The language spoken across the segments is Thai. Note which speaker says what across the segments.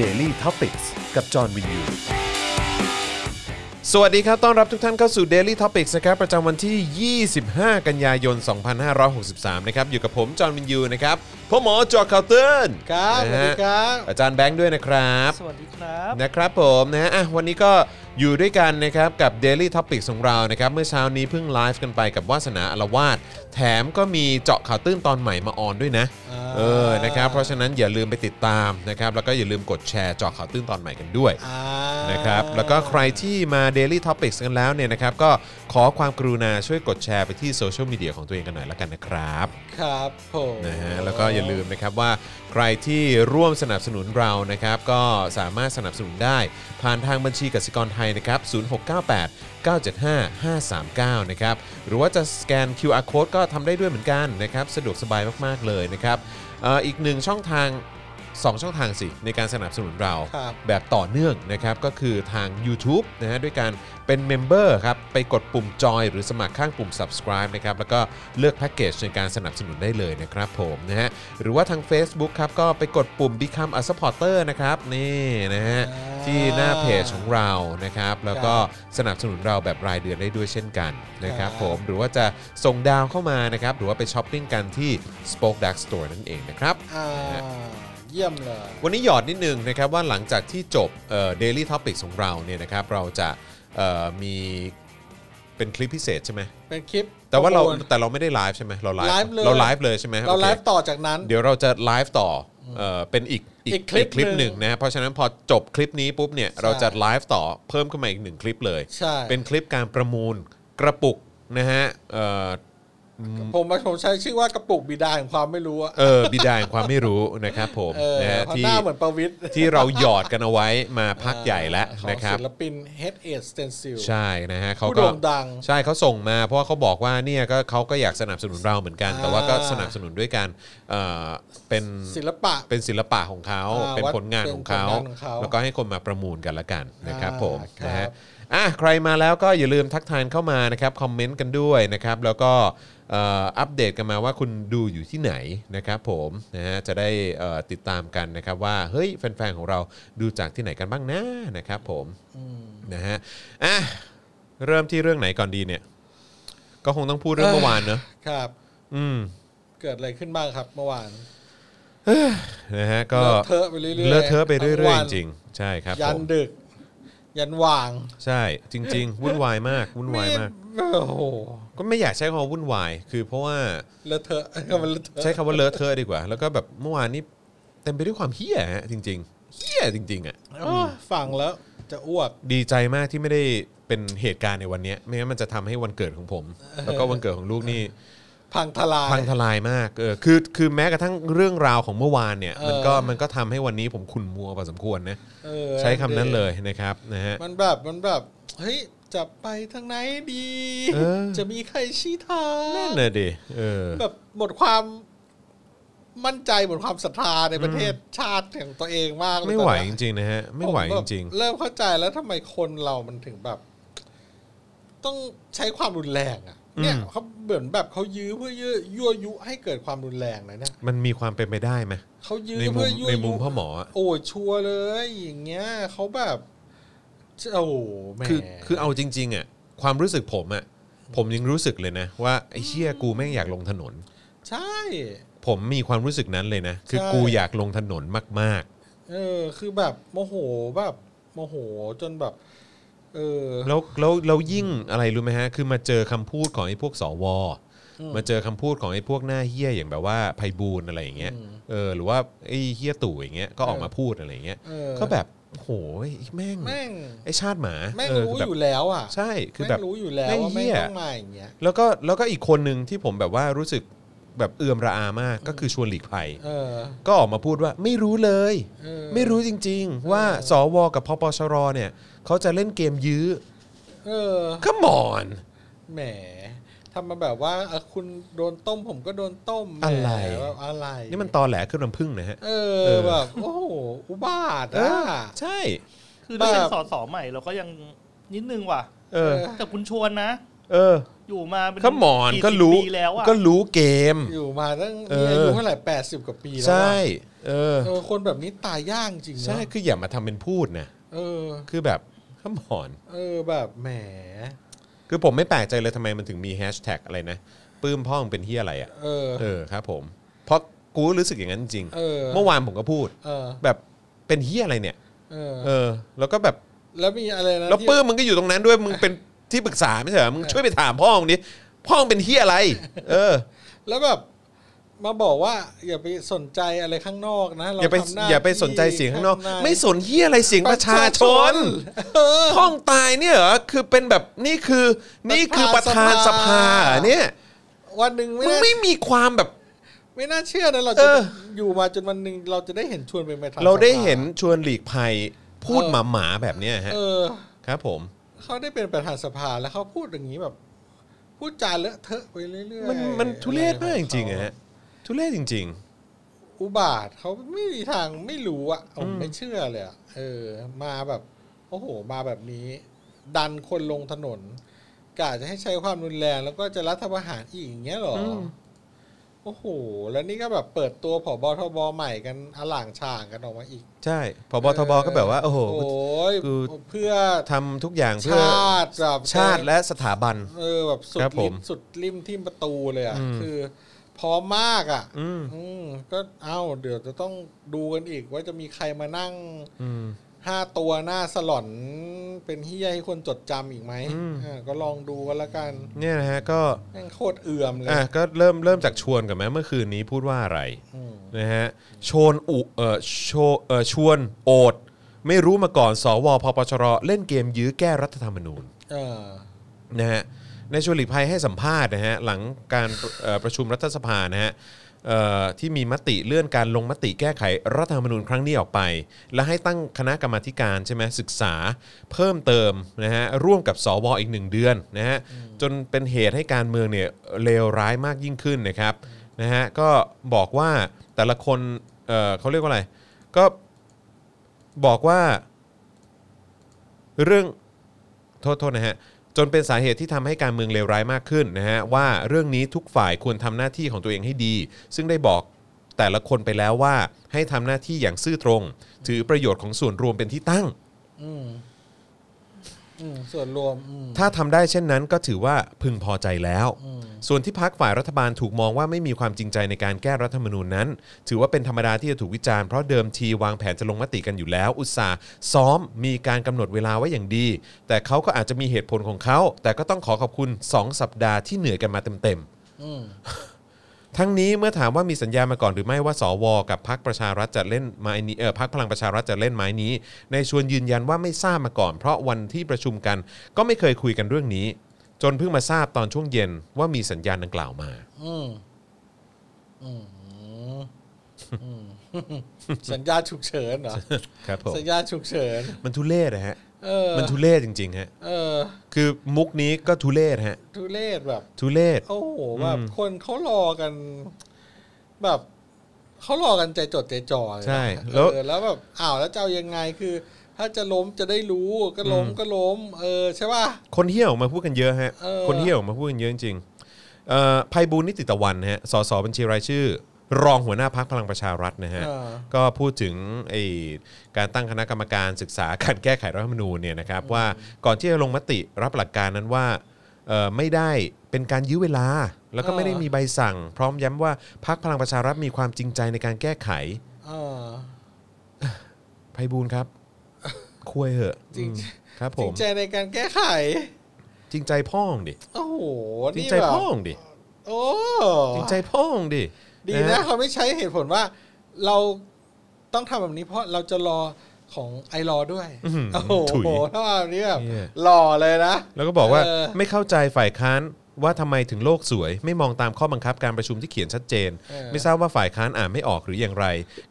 Speaker 1: Daily t o p i c กกับจอห์นวินยู
Speaker 2: สวัสดีครับ ต้อนรับทุกท่านเข้าสู่ Daily Topics นะครับ ประจำวันที่ 25 กันยายน 2563 นะครับ อยู่กับผม จอห์นวินยู นะครับพ่อหมอจอห์นคาวเติร์น
Speaker 3: ครับ
Speaker 2: นะ
Speaker 3: สวัสดี
Speaker 2: ฮะ
Speaker 3: ครับ
Speaker 2: อาจารย์แบงค์ด้วยนะครับ
Speaker 3: สวัสดีครับ
Speaker 2: นะครับผมนะฮะอ่ะวันนี้ก็อยู่ด้วยกันนะครับกับ Daily Topics ของเรานะครับเมื่อเช้านี้เพิ่งไลฟ์กันไปกับวาสนาอารวาสแถมก็มีเจาะข่าวตื้นตอนใหม่มาออนด้วยนะ
Speaker 3: อ่า
Speaker 2: เออนะครับเพราะฉะนั้นอย่าลืมไปติดตามนะครับแล้วก็อย่าลืมกดแชร์เจาะข่าวตื้นตอนใหม่กันด้วย
Speaker 3: อ่า
Speaker 2: นะครับแล้วก็ใครที่มา Daily Topics กันแล้วเนี่ยนะครับ ก็ขอความกรุณาช่วยกดแชร์ไปที่โซเชียลมีเดียของตัวเองกันหน่อยละกันนะครับ
Speaker 3: ครับผม
Speaker 2: นะฮะแล้วก็อย่าลืมนะครับว่าใครที่ร่วมสนับสนุนเรานะครับ ก็สามารถสนับสนุนได้ ผ่านทางบัญชีกสิกรไทยนะครับ0698 975 539 นะครับ หรือว่าจะสแกน QR code ก็ทำได้ด้วยเหมือนกันนะครับ สะดวกสบายมาก ๆ เลยนะครับเอ่ออีกหนึ่งช่องทาง 2 ช่องทางสิ ในการสนับสนุนเรา
Speaker 3: ครับ
Speaker 2: แบบต่อเนื่องนะครับก็คือทาง u t u b e นะฮะด้วยการเป็นเมมเบอร์ครับไปกดปุ่มจอยหรือสมัครข้างปุ่ม subscribe นะครับแล้วก็เลือกแพ็กเกจในการสนับสนุนได้เลยนะครับผมนะฮะหรือว่าทาง Facebook ครับก็ไปกดปุ่ม become a supporter นะครับนี่นะฮะ
Speaker 3: อ่า
Speaker 2: ที่หน้าเพจของเรานะครับแล้วก็สนับสนุนเราแบบรายเดือนได้ด้วยเช่นกันนะครับ
Speaker 3: ครับ
Speaker 2: ผมหรือว่าจะส่งดาวเข้ามานะครับหรือว่าไปช้อปปิ้งกันที่ Spoke Dark Store นั่นเองนะครับ
Speaker 3: อ่าเยี่ยมเลย
Speaker 2: วันนี้หยอดนิดนึงนะครับว่าหลังจากที่จบเดลี่ท็อปิกของเราเนี่ยนะครับเราจะเอ่อมีเป็นคลิปพิเศษใช่ไหม
Speaker 3: เป็นคลิป
Speaker 2: แต่ว่าเราแต่เราไม่ได้ไลฟ์ใช่ไหมเราไล
Speaker 3: ไลฟ์
Speaker 2: ฟ์
Speaker 3: เลย
Speaker 2: เราไลฟ์เลยใช่ไหม
Speaker 3: เรา
Speaker 2: โอค
Speaker 3: ไลฟ์ต่อจากนั้น
Speaker 2: เดี๋ยวเราจะไลฟ์ต่อเอ่อเป็นอีก
Speaker 3: อีกคลิป
Speaker 2: คลิปห
Speaker 3: หนึ่
Speaker 2: นึ่ง
Speaker 3: ง
Speaker 2: นะเพราะฉะนั้นพอจบคลิปนี้ปุ๊บเนี่ยเราจะไลฟ์ต่อเพิ่มขึ้นมาอีกหนึ่งคลิปเลย
Speaker 3: ใช่
Speaker 2: เป็นคลิปการประมูลกระปุกนะฮะเอ่อ
Speaker 3: ผมผมใช้ชื่อว่ากระปุกบิดาแห่งความไม่รู้อะ
Speaker 2: เออบิดาแห่งความไม่รู้นะครับผม
Speaker 3: เออ
Speaker 2: นะฮะ
Speaker 3: เพราะ
Speaker 2: ที่
Speaker 3: หน้าเหมือนประวิทย์
Speaker 2: ที่เราหยอดกันเอาไว้มาพักใหญ่แล้ว
Speaker 3: ของ
Speaker 2: นะครับ
Speaker 3: ศิลปิน Head a d Stencil
Speaker 2: ใช่นะฮะเขา
Speaker 3: ผู้
Speaker 2: ก็
Speaker 3: โด่งดัง
Speaker 2: ใช่เขาส่งมาเพราะว่าเขาบอกว่าเนี่ยก็เขาก็อยากสนับสนุนเราเหมือนกัน
Speaker 3: อ่า
Speaker 2: แต่ว่าก็สนับสนุนด้วยการเอ่อเป็น
Speaker 3: ศิลปะ
Speaker 2: เป็นศิลปะของเขา
Speaker 3: อ่า
Speaker 2: เป็น
Speaker 3: วัด
Speaker 2: ผลงานของเขา
Speaker 3: เป็นผลงานของเขา
Speaker 2: แล้วก็ให้คนมาประมูลกันละกันนะครับ
Speaker 3: อ่า
Speaker 2: ผม
Speaker 3: ครับ
Speaker 2: นะฮะอ่ะใครมาแล้วก็อย่าลืมทักทายเข้ามานะครับคอมเมนต์กันด้วยนะครับแล้วก็เอ่ออัปเดตกันมาว่าคุณดูอยู่ที่ไหนนะครับผมนะฮะจะได้เอ่อติดตามกันนะครับว่าเฮ้ยแฟนๆของเราดูจากที่ไหนกันบ้างนะนะครับผม
Speaker 3: อืม
Speaker 2: นะฮะ อ่ะ เริ่มที่เรื่องไหนก่อนดีเนี่ย ก็คงต้องพูดเรื่อง
Speaker 3: เอ้ย
Speaker 2: เมื่อวานเนอะ
Speaker 3: ครับ
Speaker 2: อืม
Speaker 3: เกิดอะไรขึ้นบ้างครับเมื่อวาน
Speaker 2: นะฮะ ก็
Speaker 3: เลอะเทอะไปเรื่อยๆ
Speaker 2: เลอะเทอะไปเรื่อ
Speaker 3: ทั้
Speaker 2: ย
Speaker 3: วัน
Speaker 2: ๆจริงๆใช่ครับผ
Speaker 3: ยัน
Speaker 2: ม
Speaker 3: ดึก ยันว่าง
Speaker 2: ใช่ จริง ๆ วุ่นวายมาก วุ่นวายมาก
Speaker 3: โอ้โห
Speaker 2: ก็ไม่อยากใช้คำว่าวุ่นวาย คือเพราะว่า
Speaker 3: เลอะเท อะก็มันเลอะเทอะ
Speaker 2: ใช้คำว่าเลอะเทอะดีกว่า แล้วก็แบบเมื่อวานนี้เต็มไปด้วยความเฮี้ยฮะจริง ๆเฮี้ยจริง ๆ อ่ะ
Speaker 3: โอ้ยฟังแล้วจะอ้วก
Speaker 2: ดีใจมากที่ไม่ได้เป็นเหตุการณ์ในวันเนี้ยไม่งั้นมันจะทำให้วันเกิดของผม แล้วก็วันเกิดของลูกนี่
Speaker 3: พังทลาย
Speaker 2: พังทลายมากเออคือคือแม้กระทั่งเรื่องราวของเมื่อวานเนี่ย
Speaker 3: เออ
Speaker 2: มันก็มันก็ทำให้วันนี้ผมขุ่นมัวพอสมควรนะ
Speaker 3: เออ
Speaker 2: ใช้คำนั้นเลยนะครับนะฮะ
Speaker 3: มันแบบมันแบบเฮ้ยจะไปทางไหนดี
Speaker 2: เออ
Speaker 3: จะมีใครชี้ทา
Speaker 2: นั่
Speaker 3: ง
Speaker 2: นเลยดิเออ
Speaker 3: แบบหมดความมั่นใจหมดความศรัทธาในประเทศชาติของตัวเองมากเลย
Speaker 2: ไม่ไหว
Speaker 3: ต
Speaker 2: จ
Speaker 3: อนเนี้ย
Speaker 2: ริงๆนะฮะไม่ไหว
Speaker 3: ผ
Speaker 2: จ
Speaker 3: แบบ
Speaker 2: ริง
Speaker 3: เริ่มเข้าใจแล้วทำไมคนเรามันถึงแบบ ต้องใช้ความรุนแรงอ่ะ เนี่ย
Speaker 2: อืม
Speaker 3: เขาเหมือนแบบเขายื้อเพื่อยื้อยั่วยุให้เกิดความรุนแรงนะเนี่ย
Speaker 2: ๆ มันมีความเป็นไปได้ไหม
Speaker 3: เขายื้อ
Speaker 2: ในมุม
Speaker 3: เพื่อยั่ว
Speaker 2: ใน
Speaker 3: ยุ
Speaker 2: มุมพ่อหมออะ
Speaker 3: โอ้ยชัวร์เลยอย่างเงี้ยเขาแบบโอ้โหแหม่
Speaker 2: คือคือเอาจริงๆอ่ะความรู้สึกผมอ่ะผมยังรู้สึกเลยนะ ว่าไอ้เชี่ยกูแม่งอยากลงถนน
Speaker 3: ใช่
Speaker 2: ผมมีความรู้สึกนั้นเลยนะ คือ
Speaker 3: ใช่
Speaker 2: กูอยากลงถนนมาก
Speaker 3: เออ คือแบบโมโหแบบโมโหจนแบบ เออ
Speaker 2: ๆ แล้วแล้วแล้วยิ่งอะไรรู้ไหมฮะคือมาเจอคำพูดของไอ้พวกสว
Speaker 3: อืม
Speaker 2: มาเจอคำพูดของไอ้พวกหน้าเฮี้ยอย่างแบบว่าไพบูลย์อะไรอย่างเงี้ย เออ หรือว่าไอ้เฮี้ยตู่อย่างเงี้ย ก็ออกมาพูดอะไรอย่างเงี้ย
Speaker 3: เออ
Speaker 2: ก็แบบโหยแม่ง
Speaker 3: แม่ง
Speaker 2: ไอ้ชาติหมา
Speaker 3: แม่ง
Speaker 2: เ
Speaker 3: รู้
Speaker 2: คื
Speaker 3: อ
Speaker 2: แบบ
Speaker 3: ยู่แล้วอ่ะ
Speaker 2: ใช่ คือ
Speaker 3: แม่
Speaker 2: แบบ
Speaker 3: งรู้อยู่แล้ว
Speaker 2: แม่ง
Speaker 3: ว่าแม่ง
Speaker 2: เหี้ย
Speaker 3: ต้องมาอย่างเงี้ย
Speaker 2: แล้วก็ แล้วก็อีกคนหนึ่งที่ผมแบบว่ารู้สึกแบบเอื่อมระอามาก ก็คือชวนหลีกภัย
Speaker 3: เออ
Speaker 2: ก็ออกมาพูดว่าไม่รู้เลย
Speaker 3: เออ
Speaker 2: ไม่รู้จริง ๆ ว่าสวกับพปชรเนี่ยเขาจะเล่นเกมยื้อ
Speaker 3: เออ
Speaker 2: ก็มอน
Speaker 3: แหมทำมาแบบว่าเออคุณโดนต้มผมก็โดนต้มแหม
Speaker 2: อะไร
Speaker 3: แบบอะไร
Speaker 2: นี่มันตอแหลขึ้นลำพึ่งนะฮะ
Speaker 3: เอ
Speaker 2: เอ
Speaker 3: อ
Speaker 2: อ
Speaker 3: แบบโอ้โหอุบาท
Speaker 2: เอ
Speaker 3: อ่ะ
Speaker 2: อใช่
Speaker 4: คือถ้าเป็
Speaker 3: แบ
Speaker 4: น
Speaker 3: บ
Speaker 4: สอสอใหม่เราก็ยังนิดนึงว่ะ
Speaker 2: เออ
Speaker 4: แต่คุณชวนนะ
Speaker 2: เออ
Speaker 4: อยู่มาเป็น
Speaker 2: ขมอน
Speaker 4: สิบ
Speaker 2: ก็รู้
Speaker 4: ปีแล้วอ่ะ
Speaker 2: ก็รู้เกม
Speaker 3: อยู่มาตั้ง
Speaker 2: เออ
Speaker 3: อายุเท่าไหร่แปดสิบกว่าปีแล้ว
Speaker 2: ใช่
Speaker 3: อะ
Speaker 2: เออ
Speaker 3: เออคนแบบนี้ตายยากจริงนะ
Speaker 2: ใช่คืออย่ามาทำเป็นพูดนะ
Speaker 3: เออ
Speaker 2: คือแบบขมอน
Speaker 3: เออแบบแหม
Speaker 2: คือผมไม่แปลกใจเลยทำไมมันถึงมีแฮชแท็กอะไรนะปื้มพ่อมึงเป็นเฮียอะไรอ่ะ
Speaker 3: เออ
Speaker 2: เออครับ ผมเพราะกูรู้สึกอย่างนั้นจริง
Speaker 3: เออ
Speaker 2: เมื่อวานผมก็พูด
Speaker 3: เออ
Speaker 2: แบบเป็นเฮียอะไรเนี่ย
Speaker 3: เออ
Speaker 2: เออ แล้วก็แบบ
Speaker 3: แล้วมีอะไรนะ
Speaker 2: แล้ว
Speaker 3: ที่
Speaker 2: ปื้มมึงก็อยู่ตรงนั้นด้วยมึงเป็นที่ปรึกษาไม่ใช่เหรอมึงช่วยไปถามพ่อมึงดิพ่อมึงเป็นเฮียอะไร เออ
Speaker 3: แล้วแบบมาบอกว่า อย่าไปสนใจอะไรข้างนอกนะเรา
Speaker 2: อย่าไป
Speaker 3: ทำหน้
Speaker 2: อย่าไปสนใจเสียงข้างนอก
Speaker 3: ทำ
Speaker 2: ไม่สนเฮียอะไรเสียงประชาชน
Speaker 3: เออ
Speaker 2: ห้องตายเนี่ยเหรอคือเป็นแบบนี่คือนี่คือประธานสภาเหรอเนี่ย
Speaker 3: วันหนึ่ง
Speaker 2: มึ
Speaker 3: ไม่
Speaker 2: ง
Speaker 3: น่า
Speaker 2: ไม่มีความแบบ
Speaker 3: ไม่น่าเชื่อนะเรา
Speaker 2: เอ
Speaker 3: จะ
Speaker 2: อ
Speaker 3: อยู่มาจนวันหนึ่งเราจะได้เห็นชวนเป็นประธาน
Speaker 2: เราได้
Speaker 3: สภ
Speaker 2: เห็นชวนหลีกภัยพูดหมาหมาๆแบบเนี้ยฮะ
Speaker 3: เออ
Speaker 2: ครับผม
Speaker 3: เขาได้เป็นประธานสภาแล้วเขาพูดอย่างนี้แบบ พูดจาเลอะเทอะไปเรื่อยๆ
Speaker 2: มันมันทุเรศมากจริงๆอะฮะทุเรศจริง
Speaker 3: อุบาทเขาไม่มีทางไม่รู้อะผมไม่เชื่อเลยอะเออ มาแบบ โอ้โห มาแบบนี้ ดันคนลงถนนกะจะให้ใช้ความรุนแรงแล้วก็จะรัฐประหารอีกอย่างเงี้ยเหรออ
Speaker 2: ม
Speaker 3: โอ้โห แล้วนี่ก็แบบเปิดตัวผบทบใหม่กันอล่างช่างกันออกมาอีก
Speaker 2: ๆ ใช่พบทบก็แบบว่า โอ้โห
Speaker 3: โอ้ย
Speaker 2: กู
Speaker 3: เพื่อ
Speaker 2: ทำทุกอย่างเพื่อ
Speaker 3: ชาติแบบ
Speaker 2: ชาติและสถาบัน
Speaker 3: เออแบบสุด
Speaker 2: ครับผ
Speaker 3: ริ
Speaker 2: ม
Speaker 3: มสุดริมที่ประตูเลยอ่ะ
Speaker 2: อืม
Speaker 3: คือ พร้อมมากอ่ะ
Speaker 2: อืม
Speaker 3: อืมก็เอ้าเดี๋ยวจะต้องดูกันอีก ว่าจะมีใครมานั่ง
Speaker 2: อืม
Speaker 3: ห้าตัวหน้าสลอนเป็นเฮียให้คนจดจำอีกไหม
Speaker 2: อืม
Speaker 3: เออก็ลองดูกันละกัน
Speaker 2: เนี่ยนะฮะก็
Speaker 3: แม่งโคตรเอื่อมเลย
Speaker 2: อ่ะก็เริ่มเริ่มจากชวนก่อนไหมเมื่อคืนนี้พูดว่าอะไร
Speaker 3: อืม
Speaker 2: นะฮะชวนอุเออโชเออชวนโอด ไม่รู้มาก่อนสวพปชรเล่นเกมยื้อแก้รัฐธรรมนูญ
Speaker 3: เออ
Speaker 2: นะฮะในายชวนหลีกภัยให้สัมภาษณ์นะฮะหลังการเอ่อประชุมรัฐสภานะฮะเอ่อที่มีมติเลื่อนการลงมติแก้ไขรัฐธรรมนูญครั้งนี้ออกไป และให้ตั้งคณะกรรมาธิการใช่ไหมศึกษาเพิ่มเติมนะฮะร่วมกับสวอีกหนึ่งเดือนนะฮะจนเป็นเหตุให้การเมืองเนี่ยเลวร้ายมากยิ่งขึ้นนะครับนะฮะก็บอกว่าแต่ละคนเอ่อเขาเรียกว่าอะไรก็บอกว่าเรื่อง โทษโทษนะฮะจนเป็นสาเหตุที่ทำให้การเมืองเลวร้ายมากขึ้นนะฮะว่าเรื่องนี้ทุกฝ่ายควรทำหน้าที่ของตัวเองให้ดี ซึ่งได้บอกแต่ละคนไปแล้วว่าให้ทำหน้าที่อย่างซื่อตรง ถือประโยชน์ของส่วนรวมเป็นที่ตั้ง
Speaker 3: อืมอืมส่วนรวมอืม
Speaker 2: ถ้าทำได้เช่นนั้นก็ถือว่าพึงพอใจแล้ว
Speaker 3: อืม
Speaker 2: ส่วนที่พักฝ่ายรัฐบาลถูกมองว่าไม่มีความจริงใจในการแก้รัฐธรรมนูญนั้น ถือว่าเป็นธรรมดาที่จะถูกวิจารณ์เพราะเดิมทีวางแผนจะลงมติกันอยู่แล้ว อุตสาห์ซ้อมมีการกำหนดเวลาไว้อย่างดี แต่เขาก็อาจจะมีเหตุผลของเขา แต่ก็ต้องขอขอบคุณ 2 สัปดาห์ที่เหนื่อยกันมาเต็มๆ
Speaker 3: อืม
Speaker 2: ทั้งนี้เมื่อถามว่ามีสัญญามาก่อนหรือไม่ว่าสว กับพักประชารัฐจะเล่นไม้นี้เออพักพลังประชารัฐจะเล่นไม้นี้ ในชวนยืนยันว่าไม่ทราบมาก่อน เพราะวันที่ประชุมกัน ก็ไม่เคยคุยกันเรื่องนี้ จนเพิ่งมาทราบตอนช่วงเย็นว่ามีสัญญาณดังกล่าวมา
Speaker 3: อืมอืมอื มสัญญาณฉุกเฉินเหรอ
Speaker 2: ครับผม
Speaker 3: สัญญาณฉุกเฉิน
Speaker 2: มันทุเรศนะฮะ
Speaker 3: เออ
Speaker 2: มันทุเรศจริงๆฮะ
Speaker 3: เออ
Speaker 2: คือมุกนี้ก็ทุเรศฮะ
Speaker 3: ทุเรศแบบ
Speaker 2: ทุเรศ
Speaker 3: โอ้โหแบบ
Speaker 2: อืม
Speaker 3: คนเขารอกัน แบบเขารอกันใจจดใจจ่อเลยนะ
Speaker 2: ใช่
Speaker 3: เอ
Speaker 2: แล้ว
Speaker 3: อแล้วแบบอ้าวแล้วจะเอายังไงคือ ถ้าจะล้มจะได้รู้ก็ล้ม
Speaker 2: อืม
Speaker 3: ก็ล้ม เออใช่ป่ะ
Speaker 2: คนเที่ยวมาพูดกันเยอะฮะ
Speaker 3: เออ
Speaker 2: คนเที่ยวมาพูดกันเยอะจริงๆเอ่อภัยบูลย์นิติตะวันฮะ สสบัญชีรายชื่อ รองหัวหน้าพักพลังประชารัฐนะฮะ
Speaker 3: เออ
Speaker 2: ก็พูดถึงไอ้การตั้งคณะกรรมการศึกษาการแก้ไขรัฐธรรมนูญเนี่ยนะครับว่าก่อนที่จะลงมติรับหลักการนั้นว่าเอ่อไม่ได้เป็นการยื้อเวลา แล้วก็ไม่ได้มีใบสั่ง พร้อมย้ำว่าพักพลังประชารัฐมีความจริงใจในการแก้ไข
Speaker 3: เออ
Speaker 2: ภัยบูลย์ครับ คุยเหอะ
Speaker 3: จริง
Speaker 2: อืมครับผ
Speaker 3: จริ
Speaker 2: ม
Speaker 3: งใจในการแก้ไข
Speaker 2: จริงใจพ่องดิ
Speaker 3: โอ้โห
Speaker 2: จริง
Speaker 3: นี่
Speaker 2: ใจ
Speaker 3: แบบ
Speaker 2: พ่องดิ
Speaker 3: โอ้
Speaker 2: จริงใจพ่องดิ
Speaker 3: ดีนะเขาไม่ใช้เหตุผลว่า เราต้องทำแบบนี้เพราะเราจะรอของไอรอด้วย
Speaker 2: อื้อหือ
Speaker 3: โอ้โห
Speaker 2: ถุย
Speaker 3: ถ้าแบบนี้แบบ
Speaker 2: เนี่ย
Speaker 3: หล่อเลยนะ
Speaker 2: แล้วก็บอกว่า
Speaker 3: เออ
Speaker 2: ไม่เข้าใจฝ่ายค้านว่าทำไมถึงโลกสวย ไม่มองตามข้อบังคับการประชุมที่เขียนชัดเจน ไม่ทราบว่าฝ่ายค้านอ่านไม่ออกหรืออย่างไร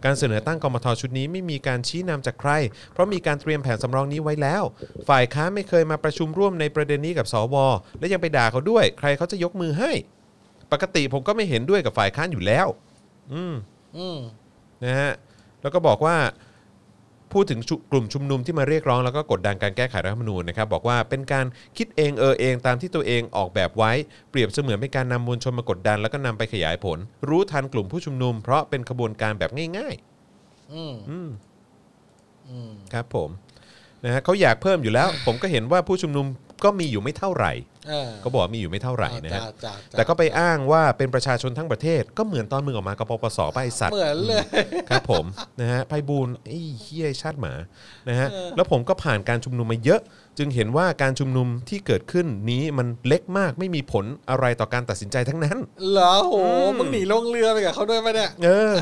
Speaker 2: การเสนอตั้งกมทชุดนี้ไม่มีการชี้นำจากใคร เพราะมีการเตรียมแผนสำรองนี้ไว้แล้ว ฝ่ายค้านไม่เคยมาประชุมร่วมในประเด็นนี้กับสวและยังไปด่าเขาด้วย ใครเขาจะยกมือให้ ปกติผมก็ไม่เห็นด้วยกับฝ่ายค้านอยู่แล้ว อืม
Speaker 3: อืม
Speaker 2: นะฮะแล้วก็บอกว่า พ พูดถึงชุกลุ่มชุมนุมที่มาเรียกร้องแล้วก็กดดันการแก้ไขรัฐธรรมนูญนะครับ บอกว่าเป็นการคิดเองเออเองตามที่ตัวเองออกแบบไว้ เปรียบเสมือนเป็นการนำมวลชนมากดดัน แล้วก็นำไปขยายผล รู้ทันกลุ่มผู้ชุมนุม เพราะเป็นขบวนการแบบง่าย ๆ
Speaker 3: อืม
Speaker 2: อืม
Speaker 3: อืม
Speaker 2: ครับผมนะฮะเขาอยากเพิ่มอยู่แล้ว ผมก็เห็นว่าผู้ชุมนุมก็มีอยู่ไม่เท่าไหร่
Speaker 3: อ่า
Speaker 2: เขาบอกว่ามีอยู่ไม่เท่าไหร่นะฮะ
Speaker 3: จ้าจ้าจ้า
Speaker 2: แต่ก็ไปอ้างว่าเป็นประชาชนทั้งประเทศ ก็เหมือนตอนมึงออกมากปปสไปะไอ้สัตว์
Speaker 3: เหมือนเลย
Speaker 2: ครับผม นะฮะไพบูลย์ไอ้เฮียชาติหมานะฮะแล้วผมก็ผ่านการชุมนุมมาเยอะ จึงเห็นว่าการชุมนุมที่เกิดขึ้นนี้มันเล็กมากไม่มีผลอะไรต่อการตัดสินใจทั้งนั้น
Speaker 3: เหรอโห
Speaker 2: อืม
Speaker 3: มึงหนีลงเรือไปกับเขาด้วยปะเนี่ย
Speaker 2: เอ อ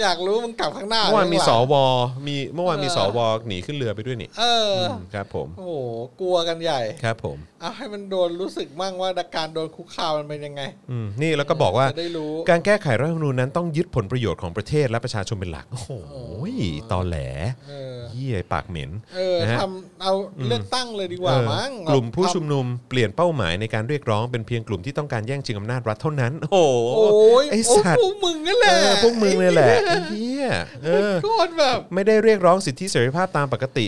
Speaker 3: อยากรู้มึงกลับข้างหน้า
Speaker 2: เมื่อวานมี
Speaker 3: หรือ
Speaker 2: ส
Speaker 3: ข้งหลัง
Speaker 2: วมีเมื่อวานมี
Speaker 3: เออ
Speaker 2: สวหนีขึ้นเรือไปด้วยนี่
Speaker 3: เอออ
Speaker 2: มครับผม
Speaker 3: โอ้โหกลัวกันใหญ่
Speaker 2: ครับผม
Speaker 3: เอาให้มันโดนรู้สึกมั่งว่าการโดนคุกคามมันเป็นยังไง
Speaker 2: อืมนี่แล้วก็บอกว่า
Speaker 3: จะได้รู้
Speaker 2: การแก้ไขรัฐธรรมนูญนั้นต้องยึดผลประโยชน์ของประเทศและประชาชนเป็นหลัก โอ้โหตอแหล
Speaker 3: เออ
Speaker 2: เยี่ยปากเหม็น
Speaker 3: เออ
Speaker 2: นะฮะ
Speaker 3: ทำเอาเลือกตั้งเลยดีกว่า
Speaker 2: เออ
Speaker 3: มั้ง
Speaker 2: กลุ่มผู้ชุม
Speaker 3: ท
Speaker 2: นุมเปลี่ยนเป้าหมายในการเรียกร้องเป็นเพียงกลุ่มที่ต้องการแย่งชิงอำนาจรัฐเท่านั้น โอ้โห
Speaker 3: ำโอ้ย
Speaker 2: ไอ้
Speaker 3: โอ้
Speaker 2: สัตว์
Speaker 3: พวกมึงนั่นแห
Speaker 2: เอ
Speaker 3: ละ
Speaker 2: อพวกมึงเลยแหละไอ้เฮียเออ
Speaker 3: โคตรแบบ
Speaker 2: ไม่ได้เรียกร้องสิทธิเสรีภาพตามปกติ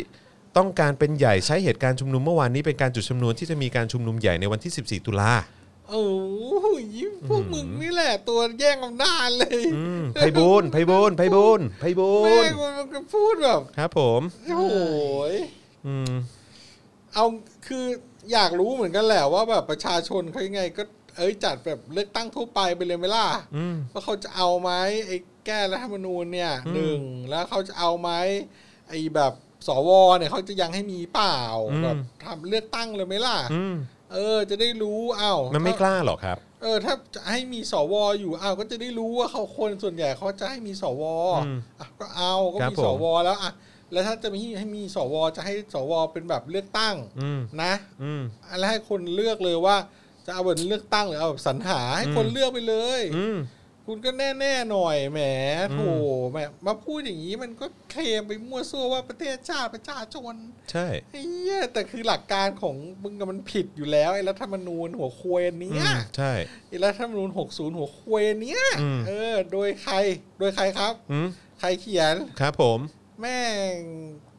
Speaker 2: ต้องการเป็นใหญ่ใช้เหตุการณ์ชุมนุมเมื่อวานนี้เป็นการจุดชุมนุมที่จะมีการชุมนุมใหญ่ในวันที่ 14 ตุลา
Speaker 3: โอ้โหพวกมึงนี่แหละ ตัวแย่งอำนาจเลย
Speaker 2: อืมไพบูลย์ไพบูลย์ไพบูลย์ไพบู
Speaker 3: แม่
Speaker 2: ล
Speaker 3: ง
Speaker 2: ย์
Speaker 3: มันก็พูดแบบ
Speaker 2: ครับผม
Speaker 3: โอ้โหย
Speaker 2: อืม
Speaker 3: เอาคืออยากรู้เหมือนกันแหละว่าแบบประชาชนเขายังไง ก็ เอ้ยจัดแบบเลือกตั้งทั่วไปไปเลยไหมล่ะ
Speaker 2: อืม
Speaker 3: ว่าเขาจะเอาไหมไอ้แก้รัฐธรรมนูญเนี่ย
Speaker 2: อืม
Speaker 3: หนึ่งแล้วเขาจะเอาไหมไอ้แบบสวเนี่ยเขาจะยังให้มีเปล่า
Speaker 2: อืม
Speaker 3: แบบทำเลือกตั้งเลยไหมล่ะ
Speaker 2: อืม
Speaker 3: เออ จะได้รู้อ้าว
Speaker 2: มันไม่ก
Speaker 3: ถ้า
Speaker 2: ล้าหรอกครับ
Speaker 3: เออ ถ้าจะให้มีสวอยู่อ้าวก็จะได้รู้ว่าเขาคนส่วนใหญ่เขาจะให้มีสว
Speaker 2: อืม
Speaker 3: อ่ะก็เอาก็
Speaker 2: ครับ
Speaker 3: มี
Speaker 2: ผม
Speaker 3: สวแล้วอ่ะแล้วถ้าจะมีให้มีสวจะให้สวเป็นแบบเลือกตั้ง
Speaker 2: อืม
Speaker 3: นะ
Speaker 2: อืม
Speaker 3: แล้วให้คนเลือกเลยว่า จะเอาแบบเลือกตั้งหรือเอาแบบสรรหาให้คน
Speaker 2: อืม
Speaker 3: เลือกไปเลย
Speaker 2: อืม
Speaker 3: คุณก็แน่ๆหน่อยแหม
Speaker 2: อืม
Speaker 3: โถแหมมาพูดอย่างนี้มันก็เคลมไปมั่วซั่วว่าประเทศชาติประชาชน
Speaker 2: ใช่
Speaker 3: ไอ้เหี้ยแต่คือหลักการของมึงกับมันผิดอยู่แล้วไอ้รัฐธรรมนูญหัวควยอันเนี้ย
Speaker 2: อืมใช่
Speaker 3: ไอ้รัฐธรรมนูญ60 หัวควยอันเนี้ย
Speaker 2: อืม
Speaker 3: เออ โดยใครโดยใครครับ
Speaker 2: อืม
Speaker 3: ใครเขียน
Speaker 2: ครับผม
Speaker 3: แม่ง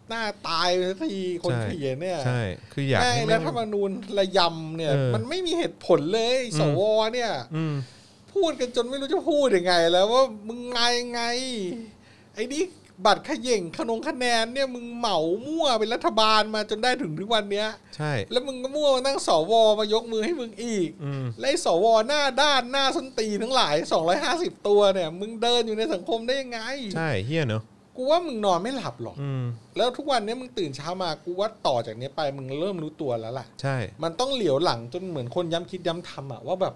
Speaker 3: หน้าตายไปสักทีคน
Speaker 2: ใช่
Speaker 3: เขียนเนี่ย
Speaker 2: ใช่ คืออยาก
Speaker 3: แม่ง
Speaker 2: ให้
Speaker 3: รั
Speaker 2: แม่
Speaker 3: ฐ
Speaker 2: ง
Speaker 3: ธรรมนูญระยำเนี่ย
Speaker 2: เออ
Speaker 3: มันไม่มีเหตุผลเลย
Speaker 2: อืม
Speaker 3: สวเนี่ย
Speaker 2: อืม
Speaker 3: พูดกันจนไม่รู้จะพูดยังไง แล้วว่ามึงมายังไง ไอ้นี่บัตรเขย่งขนงคะแนนเนี่ยมึงเหมามั่วเป็นรัฐบาลมาจนได้ถึงทุกวันเนี้ย
Speaker 2: ใช่
Speaker 3: แล้วมึงก็มั่วมานั่งสวมายกมือให้มึงอีก
Speaker 2: อืม
Speaker 3: และไอ้สวหน้าด้านหน้าส้นตีนทั้งหลาย 250 ตัวเนี่ย มึงเดินอยู่ในสังคมได้ยังไง
Speaker 2: ใช่เฮี้ยเนอะ
Speaker 3: กูว่ามึงนอนไม่หลับหรอก
Speaker 2: อืม
Speaker 3: แล้วทุกวันเนี้ยมึงตื่นเช้ามากูว่าต่อจากเนี้ยไปมึงเริ่มรู้ตัวแล้วล่ะ
Speaker 2: ใช่
Speaker 3: มันต้องเหลียวหลังจนเหมือนคนย้ำคิดย้ำทำอะว่าแบบ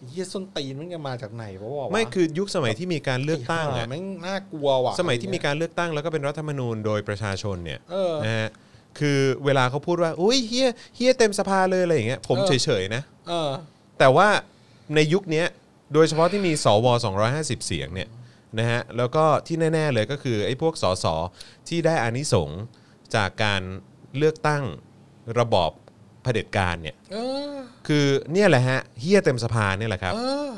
Speaker 3: ไอ้เฮียส้นตีนมันจะมาจากไหนวะวะ
Speaker 2: ไม่คือยุคสมัยที่มีการเลือกตั้ง
Speaker 3: ไห่า
Speaker 2: อะ
Speaker 3: แม่งน่ากลัวว่ะ
Speaker 2: สมัยที่มีการเลือกตั้งแล้วก็เป็นรัฐธรรมนูญโดยประชาชนเนี่ย
Speaker 3: เออ
Speaker 2: นะฮะ คือเวลาเขาพูดว่า อุ้ยเฮี้ยเฮี้ยเต็มสภาเลยอะไรอย่างเงี้ย ผม
Speaker 3: เออ
Speaker 2: เฉยๆนะ
Speaker 3: เออ
Speaker 2: แต่ว่าในยุคเนี้ยโดยเฉพาะที่มีสว 250 เสียงเนี่ยนะฮะแล้วก็ที่แน่ ๆ เลยก็คือไอ้พวกสสที่ได้อานิสงส์จากการเลือกตั้งระบอบเผด็จการเนี่ย
Speaker 3: เออ
Speaker 2: คือเนี่ยแหละฮะเฮี้ยเต็มสภาเนี่ยแหละครับ
Speaker 3: เออ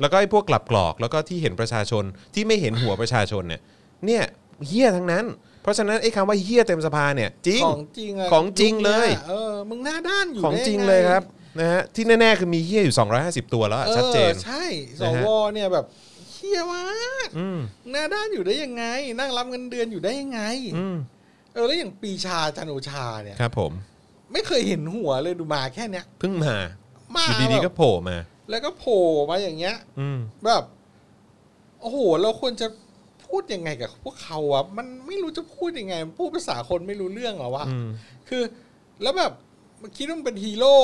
Speaker 2: แล้วก็ไอ้พวกกลับกรอกแล้วก็ที่เห็นประชาชนที่ไม่เห็นหัวประชาชนเนี่ยเนี่ยเฮี้ยทั้งนั้น เพราะฉะนั้นไอ้คำว่าเฮี้ยเต็มสภาเนี่ยจริง
Speaker 3: ของจริงอะ
Speaker 2: ของจริงเลย
Speaker 3: เออ มึงหน้าด้านอยู่
Speaker 2: ของ
Speaker 3: ได้ไ
Speaker 2: จริงเลยครับนะฮะที่แน่ๆคือมีเฮี้ยอยู่ 250 ตัวแล้วอะ
Speaker 3: ออ
Speaker 2: ชัดเจน
Speaker 3: ใช่ส
Speaker 2: นะฮะ
Speaker 3: วเนี่ยแบบเฮียมาก
Speaker 2: อืม
Speaker 3: หน้าด้านอยู่ได้ยังไง นั่งรับเงินเดือนอยู่ได้ยังไง
Speaker 2: อืม
Speaker 3: เออแล้วอย่างปรีชาจันทร์โอชาเนี่ย
Speaker 2: ครับผม
Speaker 3: ไม่เคยเห็นหัวเลยดูมาแค่เนี้ย
Speaker 2: เพิ่งมา
Speaker 3: มา
Speaker 2: อยู่ดีๆ
Speaker 3: แบ
Speaker 2: ก็
Speaker 3: บ
Speaker 2: โผล่มา
Speaker 3: แล้วก็โผล่มาอย่างเงี้ย
Speaker 2: อืม
Speaker 3: แบบโอ้โหเราควรจะพูดยังไงกับพวกเขาอะมันไม่รู้จะพูดยังไงมันพูดภาษาคนไม่รู้เรื่องเหรอวะ
Speaker 2: อืม
Speaker 3: คือ แล้วแบบมันคิดว่ามันเป็นฮีโร่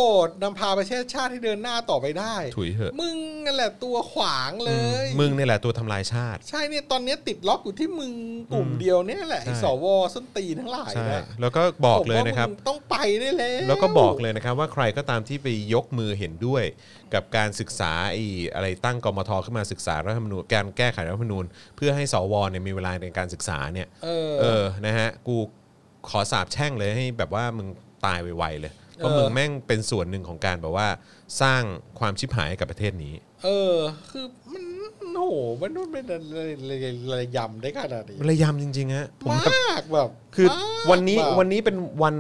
Speaker 3: นำพาประเทศชาติให้เดินหน้าต่อไปได้
Speaker 2: ถุยเหอะ
Speaker 3: มึงนั่นแหละตัวขวางเล
Speaker 2: อืม
Speaker 3: ย
Speaker 2: มึงเนี่ยแหละตัวทำลายชาติ
Speaker 3: ใช่เนี่ยตอนเนี้ยติดล็อกอยู่ที่มึงกลุ่ม
Speaker 2: อืม
Speaker 3: เดียวเนี่ยแหละไอ้
Speaker 2: ใช่
Speaker 3: สวส้นตีนทั้งหลาย
Speaker 2: ใช่
Speaker 3: นะ
Speaker 2: แล้วก็บอกเลยนะครับ
Speaker 3: ผมว่ามึงต้องไปได้แล้ว
Speaker 2: แล้วก็บอกเลยนะครับว่าใครก็ตามที่ไปยกมือเห็นด้วย กับการศึกษาไอ้อะไรตั้งกมทขึ้นมาศึกษารัฐธรรมนูญการแก้ไขรัฐธรรมนูญ เพื่อให้สวเนี่ยมีเวลาในการศึกษาเนี่ย
Speaker 3: เอ
Speaker 2: เอ
Speaker 3: อ
Speaker 2: อ นะฮะ กูขอสาบแช่งเลยให้แบบว่ามึงตายไวๆเลย เพราะ
Speaker 3: เออ
Speaker 2: มึงแม่งเป็นส่วนหนึ่งของการแบบว่า สร้างความชิบหายให้กับประเทศนี้
Speaker 3: เออ คือมันโห โหมันนู่นเป็นอะไรอะไรยำได้ขนาดนี้
Speaker 2: ระยำจริงๆฮะผม
Speaker 3: ม
Speaker 2: แบบ
Speaker 3: ากแบบ
Speaker 2: คือ
Speaker 3: มาก
Speaker 2: วันนี้
Speaker 3: แบบ
Speaker 2: วันนี้เป็นวัน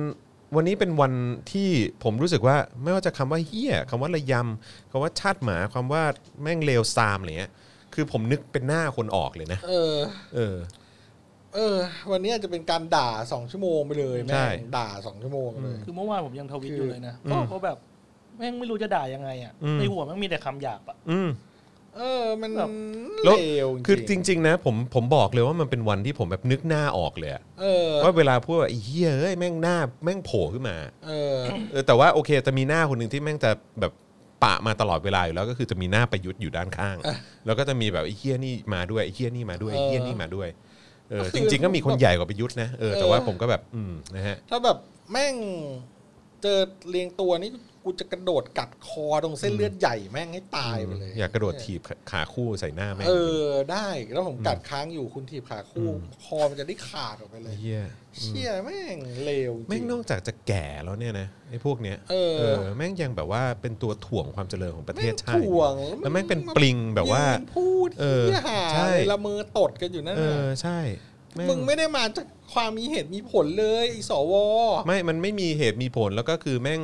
Speaker 2: วันนี้เป็นวันที่ผมรู้สึกว่าไม่ว่าจะคำว่าเฮี้ยคำว่าระยำคำว่าชาติหมาคำว่าแม่งเลวซามอะไรเงี้ยคือผมนึกเป็นหน้าคนออกเลยนะ
Speaker 3: เออ
Speaker 2: เออ
Speaker 3: เออ วันนี้อาจจะเป็นการด่าสองชั่วโมงไปเลย
Speaker 2: ใช่
Speaker 3: แม่งด่าสองชั่วโมงเลย
Speaker 4: คือเมื่อวานผมยังทวิต
Speaker 3: คืออ
Speaker 4: อยู่เลยนะ
Speaker 2: อื
Speaker 4: เพราะ
Speaker 2: ม
Speaker 4: เพราะแบบแม่งไม่รู้จะด่ายังไงอ่ะ
Speaker 2: อืม
Speaker 4: ในหัวแม่งมีแต่คำหยาบอ่ะ
Speaker 2: อืม
Speaker 3: เออ มัน
Speaker 4: แบบ
Speaker 2: แล้ว
Speaker 3: เลว
Speaker 2: คือจริง ๆ นะผมผมบอกเลยว่ามันเป็นวันที่ผมแบบนึกหน้าออกเลยอะ
Speaker 3: เออ
Speaker 2: ว่าเวลาพูดว่าไอ้เฮียเอ้ยแม่งหน้าแม่งโผล่ขึ้นมา
Speaker 3: เออ
Speaker 2: เออแต่ว่าโอเคจะมีหน้าคนหนึ่งที่แม่งจะแบบปะมาตลอดเวลาอยู่แล้วก็คือจะมีหน้าประยุทธ์อยู่ด้านข้าง แล้วก็จะมีแบบไอ้เฮียนี่มาด้วยไอ้เฮียนี่มาด้วยไอ้เฮียนี่มาด้วยเออ
Speaker 3: เออ
Speaker 2: จริง ๆ ก็มีคนใหญ่กว่าประยุทธ์นะเออแต่ว่า
Speaker 3: เออ
Speaker 2: ผมก็แบบอืมนะฮะ
Speaker 3: ถ้าแบบแม่งเจอเรียงตัวนี่กูจะกระโดดกัดคอตรงเส้นเลือดใหญ่แม่งให้ตายไปเลย
Speaker 2: อยากกระโดดถีบขาคู่ใส่หน้าแม่ง
Speaker 3: เออได้แล้วผมกัดค้างอยู่คุณถีบขาคู่ คอมันจะได้ขาดออกไปเล
Speaker 2: ไอ้
Speaker 3: ย
Speaker 2: เฮีย
Speaker 3: เชี่ยแม่งเลวจริ
Speaker 2: แม่งนอกจากจะแก่แล้วเนี่ยนะไอ้พวกเนี้ย
Speaker 3: เออ
Speaker 2: แม่งยังแบบว่าเป็นตัวถ่วงความเจริญของประเทศชาติ
Speaker 3: แม่งถ่วง
Speaker 2: แล้วแม่งเป็นปลิงแบบว่า
Speaker 3: ยืนพูด
Speaker 2: เออ
Speaker 3: เชี่ยหา
Speaker 2: ใช่
Speaker 3: ละเมอตดกันอยู่นั่น
Speaker 2: เอ
Speaker 3: น่ะ
Speaker 2: อใช่แ
Speaker 3: มึงไม่ได้มาจากความมีเหตุมีผลเลยไอ้สว
Speaker 2: ไม่ มันไม่มีเหตุมีผลแล้วก็คือแม่ง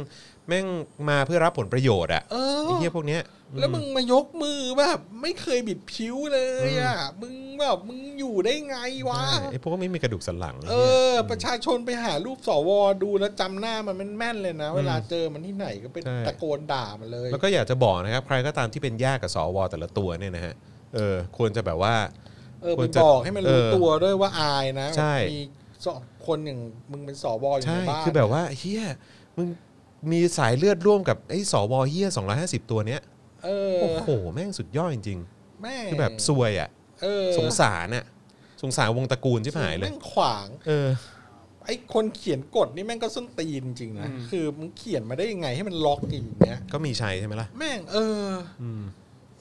Speaker 2: แม่งมาเพื่อรับผลประโยชน์อะ
Speaker 3: เออ
Speaker 2: ไอ้เหี้ยพวกเนี้ย
Speaker 3: แล้วมึ
Speaker 2: อื
Speaker 3: งมายกมือแบบไม่เคยบิดผิวเลยอ่ะ มึงแบบมึงอยู่ได้ไงวะ
Speaker 2: ใช่ไอ้พวกไม่มีกระดูกสันหลังไอ้
Speaker 3: เอ
Speaker 2: เหี้ย
Speaker 3: อ ประชาชนไปหารูปสวดูแล้วจำหน้ามันแม่นๆเลยนะ เวลาเจอมันที่ไหนก็เป็น
Speaker 2: ใช่
Speaker 3: ตะโกนด่ามันเลย
Speaker 2: แล้วก็อยากจะบอกนะครับ ใครก็ตามที่เป็นญาติกับสวแต่ละตัวเนี่ยนะฮะเออควรจะแบบว่า
Speaker 3: เออ
Speaker 2: คว
Speaker 3: ไป
Speaker 2: รจะ
Speaker 3: บอกให้มันรู้
Speaker 2: เออ
Speaker 3: ตัวด้วยว่าอายนะ
Speaker 2: ใช่
Speaker 3: มีสองคนอย่างมึงเป็นสวอยู่
Speaker 2: ใช่
Speaker 3: ในบ้าน
Speaker 2: คือแบบว่าเฮียมึงมีสายเลือดร่วมกับไอ้สวเฮีย250 ตัวเนี้ย
Speaker 3: เออ
Speaker 2: โอ้โห แม่งสุดยอดจริง
Speaker 3: แม่
Speaker 2: ๆ คือแบบซวยอ่ะ
Speaker 3: เออ
Speaker 2: สงสารอ่ะสงสารวงตระกูลชิบหายเลย
Speaker 3: แม่งขวาง
Speaker 2: เออ
Speaker 3: ไอ้คนเขียนกฎนี่แม่งก็ส้นตีนจริงๆนะ
Speaker 4: อืม
Speaker 3: คือมึงเขียนมาได้ยังไงให้มันล็อกอย่างเนี้ย
Speaker 2: ก็มีชัยใช่ไหมล่ะ
Speaker 3: แม่งเออ
Speaker 2: อืม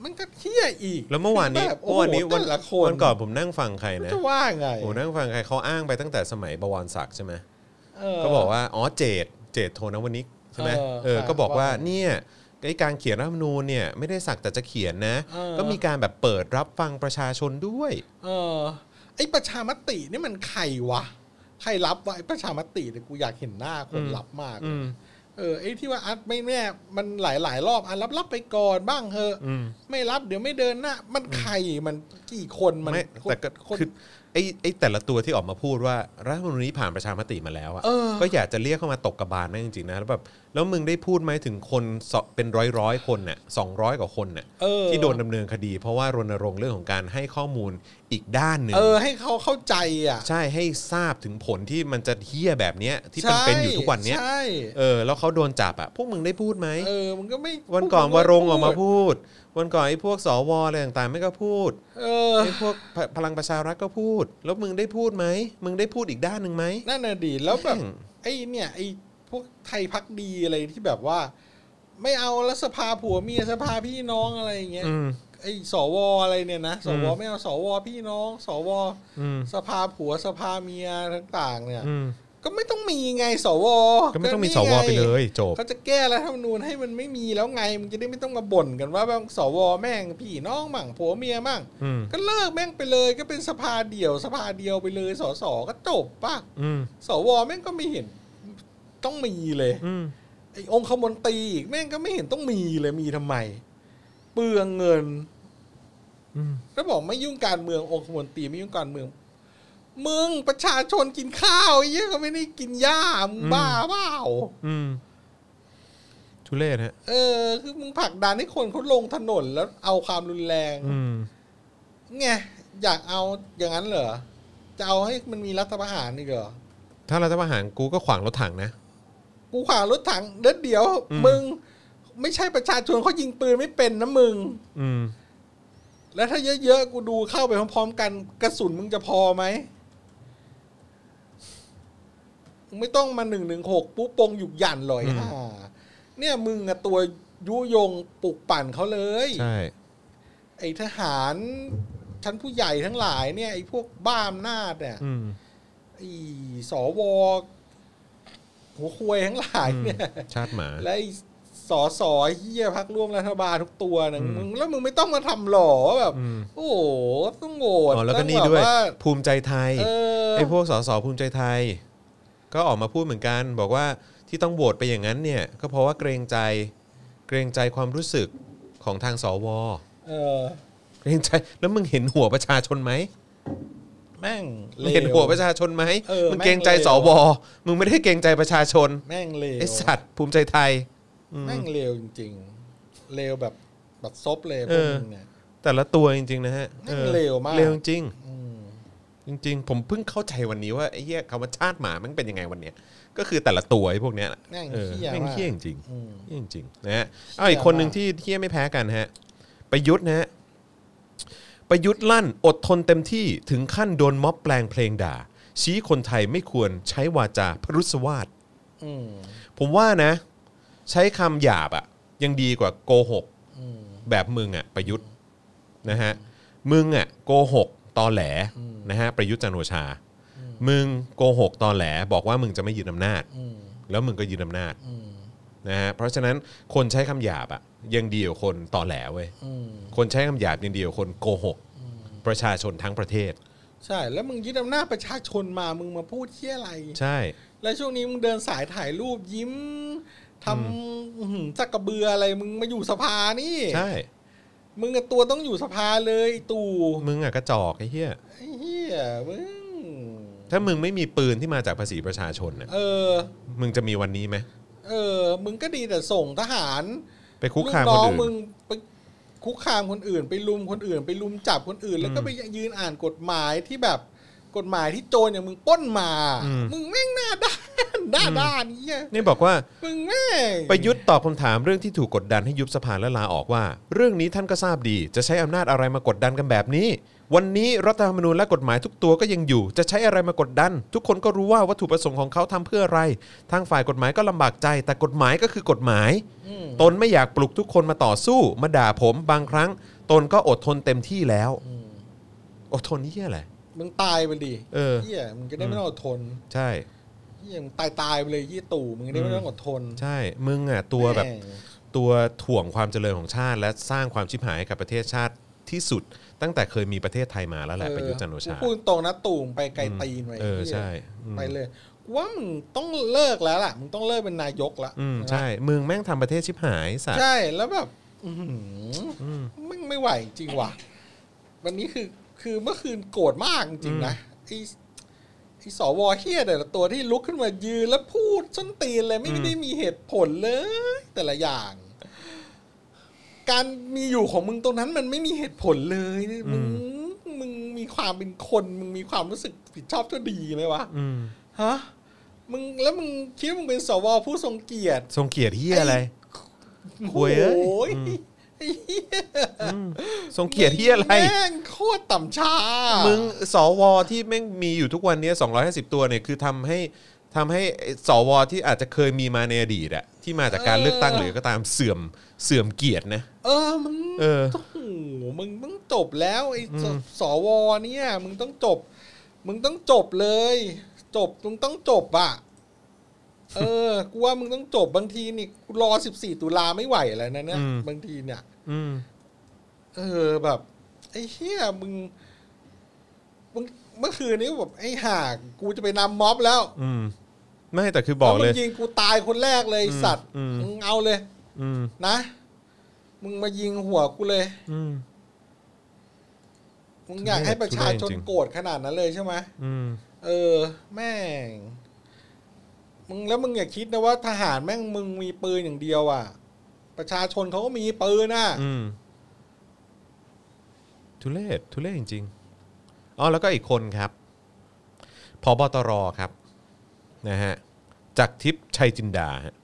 Speaker 3: มันก็เที่ยอีก
Speaker 2: แล้วเมื่อวานนี้
Speaker 3: แบบโอ้
Speaker 2: เมื่อ
Speaker 3: โห
Speaker 2: วานนี้วัน
Speaker 3: แต่ละคน
Speaker 2: วันก่อนผมนั่งฟังใครนะ
Speaker 3: จะว่าไง
Speaker 2: โอ้นั่งฟังใครเขาอ้างไปตั้งแต่สมัยบวรศักดิ์ใช่ไหม
Speaker 3: เ
Speaker 2: ก็บอกว่าอ๋อเจดเจดโทนวนิกใช่ไหม
Speaker 3: เออ
Speaker 2: เออ
Speaker 3: ค่ะ
Speaker 2: ก็บอกว่า
Speaker 3: ว่าไง
Speaker 2: เนี่ยไอ้การเขียนรัฐธรรมนูญเนี่ยไม่ได้สักแต่จะเขียนนะ
Speaker 3: เออ
Speaker 2: ก็มีการแบบเปิดรับฟังประชาชนด้วย
Speaker 3: เออ ไอ้ประชามตินี่มันใครวะ ใครรับวะไอ้ประชามติเนี่ยกูอยากเห็นหน้าคน
Speaker 2: อืม
Speaker 3: รับมาก
Speaker 2: อืม
Speaker 3: เออไอ้ที่ว่าอัดไม่แน่มันหลายหลายๆรอบอัดรับรับไปก่อนบ้างเถอะ
Speaker 2: อืม
Speaker 3: ไม่รับเดี๋ยวไม่เดินหน้ามันใครมันกี่คนมัน
Speaker 2: ไม่
Speaker 3: คน
Speaker 2: แต่ก็
Speaker 3: คน
Speaker 2: คือไอ้ไอ้แต่ละตัวที่ออกมาพูดว่ารัฐธรรมนูญนี้ผ่านประชามติมาแล้วอะ
Speaker 3: เออ
Speaker 2: ก็อยากจะเรียกเข้ามาตกกระบาลนั่นจริงๆนะแล้วแบบแล้วมึงได้พูดไหมถึงคนสอบเป็นร้อยร้อยๆคนน่ะสองร้อยกว่าคนน่ะ
Speaker 3: เออ
Speaker 2: ที่โดนดำเนินคดี เพราะว่ารณรงค์เรื่องของการให้ข้อมูลอีกด้านหนึ่ง
Speaker 3: เออ ให้เขาเข้าใจอ่ะ
Speaker 2: ใช่ให้ทราบถึงผลที่มันจะเฮี้ยแบบเนี้ยที่เป็นเป็นอยู่ทุกวันเนี้ย
Speaker 3: ใช่
Speaker 2: เออแล้วเขาโดนจับอะพวกมึงได้พูดไหม
Speaker 3: เออมันก็ไม่
Speaker 2: วันก่อนวรงค์ออกมาพูด วันก่อนไอ้พวกสวอะไรต่างๆไม่ก็พูด
Speaker 3: เออ
Speaker 2: ไอ้พวกพพลังประชารัฐก็พูด แล้วมึงได้พูดไหมมึงได้พูดอีกด้านหนึ่งไหม
Speaker 3: นั่นน่ะดีแล้วแบบ
Speaker 2: แม่ง
Speaker 3: ไอ้เนี่ยไอ้พวกไทยพักดีอะไรที่แบบว่า ไม่เอาแล้วสภาผัวเมียสภาพี่น้องอะไรอย่างเงี้ย
Speaker 2: อืม
Speaker 3: ไอ้สวอะไรเนี่ยนะสว
Speaker 2: อืม
Speaker 3: ไม่เอาสวพี่น้องสว
Speaker 2: อืม
Speaker 3: สภาผัวสภาเมียต่างๆ เนี่ย
Speaker 2: อืม
Speaker 3: ก็ไม่ต้องมีไงสว
Speaker 2: ก็ไม่ต้องมี
Speaker 3: นี่
Speaker 2: สวไปเลยจบ
Speaker 3: เขาจะแก้รัฐธรรมนูญให้มันไม่มีแล้วไงมันจะได้ไม่ต้องมาบ่นกันว่าแบบสวแม่งพี่น้องมั่งผัวเมียมั่ง
Speaker 2: อืม
Speaker 3: ก็เลิกแม่งไปเลยก็เป็นสภาเดี่ยวสภาเดียวไปเลยสสก็จบป่ะ
Speaker 2: อืม
Speaker 3: สวแม่งก็ไม่เห็นต้องมีเลย
Speaker 2: อืม
Speaker 3: ไอ้องคมนตรีอีกแม่งก็ไม่เห็นต้องมีเลยมีทำไม เปลืองเงิน
Speaker 2: อืม
Speaker 3: แล้วบอกไม่ยุ่งการเมืององคมนตรีไม่ยุ่งการเมือง มึงประชาชนกินข้าวไอ้เหี้ยอะก็ไม่ได้กินหญ้ามึงบ้าเปล่า
Speaker 2: อืมทุเรศฮะ
Speaker 3: เออ คือมึงผลักดันให้คนเขาลงถนนแล้วเอาความรุนแรง
Speaker 2: อืม
Speaker 3: ไงอยากเอาอย่างนั้นเหรอจะเอาให้มันมีรัฐประหารอีกเหรอ
Speaker 2: ถ้ารัฐประหารกูก็ขวางรถถังนะ
Speaker 3: กูขวางรถถังเดี๋ยวเดี๋ยว
Speaker 2: อืม
Speaker 3: มึง ไม่ใช่ประชาชนเขายิงปืนไม่เป็นนะมึง
Speaker 2: อืม
Speaker 3: แล้วถ้าเยอะๆกูดูเข้าไปพร้อมๆกันกระสุนมึงจะพอไหมมึงไม่ต้องมาหนึ่งหนึ่งหกปุ๊บปงหยุกหยันเลอย
Speaker 2: อืม
Speaker 3: อ่าเนี่ยมึงอะตัวยุยงปลุกปั่นเขาเลย
Speaker 2: ใช่
Speaker 3: ไอ้ทหารชั้นผู้ใหญ่ทั้งหลายเนี่ยไอ้พวกบ้าอำนาจเนี่ย
Speaker 2: อืม
Speaker 3: ไอ้สวหัวควยทั้งหลายเนี่ย
Speaker 2: ชาติหมา
Speaker 3: และไอ้ส อสอเฮียพักร่วมรัฐบาลทุกตัวนะมึงแล้วมึงไม่ต้องมาทำหล่อว่าแบบ
Speaker 2: อืม
Speaker 3: โอ้โหต้องโหวต
Speaker 2: อ๋อแล้วก็
Speaker 3: ต้อง
Speaker 2: นี่ด้วย
Speaker 3: แบบา
Speaker 2: ภูมิใจไทย
Speaker 3: เออ
Speaker 2: ไอ้พวกสสภูมิใจไทย ก็ออกมาพูดเหมือนกัน บอกว่าที่ต้องโหวตไปอย่างนั้นเนี่ย ก็เพราะว่าเกรงใจเกรงใจความรู้สึกของทางสว
Speaker 3: เออ
Speaker 2: เกรงใจแล้วมึงเห็นหัวประชาชนไหม
Speaker 3: แม่ง
Speaker 2: มึ
Speaker 3: เล
Speaker 2: ง
Speaker 3: ว
Speaker 2: เห็นหัวประชาชนไหม
Speaker 3: เออ
Speaker 2: มึงเกรงใจ
Speaker 3: แม่งเลว
Speaker 2: สวมึงไม่ได้เกรงใจประชาชน
Speaker 3: แม่งเลว
Speaker 2: ไอ้สัตว์ภูมิใจไทยอืม
Speaker 3: แม่งเลวจริงๆเลวแบบแบบซบเลยพ
Speaker 2: เอ
Speaker 3: ว
Speaker 2: อ
Speaker 3: กมึงเนี่ย
Speaker 2: แต่ละตัวจริงๆนะฮะ
Speaker 3: แม่งเลวมาก
Speaker 2: เลวจริง
Speaker 3: อืม
Speaker 2: จริง ๆ ผมเพิ่งเข้าใจวันนี้ว่าไอ้เหี้ยคำว่าชาติหมามันเป็นยังไงวันเนี้ยก็คือแต่ละตัวไอ้พวกเนี้ยแหละ
Speaker 3: แม่ง
Speaker 2: เออ
Speaker 3: เฮี้ย
Speaker 2: แม่ง
Speaker 3: มาก
Speaker 2: เหี้ยจริง
Speaker 3: อืม
Speaker 2: เหี้ยจริงๆนะฮะเอาอีกคนหนึ่งที่เที่ยไม่แพ้กันฮะ ประยุทธ์นะฮะ ประยุทธ์ลั่นอดทนเต็มที่ถึงขั้นโดนม็อบแปลงเพลงด่า ชี้คนไทยไม่ควรใช้วาจาพรุษวาท
Speaker 3: อืม
Speaker 2: ผมว่านะ ใช้คำหยาบอะยังดีกว่าโกหก
Speaker 3: อืม
Speaker 2: แบบมึงอะประยุทธ์นะฮะ มึงอะโกหกตอแหล
Speaker 3: อืม
Speaker 2: นะฮะประยุทธ์จันทร์โอชา มึงโกหกตอแหล บอกว่ามึงจะไม่ยึดอำนาจ
Speaker 3: อืม
Speaker 2: แล้วมึงก็ยึดอำนาจ
Speaker 3: อืม
Speaker 2: นะฮะเพราะฉะนั้นคนใช้คำหยาบอะยังดีกว่าคนต่อแหลเว้ย
Speaker 3: อืม
Speaker 2: คนใช้คำหยาบยังดีกว่าคนโกหก ประชาชนทั้งประเทศ
Speaker 3: ใช่แล้วมึงยึดอำนาจประชาชนมามึงมาพูดเที่ยอะไร
Speaker 2: ใช่
Speaker 3: แล้วช่วงนี้มึงเดินสายถ่ายรูปยิ้มทำอื้อหือสักกระเบืออะไรมึงมาอยู่สภานี่
Speaker 2: ใช่
Speaker 3: มึงกับตัวต้องอยู่สภาเลยไอ้ตู่
Speaker 2: มึงอะกระจอกไอ้เหี้ย
Speaker 3: ไอ้เฮียมึง
Speaker 2: ถ้ามึงไม่มีปืนที่มาจากภาษีประชาชนน่ะ
Speaker 3: เออ
Speaker 2: มึงจะมีวันนี้ไหม
Speaker 3: เออ มึงก็ดีแต่ส่งทหาร
Speaker 2: ไปคุกคาม
Speaker 3: ลู
Speaker 2: ค
Speaker 3: น้
Speaker 2: น
Speaker 3: อง
Speaker 2: อื่
Speaker 3: มึ
Speaker 2: น
Speaker 3: งไปคุกคามคนอื่น ไปลุมคนอื่น ไปลุมจับคนอื่น แล้วก็
Speaker 2: อืม
Speaker 3: ไปยืนอ่านกฎหมายที่แบบกฎหมายที่โจรอย่างมึงปล้นมา
Speaker 2: อืม
Speaker 3: มึงแม่งหน้าด้านหน้าด้านเนี้ย
Speaker 2: นี่บอกว่า
Speaker 3: มึงแม่ง
Speaker 2: ประยุทธ์ตอบคำถามเรื่องที่ถูกกดดันให้ยุบสภาและลาออกว่า เรื่องนี้ท่านก็ทราบดี จะใช้อำนาจอะไรมากดดันกันแบบนี้ วันนี้รัฐธรรมนูญและกฎหมายทุกตัวก็ยังอยู่ จะใช้อะไรมากดดัน ทุกคนก็รู้ว่าวัตถุประสงค์ของเขาทำเพื่ออะไร ทางฝ่ายกฎหมายก็ลำบากใจ แต่กฎหมายก็คือกฎหมาย
Speaker 3: อืม
Speaker 2: ตนไม่อยากปลุกทุกคนมาต่อสู้ มาด่าผมบางครั้ง ตนก็อดทนเต็มที่แล้ว อดทนนี่อะไร
Speaker 3: มึงตายไปดิ
Speaker 2: เออ
Speaker 3: เฮียมึงจะได้ไม่ต้องอดทน
Speaker 2: ใช่
Speaker 3: เฮียมึงตายตายไปเลยยี่ตู่มึงจะได้ไม่ต้องอดทน
Speaker 2: ใช่ มึงอ่ะตัวแบบ
Speaker 3: ม่ง
Speaker 2: ตัวถ่วงความเจริญของชาติ และสร้างความชิบหายให้กับประเทศชาติที่สุด ตั้งแต่เคยมีประเทศไทยมาแล้วแหละประยุทธ์จันทร์โอชา
Speaker 3: กูพูดตรงนะตู่มึงไปไกลตีนไว้
Speaker 2: เออ
Speaker 3: เหี้ย
Speaker 2: ใช่อืม
Speaker 3: ไปเลยกูว่ามึงต้องเลิกแล้วล่ะมึงต้องเลิกเป็นนายกละ
Speaker 2: อืมใช่ มึงแม่งทำประเทศชิบหายสัตว์
Speaker 3: ใช่แล้วแบบอื้อหือ
Speaker 2: อืม
Speaker 3: มึงไม่ไหวจริงว่ะวันนี้คือคือเมื่อคืนโกรธมากจริงๆนะไอ้ไอ้สวเฮียแต่ละตัวที่ลุกขึ้นมายืนแล้วพูดส้นตีนเลยไม่
Speaker 2: อืม
Speaker 3: ได้มีเหตุผลเลย แต่ละอย่าง การมีอยู่ของมึงตรงนั้นมันไม่มีเหตุผลเลยมึงมึงมีความเป็นคน มึงมีความรู้สึกผิดชอบชั่วดีไหมวะ
Speaker 2: อืม
Speaker 3: ฮะมึงแล้วมึงคิดว่ามึงเป็นสวผู้ทรงเกียรติ
Speaker 2: ทรงเกียรติเฮียอะไร ห่วยเอ้ย
Speaker 3: โอ้ยไอ้เหี้ย
Speaker 2: อืมทรงเกียรติเฮียอะไร
Speaker 3: แม่งโคตรต่ำช้า
Speaker 2: มึ
Speaker 3: มึ
Speaker 2: งสวที่แม่งมีอยู่ทุกวันเนี้ย250 ตัวเนี่ยคือทำให้ทำให้สวที่อาจจะเคยมีมาในอดีตอะที่มาจากการเลือกตั้งหรือก็ตามเสื่อมเสื่อมเกียรตินะ
Speaker 3: เออมึง
Speaker 2: เออ
Speaker 3: โอ้โหมึงต้องจบแล้วไอ้ส
Speaker 2: อืม
Speaker 3: สวเนี่ย มึงต้องจบ มึงต้องจบเลย จบมึงต้องจบอ่ะ เออ กูว่ามึงต้องจบบางทีนี่กูรอสิบสี่ตุลาไม่ไหวแล้วนะเนี่ย
Speaker 2: อืม
Speaker 3: บางทีเนี่ย
Speaker 2: อืม
Speaker 3: เออแบบ ไอ้เฮียมึงมึงเมื่อคืนนี้แบบไอ้ห่ากูจะไปนำม็อบแล้ว
Speaker 2: อืมไม่แต่คือบอกเลย
Speaker 3: แล้วมึงยิงกูตายคนแรกเลยไอ้
Speaker 2: อืม
Speaker 3: สัตว์
Speaker 2: อืม
Speaker 3: มึงเอาเลย
Speaker 2: อืม
Speaker 3: นะ มึงมายิงหัวกูเลย
Speaker 2: อืม
Speaker 3: มึงอยากให้ประชาชน
Speaker 2: ทุเรศจริง
Speaker 3: โกรธขนาดนั้นเลยใช่ไหม
Speaker 2: อืม
Speaker 3: เออ แม่ง มึงแล้วมึงอย่าคิดนะว่าทหารแม่งมึงมีปืนอย่างเดียวอ่ะ ประชาชนเขาก็มีปืนอ่ะ
Speaker 2: อืมทุเลศทุเลศจริงๆอ๋อแล้วก็อีกคนครับพบตรครับนะฮะจากทิพย์ชัยจินดาฮะ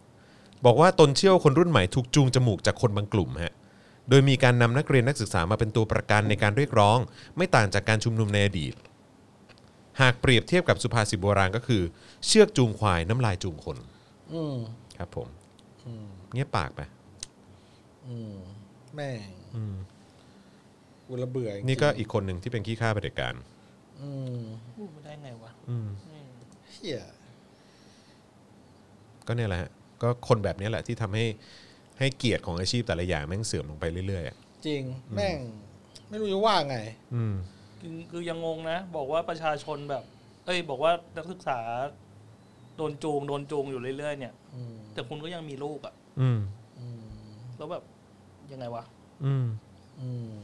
Speaker 2: บอกว่าตนเชื่อว่าคนรุ่นใหม่ถูกจูงจมูกจากคนบางกลุ่มฮะ โดยมีการนำนักเรียนนักศึกษามาเป็นตัวประกันในการเรียกร้อง ไม่ต่างจากการชุมนุมในอดีต หากเปรียบเทียบกับสุภาษิตโบราณก็คือ เชือกจูงควายน้ำลายจูงคน
Speaker 3: อืม
Speaker 2: ครับผม
Speaker 3: อืม
Speaker 2: เงียบปากไป
Speaker 3: อืม แม่ง
Speaker 2: อืม
Speaker 3: กูระเบื่อจริงๆ
Speaker 2: นี่ก็อีกคนหนึ่งที่เป็นขี้ข้าเผด็จการ
Speaker 3: อืม
Speaker 4: พูดมาได้ไงวะ
Speaker 2: อืม
Speaker 4: อืม
Speaker 3: เฮีย
Speaker 2: ก็เนี่ยแหละฮะก็คนแบบเนี้ยแหละที่ทำให้ ให้เกียรติของอาชีพแต่ละอย่างแม่งเสื่อมลงไปเรื่อยๆอะ
Speaker 3: จริง แม่ง ไม่รู้จะว่าไง
Speaker 2: อืม
Speaker 4: คือคือยังงงนะ บอกว่าประชาชนแบบ เอ้ย บอกว่านักศึกษา โดนจูงโดนจูงอยู่เรื่อยๆเนี่ย
Speaker 3: อืม
Speaker 4: แต่คุณก็ยังมีลูกอะ
Speaker 2: อืม
Speaker 3: อืม
Speaker 4: แล้วแบบยังไงวะ
Speaker 2: อืม
Speaker 3: อืม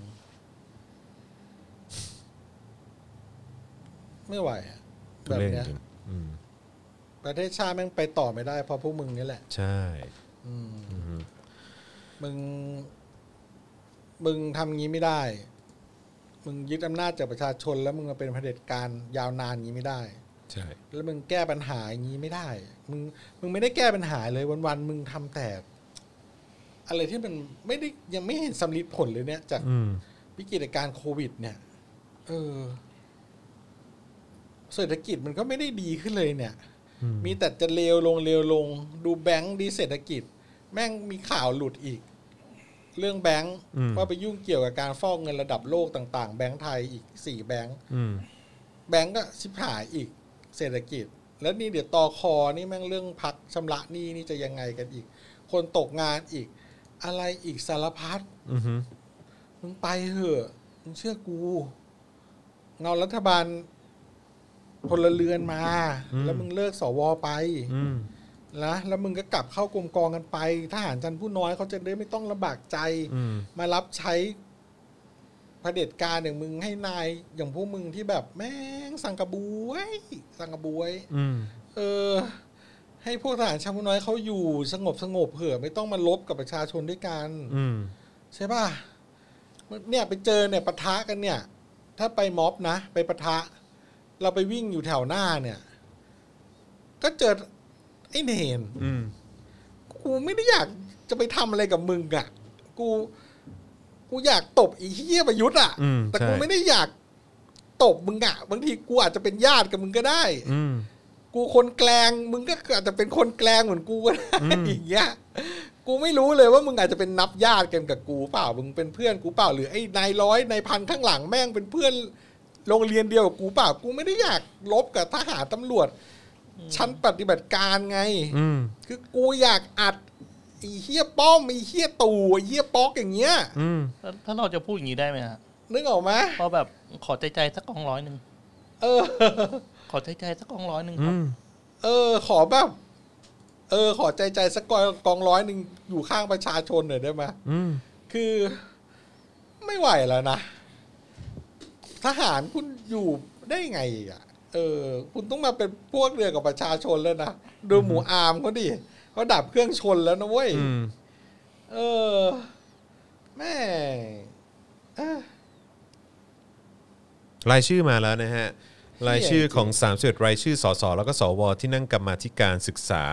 Speaker 3: ไม่ไหวอะ
Speaker 2: ทุ
Speaker 3: แบบ
Speaker 2: เรศ
Speaker 3: เนี้ย
Speaker 2: จริงอืม
Speaker 3: ประเทศชาติแม่งไปต่อไม่ได้เพราะพวกมึงนี่แหละ
Speaker 2: ใช่
Speaker 3: อืม
Speaker 2: อืม
Speaker 3: มึง มึงทำงี้ไม่ได้ มึงยึดอำนาจจากประชาชน แล้วมึงมาเป็นเผด็จการยาวนานงี้ไม่ได้
Speaker 2: ใช่
Speaker 3: แล้วมึงแก้ปัญหาอย่างนี้ไม่ได้ มึง มึงไม่ได้แก้ปัญหาเลยวันๆ มึงทำแต่ อะไรที่มันไม่ได้ยังไม่เห็นสำลิดผลเลยเนี่ย จาก
Speaker 2: อืม
Speaker 3: วิกฤตการณ์โควิด เนี่ย เออ เศรษฐกิจมันก็ไม่ได้ดีขึ้นเลยเนี่ย
Speaker 2: อืม
Speaker 3: มีแต่จะเลวลงเลวลง ดูแบงค์ดีเศรษฐกิจ แม่งมีข่าวหลุดอีก เรื่องแบงค์ว่าไปยุ่งเกี่ยวกับการฟอกเงินระดับโลกต่างๆ แบงค์ไทยอีกสี่แบงค์
Speaker 2: อืม
Speaker 3: แบงก์ก็ชิบหายอีกเศรษฐกิจ แล้วนี่เดี๋ยวตอคอนี่แม่งเรื่องพักชำระหนี้นี่จะยังไงกันอีก คนตกงานอีก อะไรอีกสารพัด
Speaker 2: อืมอืม
Speaker 3: มึงไปเถอะมึงเชื่อกู เงารัฐบาลพลเรือนมา แล้วมึงเลิกสวไป
Speaker 2: อืม
Speaker 3: นะแล้วมึงก็กลับเข้ากรมกองกันไปทหารชั้นผู้น้อยเขาจะได้ไม่ต้องลำบากใจ
Speaker 2: อืม
Speaker 3: มารับใช้เผด็จการอย่างมึงให้นายอย่างพวกมึงที่แบบแม่งสังกะบวยสังกะบวย
Speaker 2: อืม
Speaker 3: เออ ให้พวกทหารชาวผู้น้อยเขาอยู่สงบสงบเผื่อไม่ต้องมาลบกับประชาชนด้วยกัน
Speaker 2: อืม
Speaker 3: ใช่ป่ะเนี่ยไปเจอเนี่ยปะทะกันเนี่ย ถ้าไปม็อบนะไปปะทะ เราไปวิ่งอยู่แถวหน้าเนี่ย ก็เจอไอ้เนน
Speaker 2: อืม
Speaker 3: กูไม่ได้อยากจะไปทำอะไรกับมึงอะ่ะ กู กูอยากตบไอีเฮียประยุทธ์อ่ะ
Speaker 2: อืม
Speaker 3: แต่
Speaker 2: ใช่
Speaker 3: กูไม่ได้อยากตบมึงอะ่ะ บางทีกูอาจจะเป็นญาติกับมึงก็ได้
Speaker 2: อืม
Speaker 3: กูคนแกลงมึงก็อาจจะเป็นคนแกลงเหมือนกูก็ได้
Speaker 2: อืม
Speaker 3: อย่างเงี้ย กูไม่รู้เลยว่ามึงอาจจะเป็นนับญาติกันกับกูเปล่า มึงเป็นเพื่อนกูเปล่า หรือไอ้นายร้อยนายพันข้างหลังแม่งเป็นเพื่อนโรงเรียนเดียวกับกูเปล่า กูไม่ได้อยากลบกับทหารตำรวจ ชั้นปฏิบัติการไง
Speaker 2: อืม
Speaker 3: คือกูอยากอัดไอีเฮียป้อมไอีเฮียตู่ไอ้เฮียป๊อกอย่างเงี้ย
Speaker 2: อืม
Speaker 4: แล้วถ้าเราจะพูดอย่างนี้ได้ไหมฮะ
Speaker 3: นึกออกไหม
Speaker 4: พอแบบขอใจใจสักกองร้อยหนึ่ง
Speaker 3: เออ
Speaker 4: ขอใจใจสักกองร้อยหนึ่ง
Speaker 2: อื
Speaker 4: ครับ
Speaker 2: ม
Speaker 3: เออ ขอแบบ เออ ขอใจใจสักกองกองร้อยหนึ่งอยู่ข้างประชาชนหน่อยได้ไหม
Speaker 2: อืม
Speaker 3: คือไม่ไหวแล้วนะ ทหารคุณอยู่ได้ไงอ่ะ เออ คุณต้องมาเป็นพวกเรือกับประชาชนแล้วนะดูหมูอามเขาดิเขาดับเครื่องชนแล้วนะเว้ย
Speaker 2: อืม
Speaker 3: เออ แม่งเอ้อ
Speaker 2: รายชื่อมาแล้วนะฮะ รายชื่อของ3 1รายชื่อสสแล้วก็สวที่นั่งกรรมาธิการศึกษา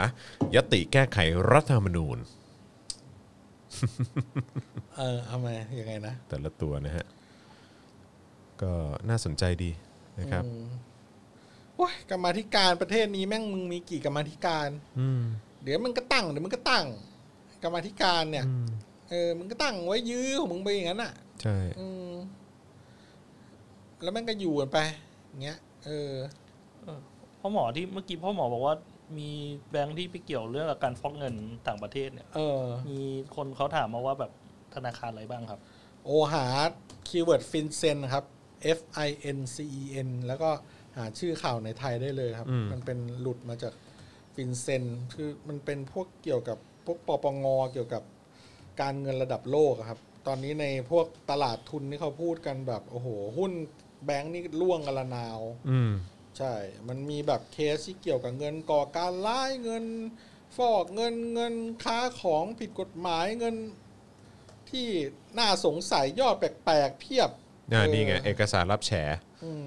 Speaker 2: ยติแก้ไขรัฐธรรมนูญ
Speaker 3: เออทำไมยังไงนะ
Speaker 2: แต่ละตัวนะฮะ ก็น่าสนใจดีนะครับ
Speaker 3: อืมโอ้ยกรรมาธิการประเทศนี้แม่งมึงมีกี่กรรมาธิการ
Speaker 2: อืม
Speaker 3: เดี๋ยวมึงก็ตั้งเดี๋ยวมึงก็ตั้ง กรรมาธิการเนี่ย
Speaker 2: อืม
Speaker 3: เออมึงก็ตั้งไว้ยื้อของมึงไปอย่างนั้นอ่ะ
Speaker 2: ใช่
Speaker 3: อืมแล้วแม่งก็อยู่กันไปอย่างเงี้ย เออ
Speaker 4: พ่อหมอที่เมื่อกี้พ่อหมอบอกว่ามีแบงค์ที่ไปเกี่ยวเรื่องกับการฟอกเงินต่างประเทศเนี่ย
Speaker 3: เออ
Speaker 4: มีคนเขาถามมาว่าแบบธนาคารอะไรบ้างครับ
Speaker 3: โอหาคีย์เวิร์ดฟินเซนครับ F I N C E N แล้วก็หาชื่อข่าวในไทยได้เลยครับ มันเป็นหลุดมาจากฟินเซนคือมันเป็นพวกเกี่ยวกับพวกปปงเกี่ยวกับการเงินระดับโลกอะครับ ตอนนี้ในพวกตลาดทุนที่เขาพูดกันแบบ โอ้โห หุ้นแบงก์นี่ร่วงกันละนาว
Speaker 2: อืม
Speaker 3: ใช่ มันมีแบบเคสที่เกี่ยวกับเงินก่อการร้ายเงิน ฟอกเงินเงินค้าของผิดกฎหมายเงิน ที่น่าสงสัยยอดแปลกๆเพียบ
Speaker 2: อ่านี่ไง
Speaker 3: เอ
Speaker 2: เอ
Speaker 3: อก
Speaker 2: สารรับแฉ
Speaker 3: อืม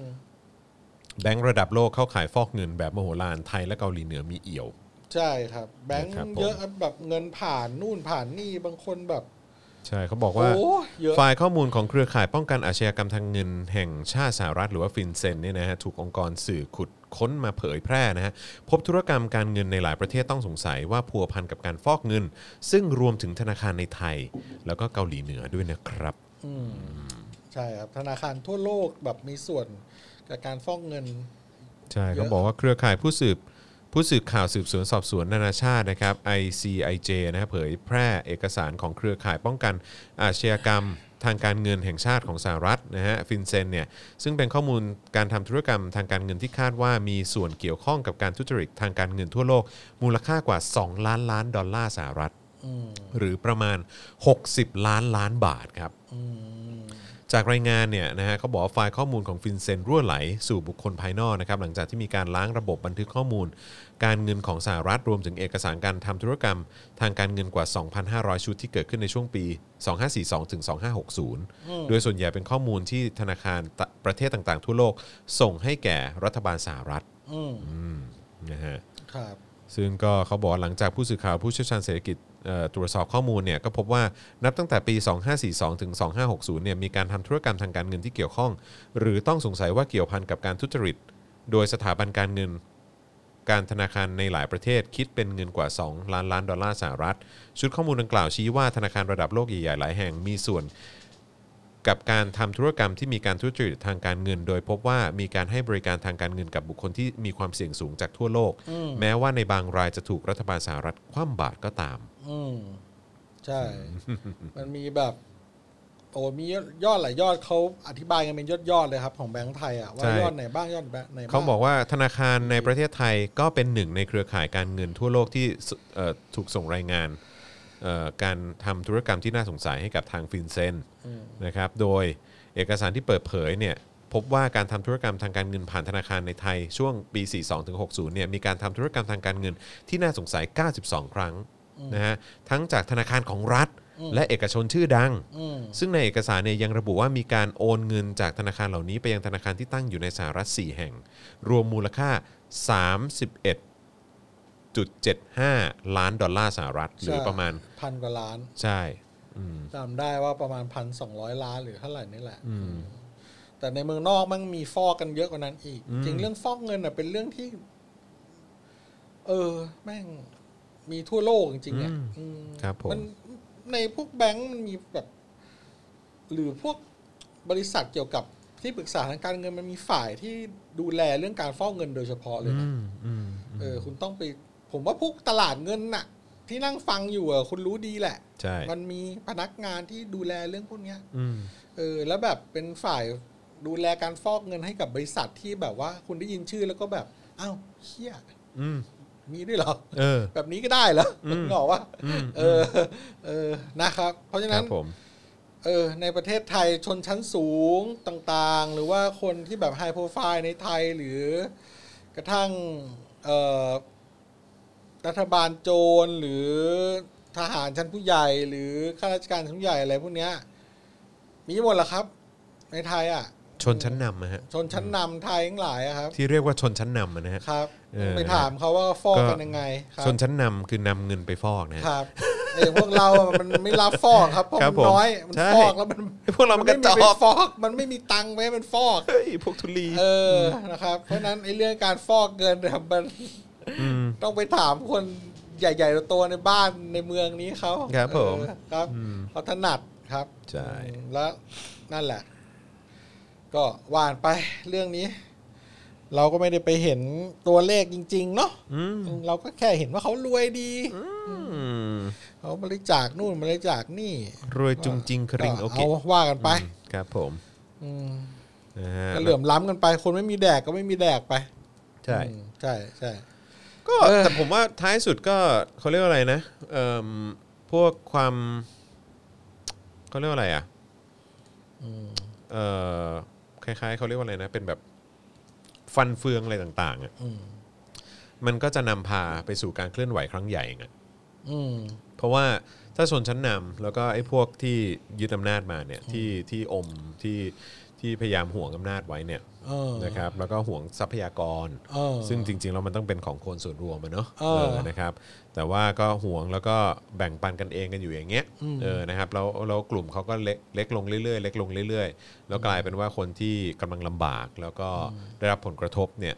Speaker 2: แบงค์ระดับโลกเข้าขายฟอกเงินแบบมโหฬารไทยและเกาหลีเหนือมีเอี่ยว
Speaker 3: ใช่ครับ แบงค์
Speaker 2: ครับผม
Speaker 3: เยอะแบบเงินผ่านนู่นผ่านนี่บางคนแบบ
Speaker 2: ใช่เขาบอกว่า
Speaker 3: โอ้เยอะ
Speaker 2: ฝ่ายข้อมูลของเครือข่ายป้องกันอาชญากรรมทางเงินแห่งชาติสหรัฐหรือว่าฟินเซนเนี่ยนะฮะถูกองค์กรสื่อขุดค้นมาเผยแพร่นะฮะพบธุรกรรมการเงินในหลายประเทศต้องสงสัยว่าพัวพันกับการฟอกเงิน ซึ่งรวมถึงธนาคารในไทย แล้วก็เกาหลีเหนือด้วยนะครับ
Speaker 3: อืมใช่ครับ ธนาคารทั่วโลกแบบมีส่วนกับการฟอกเงิน
Speaker 2: ใช่
Speaker 3: เยอะ
Speaker 2: เขาบอกว่าเครือข่ายผู้สืบ ผู้สื่อข่าวสืบสวนสอบสวนนานาชาตินะครับ ICIJ นะครับเผยแพร่เอกสารของเครือข่ายป้องกันอาชญากรรม ทางการเงินแห่งชาติของสหรัฐนะฮะฟินเซนเนี่ยซึ่งเป็นข้อมูลการทำธุรกรรมทางการเงินที่คาดว่ามีส่วนเกี่ยวข้องกับการทุจริตทางการเงินทั่วโลก มูลค่ากว่า 2 ล้านล้านดอลลาร์สหรัฐ
Speaker 3: อืม
Speaker 2: หรือประมาณ 60 ล้านล้านบาทครับ
Speaker 3: อืม
Speaker 2: จากรายงานเนี่ยนะฮะเขาบอกว่าไฟล์ข้อมูลของฟินเซนรั่วไหลสู่บุคคลภายนอกนะครับหลังจากที่มีการล้างระบบบันทึกข้อมูล การเงินของสหรัฐรวมถึงเอกสารการทำธุรกรรม ทางการเงินกว่า 2,500 ชุดที่เกิดขึ้นในช่วงปี 2542ถึง2560 โดยส่วนใหญ่เป็นข้อมูลที่ธนาคารตะประเทศต่างๆ ทั่วโลกส่งให้แก่รัฐบาลสหรัฐ
Speaker 3: อืม
Speaker 2: อืมนะฮะ
Speaker 3: ครับ
Speaker 2: ซึ่งก็เขาบอกว่าหลังจากผู้สื่อข่าวผู้เชี่ยวชาญเศรษฐกิจเอ่อตรวจสอบข้อมูลเนี่ยก็พบว่านับตั้งแต่ปี 2542 ถึง 2560 เนี่ยมีการทำธุรกรรมทางการเงินที่เกี่ยวข้อง หรือต้องสงสัยว่าเกี่ยวพันกับการทุจริต โดยสถาบันการเงิน การธนาคารในหลายประเทศคิดเป็นเงินกว่า 2 ล้านล้านดอลลาร์สหรัฐ ชุดข้อมูลดังกล่าวชี้ว่าธนาคารระดับโลกใหญ่ๆหลายแห่งมีส่วน กับการทำธุรกรรมที่มีการทุจริตทางการเงิน โดยพบว่ามีการให้บริการทางการเงินกับบุคคลที่มีความเสี่ยงสูงจากทั่วโลก
Speaker 3: อืม
Speaker 2: แม้ว่าในบางรายจะถูกรัฐบาลสหรัฐคว่ำบาตรก็ตาม
Speaker 3: อืมใช่ มันมีแบบ โอ้มียอดยอดหลายยอดเขาอธิบายกันเป็นยอดยอดๆเลยครับ ของแบงก์ไทยอ่ะว่า
Speaker 2: ใช่
Speaker 3: ยอดไหนบ้างยอดแบบไหนบ้าง
Speaker 2: เขาบอกว่าธนาคารในประเทศไทยก็เป็นหนึ่งในเครือข่ายการเงินทั่วโลกที่สเอ่อถูกส่งรายงานเอ่อการทำธุรกรรมที่น่าสงสัยให้กับทางฟินเซน
Speaker 3: อืม
Speaker 2: นะครับโดยเอกสารที่เปิดเผยเนี่ยพบว่าการทำธุรกรรมทางการเงินผ่านธนาคารในไทยช่วงปี 42-60เนี่ยมีการทำธุรกรรมทางการเงินที่น่าสงสัย 92 ครั้งนะฮะทั้งจากธนาคารของรัฐ และเอกชนชื่อดัง
Speaker 3: อืม
Speaker 2: ซึ่งในเอกสารเนี่ยยังระบุว่ามีการโอนเงินจากธนาคารเหล่านี้ไปยังธนาคารที่ตั้งอยู่ในสหรัฐ 4 แห่ง รวมมูลค่า 31.75 ล้านดอลลาร์สหรัฐ หรือประมาณ
Speaker 3: พันกว่าล้าน
Speaker 2: ใช่อืม
Speaker 3: จำได้ว่าประมาณพันสองร้อยล้านหรือเท่าไหร่นี่แหละ
Speaker 2: อืม
Speaker 3: แต่ในเมืองนอกมันมีฟอกกันเยอะกว่านั้นอีก
Speaker 2: อืม
Speaker 3: จริงเรื่องฟอกเงินอ่ะเป็นเรื่องที่ เออ แม่ง มีทั่วโลกจริงๆเนี่ยอืม
Speaker 2: ครับผม
Speaker 3: มันในพวกแบงก์มันมีแบบ หรือพวกบริษัทเกี่ยวกับที่ปรึกษาทางการเงินมันมีฝ่ายที่ดูแลเรื่องการฟอกเงินโดยเฉพาะเลย
Speaker 2: อื
Speaker 3: นะ
Speaker 2: มอืม
Speaker 3: เออ คุณต้องไป ผมว่าพวกตลาดเงินน่ะ ที่นั่งฟังอยู่อ่ะคุณรู้ดีแหละ
Speaker 2: ใช่
Speaker 3: มันมีพนักงานที่ดูแลเรื่องพวกเนี้ย
Speaker 2: อืม
Speaker 3: เออแล้วแบบเป็นฝ่ายดูแลการฟอกเงินให้กับบริษัทที่แบบว่าคุณได้ยินชื่อแล้วก็แบบอ้าวเชี่ย
Speaker 2: อืม
Speaker 3: มีด้วยเหรอ
Speaker 2: เออ
Speaker 3: แบบนี้ก็ได้เหรอ
Speaker 2: อืม
Speaker 3: บอกว่า
Speaker 2: อืม
Speaker 3: เออ เออนะครับ เพราะฉะ
Speaker 2: ค
Speaker 3: นั้
Speaker 2: รั
Speaker 3: น
Speaker 2: บผม
Speaker 3: เออในประเทศไทยชนชั้นสูงต่างๆ หรือว่าคนที่แบบไฮโปรไฟล์ในไทยหรือกระทั่งเออรัฐบาลโจรหรือทหารชั้นผู้ใหญ่ หรือข้าราชการชั้นผู้ใหญ่อะไรพวกเนี้ยมีหมดแหละครับ ในไทยอ่ะ
Speaker 2: ชนชั้นนำนะฮะ
Speaker 3: ชนชั้นนำไทยทั้งหลายอะครับ
Speaker 2: ที่เรียกว่าชนชั้นนำนะฮะ
Speaker 3: ครับ
Speaker 2: เออ
Speaker 3: ไปถามเขาว่าฟอกกันยังไงครั
Speaker 2: ชนชั้นนำคือนำเงินไปฟอกนะฮะ
Speaker 3: ครับเออพวกเราอะมันไม่รับฟอกครับเพราะ
Speaker 2: ครั
Speaker 3: มั
Speaker 2: บ
Speaker 3: น
Speaker 2: ผม
Speaker 3: น้อยมัน
Speaker 2: ใช่
Speaker 3: ฟอกแล้วมัน
Speaker 2: พวกเรามันกระจ
Speaker 3: ไ
Speaker 2: อก
Speaker 3: ฟอก มันไม่มีตังค์ไว้ให้มันฟอก
Speaker 2: เฮ้ยพวกทุลี
Speaker 3: เออนะครับเพราะฉะนั้นไอ้เรื่องการฟอกเงินเนี่ยมัน
Speaker 2: ม
Speaker 3: ต้องไปถามคนใหญ่ๆตัวๆในบ้านในเมืองนี้เขา
Speaker 2: ครับผม
Speaker 3: เออครับ
Speaker 2: อืม
Speaker 3: เขาถนัดครับ
Speaker 2: ใช่
Speaker 3: อืมแล้วนั่นแหละ ก็ว่านไปเรื่องนี้ เราก็ไม่ได้ไปเห็นตัวเลขจริง ๆ เนาะ
Speaker 2: อืม
Speaker 3: เราก็แค่เห็นว่าเขารวยดี
Speaker 2: อืม
Speaker 3: เขาบริจาคนู่นบริจาคนี่
Speaker 2: รวยจุงจริงคริงโอเค
Speaker 3: เอาว่ากันไป
Speaker 2: ครับผม
Speaker 3: อืม
Speaker 2: นะฮะ
Speaker 3: ก็เหลื่อมล้ำกันไป คนไม่มีแดกก็ไม่มีแดกไป
Speaker 2: ใช่
Speaker 3: อืมใช่ใช่
Speaker 2: ก็แต่ผมว่าท้ายสุดก็เขาเรียกว่าอะไรนะเอ่มพวกความเขาเรียกว่าอะไรอ่ะเอ่อคล้ายๆเขาเรียกว่าอะไรนะ เป็นแบบฟันเฟืองอะไรต่างๆอ่ะ
Speaker 3: อืม
Speaker 2: มันก็จะนำพาไปสู่การเคลื่อนไหวครั้งใหญ่เองอะ
Speaker 3: อืม
Speaker 2: เพราะว่าถ้าชนชั้นนำแล้วก็ไอ้พวกที่ยึดอำนาจมาเนี่ยที่ที่อมที่ที่พยายามห่วงอำนาจไว้เนี่ย
Speaker 3: เออ
Speaker 2: นะครับแล้วก็ห่วงทรัพยากร
Speaker 3: เออ
Speaker 2: ซึ่งจริงๆแล้วมันต้องเป็นของคนส่วนรวมอะเนาะ
Speaker 3: เออ
Speaker 2: เออนะครับแต่ว่าก็ห่วงแล้วก็แบ่งปันกันเองกันอยู่อย่างเงี้ย
Speaker 3: อืม
Speaker 2: เออนะครับแล้วแล้วกลุ่มเขาก็เล็กเล็กลงเรื่อยๆเล็กลงเรื่อยๆ แล้วกลายเป็นว่าคนที่กำลังลำบาก แล้วก็ได้รับผลกระทบเนี่ย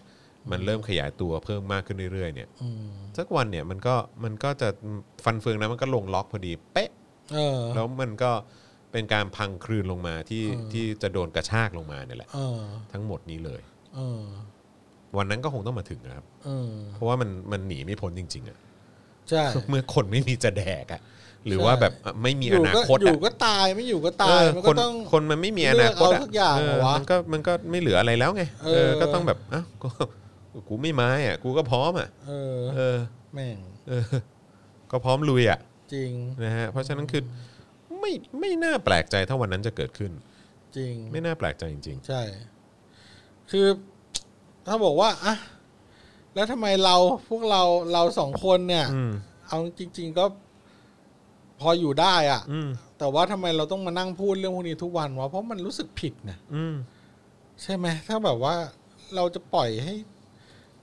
Speaker 2: มันเริ่มขยายตัวเพิ่มมากขึ้นเรื่อยๆเนี่ย
Speaker 3: อืม
Speaker 2: สักวันเนี่ยมันก็มันก็จะฟันเฟืองนะมันก็ลงล็อกพอดีเป๊ะ
Speaker 3: เออ
Speaker 2: แล้วมันก็เป็นการพังคลืนลงมาที่
Speaker 3: เออ
Speaker 2: ที่จะโดนกระชากลงมาเนี่ยแหละ
Speaker 3: เออ
Speaker 2: ทั้งหมดนี้เลย
Speaker 3: เออ
Speaker 2: วันนั้นก็คงต้องมาถึงนะครับ
Speaker 3: อืม
Speaker 2: เพราะว่ามันมันหนีไม่พ้นจริงๆอะ
Speaker 3: ใช่
Speaker 2: เมื่อคนไม่มีจะแดกอะหรือว่า
Speaker 3: ใช่
Speaker 2: แบบไม่มี
Speaker 3: อ
Speaker 2: อยู่ นา
Speaker 3: ก็
Speaker 2: คต
Speaker 3: อ
Speaker 2: อะ
Speaker 3: ยู่ก็ตายไม่อยู่ก็ตา
Speaker 2: เอยอ
Speaker 3: มัน
Speaker 2: ค
Speaker 3: ก็
Speaker 2: น
Speaker 3: ต้อง
Speaker 2: คนมันไม่มีอนาคต
Speaker 3: เลือกเอาทุกอย่าง
Speaker 2: เ
Speaker 3: เหรอวะ
Speaker 2: มันก็มันก็ไม่เหลืออะไรแล้วไง
Speaker 3: เออ
Speaker 2: ก็ต้องแบบอ้าวกูกูไม่ไม้อะกูก็พร้อมอะ
Speaker 3: เออ
Speaker 2: เออ
Speaker 3: แม่ง
Speaker 2: เออ ก็พร้อมลุยอะ
Speaker 3: จริง
Speaker 2: นะฮะเพราะฉะนั้นคือไม่ไม่น่าแปลกใจถ้าวันนั้นจะเกิดขึ้น
Speaker 3: จริง
Speaker 2: ไม่น่าแปลกใจจริง
Speaker 3: ใช่ คือ ถ้าบอกว่าอ่ะแล้วทำไมเราพวกเราเราสองคนเนี่ย
Speaker 2: ๆ อืม
Speaker 3: เอาจริง ๆก็พออยู่ได้อะ
Speaker 2: อืม
Speaker 3: แต่ว่าทำไมเราต้องมานั่งพูดเรื่องพวกนี้ทุกวันวะเพราะมันรู้สึกผิดนะ
Speaker 2: อืม
Speaker 3: ใช่ไหมถ้าแบบว่าเราจะปล่อยให้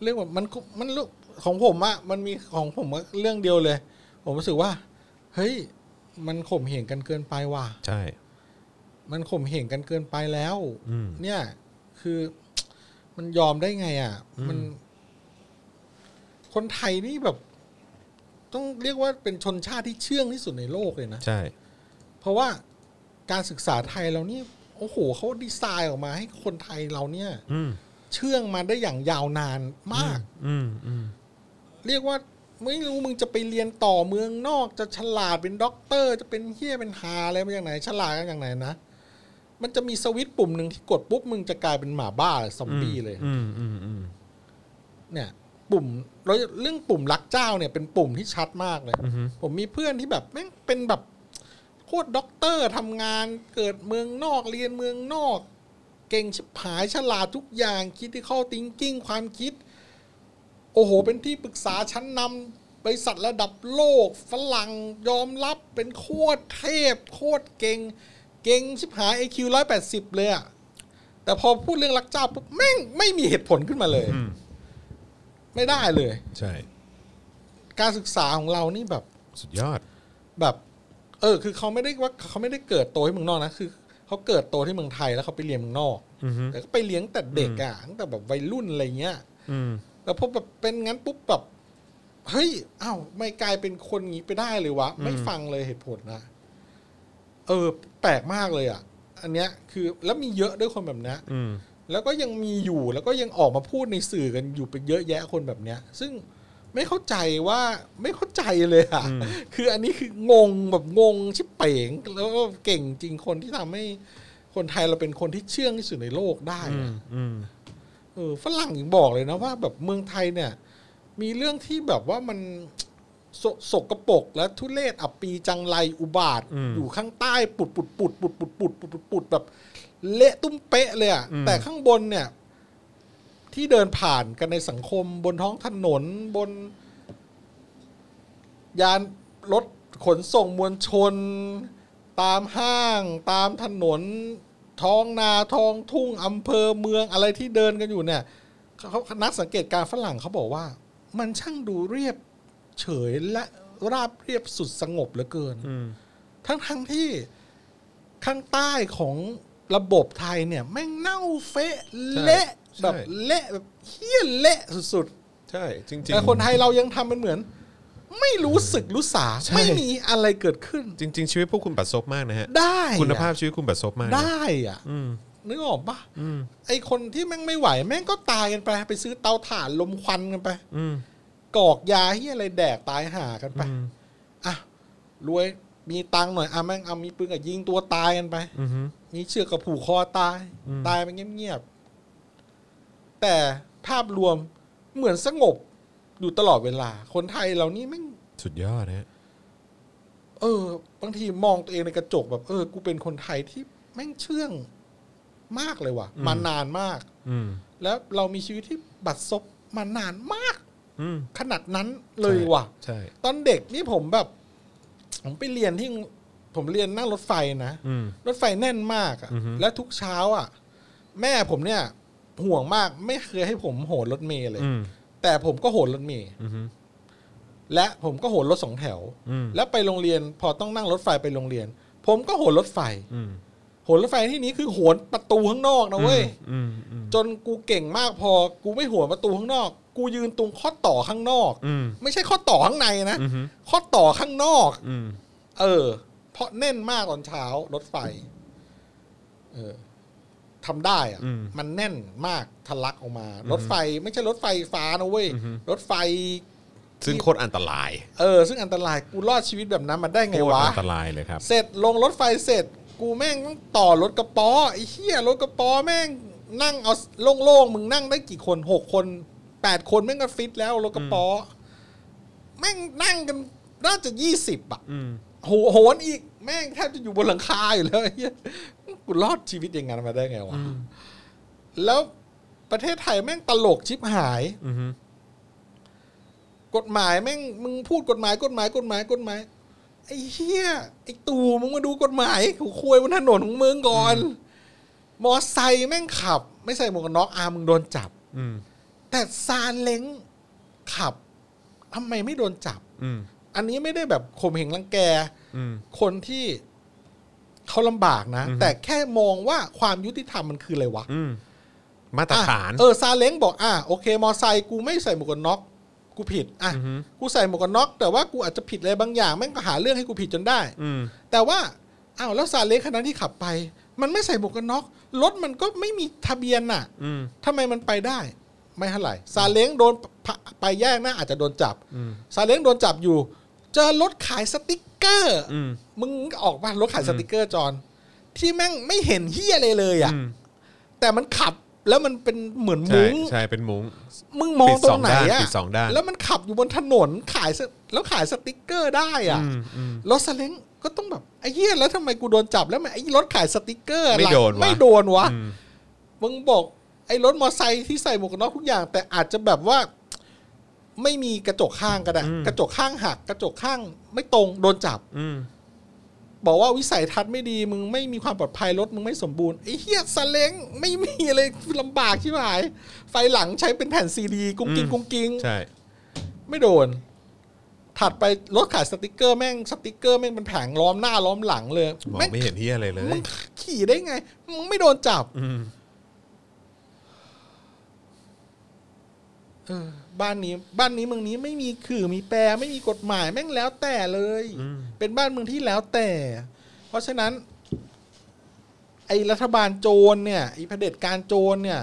Speaker 3: เรื่องแบบมันมันรู้ของผมอะมันมีของผมก็เรื่องเดียวเลย ผมรู้สึกว่า เฮ้ย มันข่มเหงกันเกินไปว่ะ
Speaker 2: ใช่
Speaker 3: มันข่มเหงกันเกินไปแล้ว
Speaker 2: อืม
Speaker 3: เนี่ย คือ มันยอมได้ไงอ่ะ
Speaker 2: อืม
Speaker 3: มัน คนไทยนี่แบบ ต้องเรียกว่าเป็นชนชาติที่เชื่องที่สุดในโลกเลยนะ
Speaker 2: ใช่
Speaker 3: เพราะว่าการศึกษาไทยเรานี่โอ้โหเขาดีไซน์ออกมา ให้คนไทยเราเนี่ย
Speaker 2: อืม
Speaker 3: เชื่องมาได้อย่างยาวนานมาก
Speaker 2: อืมอืม
Speaker 3: เรียกว่าไม่รู้มึงจะไปเรียนต่อเมืองนอกจะฉลาดเป็นด็อกเตอร์ จะเป็นเฮี้ยเป็นฮาอะไรมาอย่างไหน ฉลาดกันอย่างไหนนะ มันจะมีสวิตช์ปุ่มหนึ่งที่กดปุ๊บมึงจะกลายเป็นหมาบ้าหรือซอมบี้เลย
Speaker 2: อืมอืมอืม
Speaker 3: เนี่ย ปุ่มแล้วเรื่องปุ่มรักเจ้าเนี่ยเป็นปุ่มที่ชัดมากเลย
Speaker 2: อืม
Speaker 3: ผมมีเพื่อนที่แบบแม่งเป็นแบบโคตรด็อกเตอร์ทำงานเกิดเมืองนอกเรียนเมืองนอก เก่งชิบหายฉลาดทุกอย่างคิดที่เข้าติงกิ้งความคิด โอ้โห เป็นที่ปรึกษาชั้นนำบริษัทระดับโลกฝรั่งยอมรับเป็นโคตรเทพ โคตรเก่ง เก่งชิบหาย IQ 180 เลยอะแต่พอพูดเรื่องรักเจ้าปุ๊บแม่งไม่มีเหตุผลขึ้นมาเลย
Speaker 2: อืม
Speaker 3: ไม่ได้เลย
Speaker 2: ใช่
Speaker 3: การศึกษาของเรานี่แบบ
Speaker 2: สุดยอด
Speaker 3: แบบ เออ คือเขาไม่ได้ว่าเขาไม่ได้เกิดโตที่เมืองนอกนะ คือเขาเกิดโตที่เมืองไทยแล้วเขาไปเรียนเมืองนอก
Speaker 2: อืม
Speaker 3: แต่ก็ไปเลี้ยงแต่เด็กอ่ะตั้งแต่แบบวัยรุ่นอะไรเงี้ย
Speaker 2: อืม
Speaker 3: แล้วพอแบบเป็นงั้นปุ๊บแบบ เฮ้ยอ้าวไม่กลายเป็นคนงี้ไปได้เลยวะ ไม่ฟังเลยเหตุผลนะ เออ แปลกมากเลยอ่ะ อันเนี้ย คือแล้วมีเยอะด้วยคนแบบเนี้ย
Speaker 2: อืม
Speaker 3: แล้วก็ยังมีอยู่แล้วก็ยังออกมาพูดในสื่อกันอยู่เป็นเยอะแยะคนแบบเนี้ย ซึ่งไม่เข้าใจว่าไม่เข้าใจเลยอะคืออันนี้คืองงแบบงงชิบเป๋งแล้วก็เก่งจริงคนที่ทำให้คนไทยเราเป็นคนที่เชื่องที่สุดในโลกได้
Speaker 2: อื
Speaker 3: อะ
Speaker 2: มอืม
Speaker 3: เออฝรั่งยังบอกเลยนะว่า แบบเมืองไทยเนี่ย มีเรื่องที่แบบว่ามันสสกปรกและทุเลศอับปีจังไรอุบาท อยู่ข้างใต้ปุดปุดปุดปุดปุดปุดปุดปุดปุดแบบ เละตุ้มเป๊ะเลยอะแต่ข้างบนเนี่ย ที่เดินผ่านกันในสังคมบนท้องถนนบน ยานรถขนส่งมวลชน ตามห้าง ตามถนน ท้องนาท้องทุ่งอำเภอเมืองอะไรที่เดินกันอยู่เนี่ย เขาเขานักสังเกตการณ์ฝรั่งเขาบอกว่า มันช่างดูเรียบเฉยและราบเรียบสุดสงบเหลือเกิน
Speaker 2: อืม
Speaker 3: ทั้งทั้งๆที่ข้างใต้ของระบบไทยเนี่ย แม่งเน่าเฟะเละแบบเละแบบเฮี้ยเละสุด
Speaker 2: ใช่ จริง
Speaker 3: ๆ
Speaker 2: จริง
Speaker 3: แต่คนไทยเรายังทำมันเหมือน ไม่รู้สึกรู้สา
Speaker 2: ใช่
Speaker 3: ไม่มีอะไรเกิดขึ้น
Speaker 2: จริง ๆ ชีวิตพวกคุณบัดซบมากนะฮะ
Speaker 3: ได้อะ
Speaker 2: คุณภาพชีวิตคุณบัดซบมากนะ
Speaker 3: ได้อ่ะ
Speaker 2: อืม
Speaker 3: นึกออกปะ
Speaker 2: อืม
Speaker 3: ไอคนที่แม่งไม่ไหว แม่งก็ตายกันไป ไปซื้อเตาถ่านลมควันกันไป
Speaker 2: อืม
Speaker 3: กอกยาเฮียอะไรแดกตายห่ากันไป
Speaker 2: อืม
Speaker 3: อ่ะรวยมีตังค์หน่อยอ่ะแม่งเอามีปืนกับยิงตัวตายกันไป
Speaker 2: อืม
Speaker 3: มีเชือกกับผูกคอตาย
Speaker 2: อืม
Speaker 3: ตายไปเงียบๆแต่ภาพรวมเหมือนสงบอยู่ตลอดเวลา คนไทยเรานี่แม่ง
Speaker 2: สุดยอดนะฮะ
Speaker 3: เออ บางทีมองตัวเองในกระจกแบบเออ กูเป็นคนไทยที่แม่งเชื่องมากเลยว่ะมานานมาก
Speaker 2: อืม
Speaker 3: แล้วเรามีชีวิตที่บัดซบมานานมาก
Speaker 2: อืม
Speaker 3: ขนาดนั้นเลยว่ะ
Speaker 2: ใช่
Speaker 3: ตอนเด็กนี่ผมแบบ ผมไปเรียนที่ผมเรียนนั่งรถไฟนะ
Speaker 2: อืม
Speaker 3: รถไฟแน่นมากอะ
Speaker 2: อือฮึ
Speaker 3: และทุกเช้าอ่ะ แม่ผมเนี่ย ห่วงมากไม่เคยให้ผมโหนรถเมล์เลย
Speaker 2: อืม
Speaker 3: แต่ผมก็โหนรถเมล์
Speaker 2: อืม
Speaker 3: และผมก็โหนรถสองแถว
Speaker 2: อืม
Speaker 3: และไปโรงเรียนพอต้องนั่งรถไฟไปโรงเรียน ผมก็โหนรถไฟ
Speaker 2: อืม
Speaker 3: โหนรถไฟที่นี้คือโหนประตูข้างนอกนะเว้ย
Speaker 2: อืมอืม
Speaker 3: จนกูเก่งมากพอ กูไม่โหนประตูข้างนอก กูยืนตรงข้อต่อข้างนอก
Speaker 2: อืม
Speaker 3: ไม่ใช่ข้อต่อข้างในนะ
Speaker 2: อืม
Speaker 3: ข้อต่อข้างนอก
Speaker 2: อืม
Speaker 3: เออ เพราะแน่นมากตอนเช้ารถไฟ เออ ทำได้อะ
Speaker 2: อืม
Speaker 3: มันแน่นมากทะลักออกมา รถไฟไม่ใช่รถไฟฟ้านะเว้ย
Speaker 2: อือฮึ
Speaker 3: รถไฟ
Speaker 2: ซึ่งโคตรอันตราย
Speaker 3: เออ ซึ่งอันตรายกูรอดชีวิตแบบนั้นมาได้ไง
Speaker 2: โคตร
Speaker 3: วะ
Speaker 2: อันตรายเลยครับ
Speaker 3: เสร็จลงรถไฟเสร็จ กูแม่งต้องต่อรถกระป๋อไอ้เหี้ยรถกระป๋อแม่งนั่งเอาโล่งๆมึงนั่งได้กี่คนหกคนแปดคนแม่งก็ฟิตแล้วรถกระป๋ออแม่งนั่งกันน่าจะยี่สิบอะ
Speaker 2: อืม
Speaker 3: โหโหนอีกแม่งแทบจะอยู่บนหลังคาอยู่แล้วไอ้เหี้ยกูรอดชีวิตอย่างนั้นมาได้ไงวะแล้วประเทศไทยแม่งตลกชิบหาย
Speaker 2: อืม
Speaker 3: กฎหมายแม่งมึงพูดกฎหมายกฎหมายกฎหมายกฎหมายไอ้เหี้ยไอ้ตู่มึงมาดูกฎหมายกูคุยบนถนนของมึงก่อน มอไซค์แม่งขับ ไม่ใส่หมวกกันน็อกอามึงโดนจับ
Speaker 2: อืม
Speaker 3: แต่ซาเล้งขับทำไมไม่โดนจับ
Speaker 2: อืม
Speaker 3: อันนี้ไม่ได้แบบข่มเหงรังแก
Speaker 2: อืม
Speaker 3: คนที่เขาลำบากนะ
Speaker 2: อือฮึ
Speaker 3: แต่แค่มองว่าความยุติธรรมมันคืออะไรวะ
Speaker 2: อืมมาตรฐาน
Speaker 3: อ่ะเออซาเล้งบอกอ่ะโอเค มอไซค์กูไม่ใส่หมวกกันน็อกกูผิดอ่ะ
Speaker 2: อือฮึ
Speaker 3: กูใส่หมวกกันน็อกแต่ว่ากูอาจจะผิดอะไรบางอย่างแม่งก็หาเรื่องให้กูผิดจนได้
Speaker 2: อืม
Speaker 3: แต่ว่าอ้าวแล้วซาเล้งคันนั้นที่ขับไป มันไม่ใส่หมวกกันน็อกรถมันก็ไม่มีทะเบียนน่ะ
Speaker 2: อืม
Speaker 3: ทำไมมันไปได้ ไม่เท่าไหร่ซาเล้งโดนพะไปแยกหน้าอาจจะโดนจับ
Speaker 2: อืม
Speaker 3: ซาเล้งโดนจับอยู่ เจอรถขายสติกเกอร์
Speaker 2: อืม
Speaker 3: มึงออกป่ะรถขายสติกเกอร์จอนที่แม่งไม่เห็นเฮียเลยเลยอ่ะ
Speaker 2: อืม
Speaker 3: แต่มันขับแล้วมันเป็นเหมือน
Speaker 2: ใช่
Speaker 3: มุ้ง
Speaker 2: ใช่เป็นมุ้ง
Speaker 3: มึงมองตรงไหน
Speaker 2: ปิดสองด้าน
Speaker 3: อะ
Speaker 2: ปิดสองด้าน
Speaker 3: แล้วมันขับอยู่บนถนนขายสแล้วขายสติกเกอร์ได้อะ
Speaker 2: อืมอืม
Speaker 3: รถซาเล้งก็ต้องแบบไอ้เหี้ยแล้วทำไมกูโดนจับแล้วมันไอ้รถขายสติกเกอร์
Speaker 2: ไม่โดนวะ
Speaker 3: ไม่โดนวะ
Speaker 2: อืม
Speaker 3: มึงบอกไอ้รถมอไซค์ที่ใส่หมวกกันน็อกทุกอย่าง แต่อาจจะแบบว่า ไม่มีกระจกข้างก็ได้กระจกข้างหัก กระจกข้างไม่ตรงโดนจับ
Speaker 2: อืม
Speaker 3: บอกว่าวิสัยทัศน์ไม่ดี มึงไม่มีความปลอดภัยรถมึงไม่สมบูรณ์ไอ้เฮียซาเล้งไม่มีเลยลำบากชิบหาย ไฟหลังใช้เป็นแผ่นซีดีกุ้งกิ้ง
Speaker 2: อืม
Speaker 3: กุ้งกิ้ง
Speaker 2: ใช่
Speaker 3: ไม่โดน ถัดไปรถขายสติกเกอร์แม่งสติกเกอร์แม่งเป็นแผงล้อมหน้าล้อมหลังเลย
Speaker 2: มอง
Speaker 3: แม่ง
Speaker 2: ไม่เห็นที่อะไรเลย
Speaker 3: มึงขี่ได้ไง มึงไม่โดนจับ
Speaker 2: อืม
Speaker 3: เออบ้านนี้ บ้านนี้เมืองนี้ไม่มีขื่อมีแปรไม่มีกฎหมายแม่งแล้วแต่เลย
Speaker 2: อืม
Speaker 3: เป็นบ้านเมืองที่แล้วแต่ เพราะฉะนั้น ไอ้รัฐบาลโจรเนี่ยไอ้เผด็จการโจรเนี่ย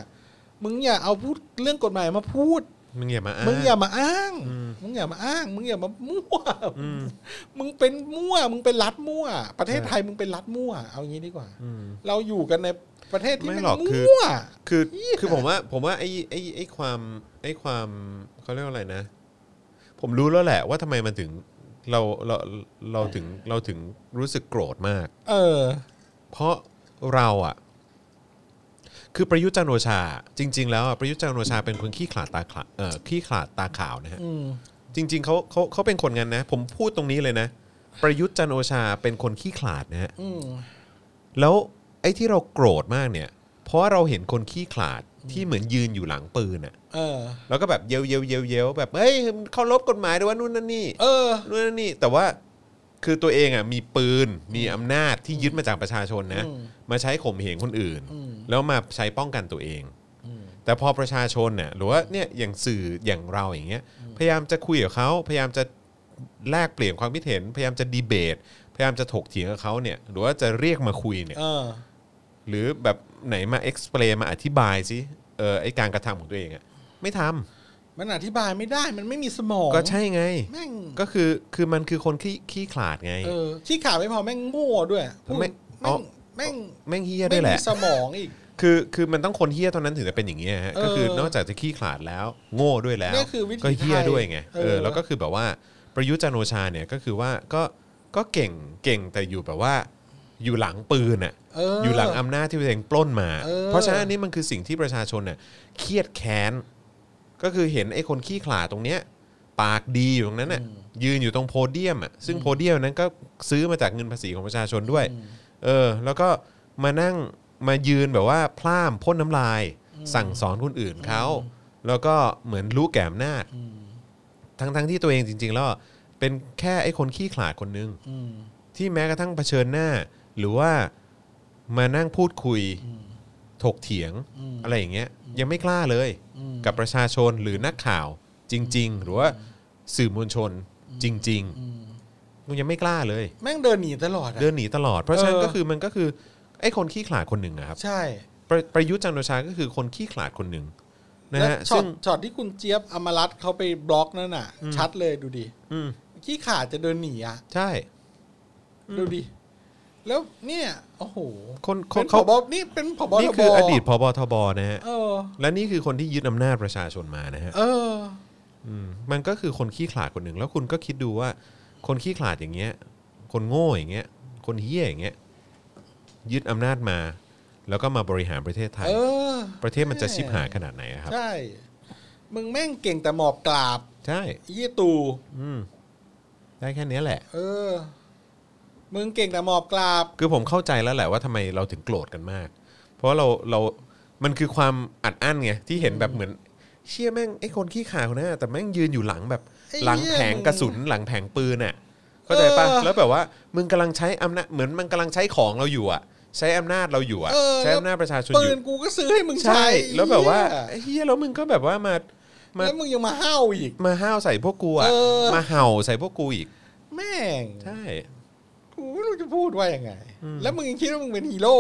Speaker 3: มึงอย่าเอาพูดเรื่องกฎหมายมาพูด
Speaker 2: มึงอย่ามาอ้าง
Speaker 3: มึงอย่ามาอ้าง
Speaker 2: อืม
Speaker 3: มึงอย่ามาอ้าง มึงอย่ามามั่ว
Speaker 2: อืม
Speaker 3: มึงเป็นมั่ว มึงเป็นรัฐมั่ว ประเทศไทยมึงเป็นรัฐมั่ว เอางี้ดีกว่า
Speaker 2: อืม
Speaker 3: เราอยู่กันในประเทศที่
Speaker 2: ไม่
Speaker 3: แมัน
Speaker 2: หรอกคือ
Speaker 3: มั่ว
Speaker 2: คือ
Speaker 3: เหี้ย
Speaker 2: คือผมว่าผมว่าไอ้ไอ้ไอ้ความไอ้ความเขาเรียกว่าอะไรนะ ผมรู้แล้วแหละว่าทำไมมันถึงเราเราเราถึงเราถึงรู้สึกโกรธมาก
Speaker 3: เออ
Speaker 2: เพราะเราอะคือประยุทธ์จันทร์โอชา จริง ๆ แล้วอะประยุทธ์จันทร์โอชาเป็นคนขี้ขลาดตาขลาเอ่อขี้ขลาดตาขาวนะฮะ
Speaker 3: อืม
Speaker 2: จริง ๆเขาเขาเขาเป็นคนงั้นนะ ผมพูดตรงนี้เลยนะ ประยุทธ์จันทร์โอชาเป็นคนขี้ขลาดนะฮะ
Speaker 3: อืม
Speaker 2: แล้วไอ้ที่เราโกรธมากเนี่ย เพราะเราเห็นคนขี้ขลาดที่เหมือนยืนอยู่หลังปืนอะ
Speaker 3: เออ
Speaker 2: แล้วก็แบบเยวเยวเยวเยวแบบเฮ้ยเขาลบกฎหมายด้วยว่านู่นนั่นนี่
Speaker 3: เออ
Speaker 2: นู่นนั่นนี่ แต่ว่าคือตัวเองอ่ะมีปืนมีอำนาจที่ยึดมาจากประชาชนนะ
Speaker 3: อืม
Speaker 2: มาใช้ข่มเหงคนอื่น
Speaker 3: อืม
Speaker 2: แล้วมาใช้ป้องกันตัวเอง
Speaker 3: อืม
Speaker 2: แต่พอประชาชนเนี่ยหรือว่าเนี่ยอย่างสื่ออย่างเราอย่างเงี้ยพยายามจะคุยกับเขาพยายามจะแลกเปลี่ยนความคิดเห็น พยายามจะดีเบต พยายามจะถกเถียงกับเขาเนี่ยหรือว่าจะเรียกมาคุยเนี่ย
Speaker 3: เออ
Speaker 2: หรือแบบไหนมา explain มาอธิบายสิเออไอการกระทำของตัวเองอะไม่ทำ
Speaker 3: มันอธิบายไม่ได้ มันไม่มีสมอง
Speaker 2: ก็ใช่ไง
Speaker 3: แม่ง
Speaker 2: ก็คือคือมันคือคนขี้ขี้ขลาดไง
Speaker 3: เออ ที่ข่าวไม่พอแม่งโง่ด้วยพูด
Speaker 2: ไม่
Speaker 3: แม่ง
Speaker 2: เอา
Speaker 3: แม่ง
Speaker 2: แม่งเฮี้ยด้
Speaker 3: ไม่
Speaker 2: วยแห
Speaker 3: มี
Speaker 2: ละ
Speaker 3: สมองอีก
Speaker 2: คือคือมันต้องคนเฮี้ยเท่านั้นถึงจะเป็นอย่างเงี้ยฮะ
Speaker 3: เออ
Speaker 2: ก็คือนอกจากจะขี้ขลาดแล้ว โง่ด้วยแล้ว
Speaker 3: นี่คือวิถี
Speaker 2: ก็เฮี้ยด้วยไง
Speaker 3: ไทย
Speaker 2: เอ
Speaker 3: เอ
Speaker 2: อ
Speaker 3: อ
Speaker 2: แล้วก็คือแบบว่าประยุทธ์จันทร์โอชาเนี่ยก็คือว่าก็ก็เก่งเก่งแต่อยู่แบบว่าอยู่หลังปืนอะ
Speaker 3: เอออ
Speaker 2: อยู่หลังอำนาจที่ตัวเองปล้นมา
Speaker 3: เออ
Speaker 2: เพราะฉะนั้นอันนี่มันคือสิ่งที่ประชาชนเนี่ยเครียดแค้น ก็คือเห็นไอ้คนขี้ขลาดตรงเนี้ยปากดีอยู่ตรงนั้นน่ะยืนอยู่ตรงโพเดียมอ่ะซึ่งโพเดียมนั้นก็ซื้อมาจากเงินภาษีของประชาชนด้วย เออ แล้วก็มานั่งมายืนแบบว่าพล่ามพ่นน้ำลาย สั่งสอนคนอื่นเขาแล้วก็เหมือนรู้แก่อำนาจทั้งๆที่ตัวเองจริงๆแล้วเป็นแค่ไอ้คนขี้ขลาดคนนึง
Speaker 3: อืม
Speaker 2: ที่แม้กระทั่งเผชิญหน้า หรือว่ามานั่งพูดคุยถกเถียง
Speaker 3: อืม
Speaker 2: อะไรอย่างเงี้ย ยังไม่กล้าเลย
Speaker 3: อืม
Speaker 2: กับประชาชนหรือนักข่าวจริง ๆ หรือว่าสื่อมวลชนจริง
Speaker 3: อืม
Speaker 2: ๆมึงยังไม่กล้าเลย
Speaker 3: แม่งเดินหนีตลอดอะ
Speaker 2: เดินหนีตลอด เพราะฉะนั้น
Speaker 3: เออ
Speaker 2: ก็คือมันก็คือไอ้คนขี้ขลาดคนหนึ่งอะครับ
Speaker 3: ใช่
Speaker 2: ประประยุทธ์จันทร์โอชาก็คือคนขี้ขลาดคนหนึ่งนะ
Speaker 3: แล้ว
Speaker 2: ฮะ
Speaker 3: ช็อ
Speaker 2: ซึ่
Speaker 3: ต
Speaker 2: ง
Speaker 3: ช็อตที่คุณเจี๊ยบอมรัตน์เขาไปบล็อกนั่นน่ะ
Speaker 2: อืม
Speaker 3: ชัดเลยดูดิ
Speaker 2: อืม
Speaker 3: ขี้ขาดจะเดินหนีอ่ะ
Speaker 2: ใช่ อืม
Speaker 3: ดูดิ แล้วเนี่ยโอ้โห
Speaker 2: คนค
Speaker 3: เป็น นผ
Speaker 2: เขา
Speaker 3: บนี่เป็นผบ
Speaker 2: นี่คืออดีตพบทบนะฮะ
Speaker 3: เออ
Speaker 2: และนี่คือคนที่ยึดอำนาจประชาชนมานะฮะ
Speaker 3: เออ
Speaker 2: มมันก็คือคนขี้ขลาดคนหนึ่งแล้วคุณก็คิดดูว่า คนขี้ขลาดอย่างเงี้ย คนโง่อย่างเงี้ย คนเฮี้ยอย่างเงี้ยยึดอำนาจมา แล้วก็มาบริหารประเทศไทย
Speaker 3: เออ
Speaker 2: ประเทศมันจะชิบหายขนาดไหนอะครับ
Speaker 3: ใช่ มึงแม่งเก่งแต่หมอบกราบ
Speaker 2: ใช่
Speaker 3: ยี่ตู่
Speaker 2: อืมได้แค่เนี้ยแหละ
Speaker 3: เออ มึงเก่งแต่หมอบกราบ
Speaker 2: คือผมเข้าใจแล้วแหละว่าทำไมเราถึงโกรธกันมาก เพราะเราเรา มันคือความอัดอั้นไงที่เห็นแบบเหมือน เชี่ยแม่งไอ้คนขี้ขลาดคนนั้นอะแต่แม่งยืนอยู่หลังแบบ
Speaker 3: ไอ้เหี้ย
Speaker 2: หลังแผงกระสุนหลังแผงปืนอ่ะเข้าใจปะ
Speaker 3: เออ
Speaker 2: แล้วแบบว่า มึงกำลังใช้อำนาจเหมือนมันกำลังใช้ของเราอยู่อ่ะ ใช้อำนาจเราอยู่อ่ะ
Speaker 3: เออ
Speaker 2: ใช้อำนาจประชาชน
Speaker 3: ปื
Speaker 2: อยู่
Speaker 3: นกูก็ซื้อให้มึง
Speaker 2: ใช่
Speaker 3: ใช้
Speaker 2: แล้วแบบว่า
Speaker 3: เหี้ย
Speaker 2: ไอ้เฮียแล้วมึงก็แบบว่ามามา
Speaker 3: แล้วมึงยังมาห้าวอีก
Speaker 2: มาห้าวใส่พวกกูอ่ะ
Speaker 3: เออ
Speaker 2: มาเห่าใส่พวกกูอีก
Speaker 3: แม่ง
Speaker 2: ใช่
Speaker 3: กูไม่รู้จะพูดว่ายังไง
Speaker 2: อืม
Speaker 3: แล้วมึงยังคิดว่ามึงเป็นฮีโร่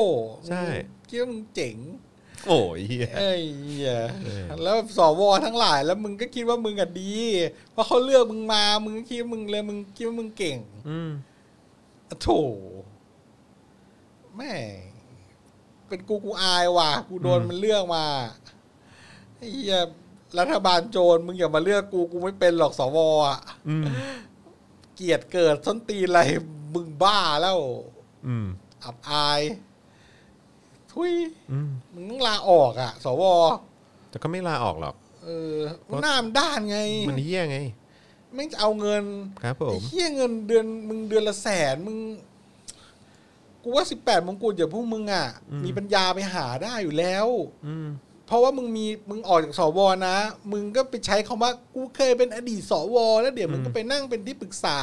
Speaker 2: ใช่
Speaker 3: มึงคิดว่ามึงเจ๋ง
Speaker 2: โอ้ยเฮีย
Speaker 3: เอ้ยเหี้ย
Speaker 2: เออ
Speaker 3: แล้วสวทั้งหลาย แล้วมึงก็คิดว่ามึงอะดี เพราะเขาเลือกมึงมา มึงก็คิดว่ามึงเลยมึงคิดว่ามึงเก่ง
Speaker 2: อืม
Speaker 3: อะโถแม่งเป็นกูกูอายว่ะ กูโดน
Speaker 2: อืม
Speaker 3: มันเลือกมาไอ้เหี้ยรัฐบาลโจรมึงอย่ามาเลือกกูกูไม่เป็นหรอกสวอะ
Speaker 2: อืม
Speaker 3: เกลียดเกิดส้นตีนอะไรมึงบ้าแล้ว
Speaker 2: อืม
Speaker 3: อับอาย ทุย
Speaker 2: อืม
Speaker 3: มึงต้องลาออกอ่ะ สว
Speaker 2: แต่ก็ไม่ลาออกหรอก
Speaker 3: เออมึงหน้ามันด้านไง
Speaker 2: มันเฮี้ยไง
Speaker 3: แม่งจะเอาเงิน
Speaker 2: ครับผ
Speaker 3: ไอ้
Speaker 2: ม
Speaker 3: เหี้ยเงินเดือนมึงเดือนละแสนมึง กูว่าสิบแปดมงกุฎอย่าพวกมึงอ่ะ
Speaker 2: อืม
Speaker 3: มีปัญญาไปหาได้อยู่แล้ว
Speaker 2: อืม
Speaker 3: เพราะว่ามึงมีมึงออกจากสวนะ มึงก็ไปใช้คำาว่า กูเคยเป็นอดีตสว แล้วเดี๋ยวมึง
Speaker 2: อืม
Speaker 3: ก็ไปนั่งเป็นที่ปรึกษา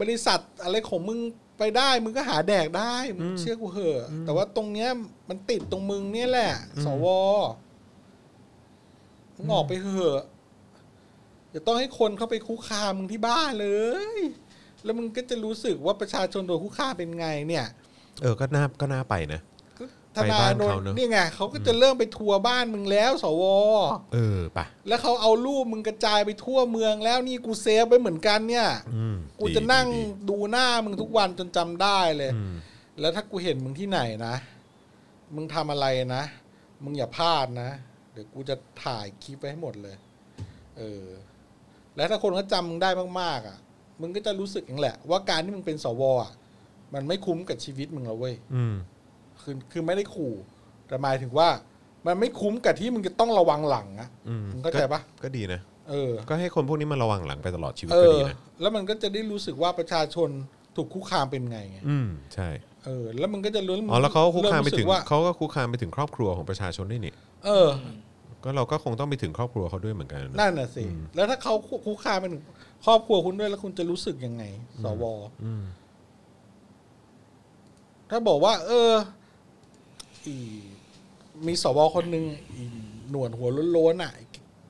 Speaker 3: บริษัทอะไรของมึงไปได้ มึงก็หาแดกได้มึงเชื่อกูเหอะ แต่ว่าตรงเนี้ยมันติดตรงมึงเนี่ยแหละ สวมึงออกไปเหอะอย่าต้องให้คนเข้าไปคุกคามมึงที่บ้านเลย แล้วมึงก็จะรู้สึกว่าประชาชนโดนคุกคามเป็นไงเนี่ย
Speaker 2: เออ ก็น่า ก็น่าไปนะ
Speaker 3: ก็ท
Speaker 2: ไป
Speaker 3: นา
Speaker 2: บ้าย น
Speaker 3: โดน
Speaker 2: เขาเนอะ
Speaker 3: นี่ไงเขาก็จะเริ่มไปทัวร์บ้านมึงแล้ว สว
Speaker 2: เออปะ
Speaker 3: แล้วเขาเอารูปมึงกระจายไปทั่วเมืองแล้วนี่กูเซฟไปเหมือนกันเนี่ย
Speaker 2: อืม
Speaker 3: กู
Speaker 2: ดี
Speaker 3: จะนั่ง
Speaker 2: ดี
Speaker 3: ดูหน้ามึงทุกวันจนจำได้เลย
Speaker 2: อืม
Speaker 3: แล้วถ้ากูเห็นมึงที่ไหนนะ มึงทำอะไรนะ มึงอย่าพลาดนะ เดี๋ยวกูจะถ่ายคลิปไว้ให้หมดเลย เออ แล้วถ้าคนเขาจำมึงได้มากๆอ่ะ มึงก็จะรู้สึกเองแหละ ว่าการที่มึงเป็นสวอ่ะ มันไม่คุ้มกับชีวิตมึงแล้วเว้ย
Speaker 2: อืม
Speaker 3: คือคือไม่ได้ขู่แต่หมายถึงว่า มันไม่คุ้มกับที่มึงจะต้องระวังหลังอะ
Speaker 2: อืม
Speaker 3: มึงเข้าใจปะ
Speaker 2: ก็ดีนะ
Speaker 3: เออ
Speaker 2: ก็ให้คนพวกนี้มันระวังหลังไปตลอดชีวิต
Speaker 3: เอ
Speaker 2: ก็
Speaker 3: อ
Speaker 2: ดีนะ
Speaker 3: แล้วมันก็จะได้รู้สึกว่าประชาชนถูกคุกคามเป็นไงไง
Speaker 2: อืม ใช่
Speaker 3: เออ แล้วมันก็จะรู้
Speaker 2: อ๋อ แล้วเขาก็คุกคามไปถึง
Speaker 3: เริ่รู้สึกว่า
Speaker 2: เขาก็คุกคามไปถึงครอบครัวของประชาชนด้วยนี่
Speaker 3: เออ
Speaker 2: ก็เราก็คงต้องไปถึงครอบครัวเขาด้วยเหมือนกันนะ
Speaker 3: นั่นน่ะสิ
Speaker 2: อืม
Speaker 3: แล้วถ้าเขาคุกคามไปถึงครอบครัวคุณด้วยแล้วคุณจะรู้สึกยังไง สว
Speaker 2: อืม
Speaker 3: ถ้าบอกว่า เอออีมีสวคนหนึ่งอีหนวดหัวโล้นๆอ่ะ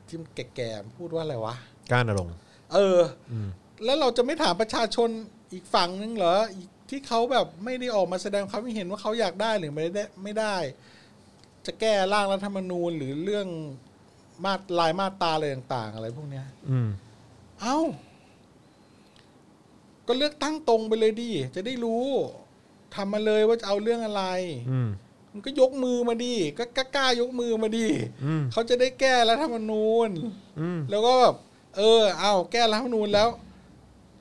Speaker 3: ที่มันแก่ๆพูดว่าอะไรวะ
Speaker 2: ก้านอรงค์
Speaker 3: เออ
Speaker 2: อืม
Speaker 3: แล้วเราจะไม่ถามประชาชนอีกฝั่งนึงเหรออีกที่เขาแบบไม่ได้ออกมาแสดงความคิดเห็นว่าเขาอยากได้หรือไม่ได้ไม่ได้ จะแก้ร่างรัฐธรรมนูญหรือเรื่องมาตรลายมาตราอะไรต่าง ๆ อะไรพวกเนี้ย
Speaker 2: อืม
Speaker 3: เอ้า ก็เลือกตั้งตรงไปเลยดิจะได้รู้ทำมาเลยว่าจะเอาเรื่องอะไร
Speaker 2: อืม
Speaker 3: มันก็ยกมือมาดิก็กล้าๆยกมือมาดิ
Speaker 2: อืม
Speaker 3: เขาจะได้แก้รัฐธรรมนูญ
Speaker 2: อืม
Speaker 3: แล้วก็แบบเออ เอาแก้รัฐธรรมนูญแล้ว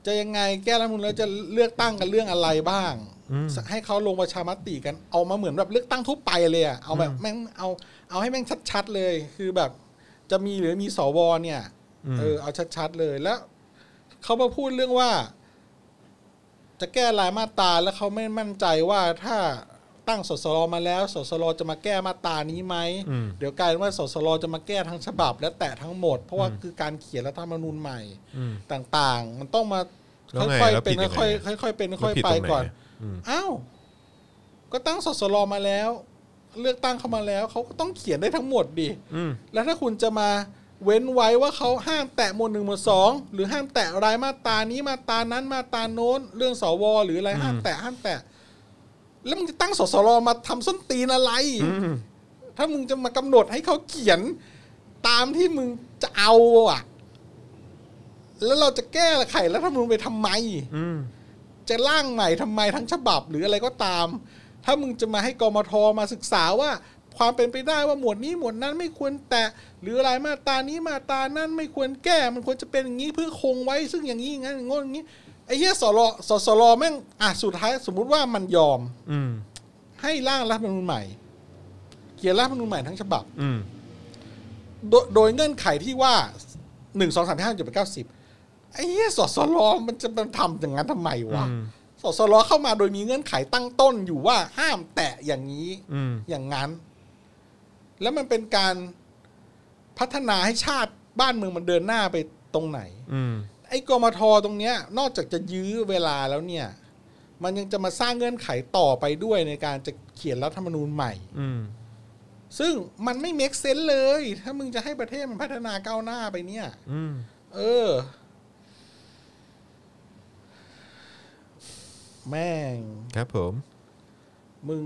Speaker 3: จะยังไงแก้รัฐธรรมนูญแล้วจะเลือกตั้งกันเรื่องอะไรบ้าง
Speaker 2: อืม
Speaker 3: ให้เขาลงประชามติกันเอามาเหมือนแบบเลือกตั้งทั่วไปเลยอะเอาแบบ
Speaker 2: อืม
Speaker 3: แม่งเอา เอาให้แม่งชัดๆเลย คือแบบ จะมีหรือมีสวเนี่ย
Speaker 2: อืม
Speaker 3: เออเอาชัดๆเลยแล้วเขามาพูดเรื่องว่า จะแก้รายมาตราแล้วเขาไม่มั่นใจว่าถ้าตั้งสสรมาแล้ว สสรจะมาแก้มาตรานี้ไหม
Speaker 2: อืม
Speaker 3: เดี๋ยวกลายเป็นว่าสสรจะมาแก้ทั้งฉบับ และแตะทั้งหมด เพราะว่าคือการเขียนรัฐธรรมนูญใหม่
Speaker 2: อืม
Speaker 3: ต่างๆ มันต้องมา
Speaker 2: แล้วไง
Speaker 3: ค่อย
Speaker 2: แล้
Speaker 3: ๆ
Speaker 2: ว
Speaker 3: เป็
Speaker 2: ผิ
Speaker 3: น
Speaker 2: ดยังไง
Speaker 3: ค่อยๆค่อยๆเป็น
Speaker 2: แล้ว
Speaker 3: ค่อย
Speaker 2: ผิด
Speaker 3: ๆไป
Speaker 2: ตรงไหน
Speaker 3: ก่อน
Speaker 2: อะอืม
Speaker 3: อ้าวก็ตั้งสสรมาแล้ว เลือกตั้งเข้ามาแล้วเขาก็ต้องเขียนได้ทั้งหมดดิ
Speaker 2: อืม
Speaker 3: แล้วถ้าคุณจะมาเว้นไว้ว่าเขาห้ามแตะหมวดหนึ่งหมวดสองหรือห้ามแตะรายมาตรานี้มาตรานั้นมาตราโน้น เรื่องสวหรืออะไรห้ามแตะห้ามแตะ แล้วมึงจะตั้งสสรมาทำส้นตีนอะไร ถ้ามึงจะมากำหนดให้เขาเขียนตามที่มึงจะเอาอะแล้วเราจะแก้ไขแล้วถ้ามึงไปทำไม
Speaker 2: อืม
Speaker 3: จะร่างใหม่ทำไมทั้งฉบับหรืออะไรก็ตาม ถ้ามึงจะมาให้กมทมาศึกษาว่า ความเป็นไปได้ว่าหมวดนี้หมวดนั้นไม่ควรแตะหรืออะไรมาตรานี้มาตรานั้นไม่ควรแก้ มันควรจะเป็นอย่างนี้เพื่อคงไว้ซึ่งอย่างนี้อย่างนั้นอย่างโน้นอย่างนี้ไอ้เหี้ยสรสสรแม่งอ่ะสุดท้ายสมมุติว่ามันยอม
Speaker 2: อืม
Speaker 3: ให้ร่างรัฐธรรมนูญใหม่ เขียนรัฐธรรมนูญใหม่ทั้งฉบับ
Speaker 2: อืม
Speaker 3: โดยโดยเงื่อนไขที่ว่าหนึ่งสองสามห้าเจ็ดแปดเก้าสิบไอ้เหี้ยสสรมันจะมันทำอย่างนั้นทำไมวะ สสรเข้ามาโดยมีเงื่อนไขตั้งต้นอยู่ว่าห้ามแตะอย่างนี้
Speaker 2: อืม
Speaker 3: อย่างนั้น แล้วมันเป็นการพัฒนาให้ชาติบ้านเมืองมันเดินหน้าไปตรงไหน
Speaker 2: อืม
Speaker 3: ไอ้กมทตรงเนี้ย นอกจากจะยื้อเวลาแล้วเนี่ย มันยังจะมาสร้างเงื่อนไขต่อไปด้วยในการจะเขียนรัฐธรรมนูญใหม่
Speaker 2: อืม
Speaker 3: ซึ่งมันไม่เมคเซนเลย ถ้ามึงจะให้ประเทศมันพัฒนาก้าวหน้าไปเนี่ย
Speaker 2: อืม
Speaker 3: เออ แม่ง
Speaker 2: ครับผม
Speaker 3: มึง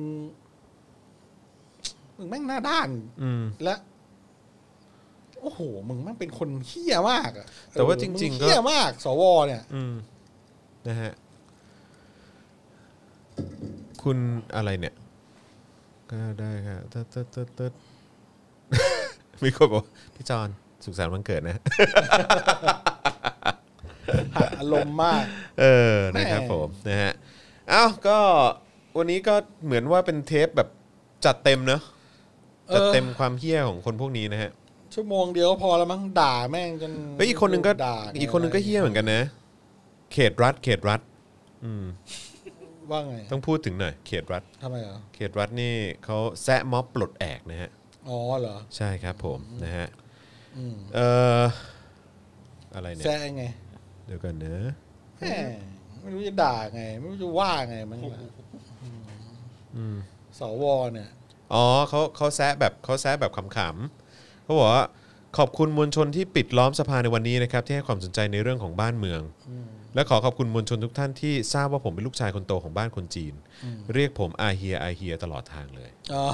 Speaker 3: มึงแม่งหน้าด้าน
Speaker 2: อืม
Speaker 3: และ โอ้โห มึงแม่งเป็นคนเฮี้ยมากอะ
Speaker 2: แต่ว่า
Speaker 3: เออ
Speaker 2: จริงๆ
Speaker 3: มึ
Speaker 2: ก็
Speaker 3: เฮี้ยมาก สวเนี่ย
Speaker 2: อืมนะฮะคุณอะไรเนี่ย ก็ได้ครับตึ๊ดตึ๊ดตึ๊ดตึ๊ด มีคนบอกว่าพี่จอนสุขสันต์วันเกิดนะ
Speaker 3: อารมณ์มาก
Speaker 2: เออ นะครับ
Speaker 3: แหม่
Speaker 2: ผมนะฮะเอ้าก็วันนี้ก็เหมือนว่าเป็นเทปแบบจัดเต็มเนอะจัดเต็มความเฮี้ยของคนพวกนี้นะฮะ
Speaker 3: ชั่วโมงเดียวก็พอแล้วมั้งด่าแม่งจน
Speaker 2: เฮ้ยอีกคนหนึงก็
Speaker 3: ด่า
Speaker 2: อีกคนหนึงก็เฮี้ยเหมือนกันนะ เขตรัฐ เขตรัฐ อืม
Speaker 3: ว่าไง
Speaker 2: ต้องพูดถึงหน่อย เขตรัฐ
Speaker 3: ทำไมเหรอ
Speaker 2: เขตรัฐนี่เขาแซะม็อบปลดแอกนะฮะ
Speaker 3: อ๋อเหรอ
Speaker 2: ใช่ครับผมนะฮะ
Speaker 3: อืม
Speaker 2: เอ่ออะไรเนี่ย
Speaker 3: แซะไง
Speaker 2: เดี๋ยวกันนะ
Speaker 3: แม่งไม่รู้จะด่าไง ไม่รู้จะว่าไงมันล่ะสวเนี่ย
Speaker 2: อ๋อเขาเขาแซะแบบเขาแซะแบบขำๆเขาบอกว่าขอบคุณมวลชนที่ปิดล้อมสภาในวันนี้นะครับ ที่ให้ความสนใจในเรื่องของบ้านเมือง และขอขอบคุณมวลชนทุกท่านที่ทราบว่าผมเป็นลูกชายคนโตของบ้านคนจีน เรียกผมอาเฮียอาเฮียตลอดทางเลย
Speaker 3: อ๋อ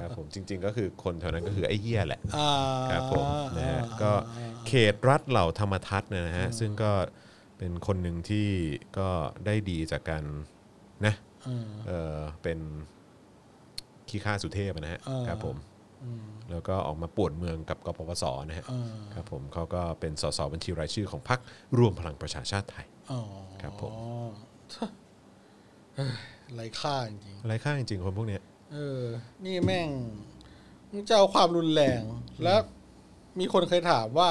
Speaker 2: ครับผมจริง ๆ ก็คือคนแถวนั้นก็คือไอ้เฮียแหละ
Speaker 3: อ่า
Speaker 2: ครับผมนะฮะก็เขตรัฐเหล่าธรรมทัศน์นะฮะซึ่งก็เป็นคนหนึ่งที่ก็ได้ดีจากการนะ
Speaker 3: อืม
Speaker 2: เออเป็นขี้ข้าสุเทพนะฮะ
Speaker 3: อ่า
Speaker 2: ครับผมแล้วก็ออกมาปวดเมืองกับกปปสนะฮะ
Speaker 3: อ่า
Speaker 2: ครับผมเขาก็เป็นสสบัญชีรายชื่อของพรรครวมพลังประชาชาติไทย
Speaker 3: อ๋อ
Speaker 2: ครับผม
Speaker 3: เฮ้ยไรค่าจริง
Speaker 2: อะไรข้างจริงๆคนพวกเนี้ย
Speaker 3: ๆเออ นี่แม่งมึงจะเอาความรุนแรง แล้วมีคนเคยถามว่า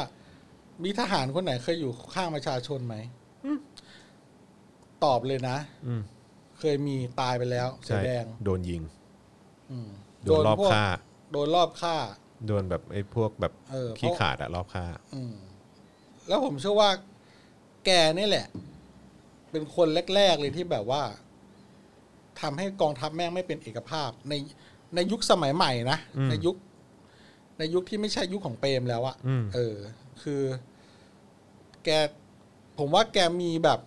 Speaker 3: มีทหารคนไหนเคยอยู่ข้างประชาชนไหมตอบเลยนะ
Speaker 2: อืม
Speaker 3: เคยมีตายไปแล้วเสื
Speaker 2: ใช่
Speaker 3: อแดง
Speaker 2: โดนยิง
Speaker 3: อืม
Speaker 2: โดนรอบ
Speaker 3: พวก
Speaker 2: ฆ่า
Speaker 3: โดนรอบฆ่า
Speaker 2: โดนแบบไอ้พวกแบบ
Speaker 3: เออ
Speaker 2: ขี้ขาดอะรอบฆ่า
Speaker 3: อืมแล้วผมเชื่อว่า แกนี่แหละ เป็นคนแรก ๆ เลยที่แบบว่าทำให้กองทัพแม่งไม่เป็นเอกภาพ ในในยุคสมัยใหม่นะ
Speaker 2: อืม
Speaker 3: ในยุค ในยุคที่ไม่ใช่ยุคของเปรมแล้วอะ
Speaker 2: อืม
Speaker 3: เออ คือ แก ผมว่าแกมีแบบ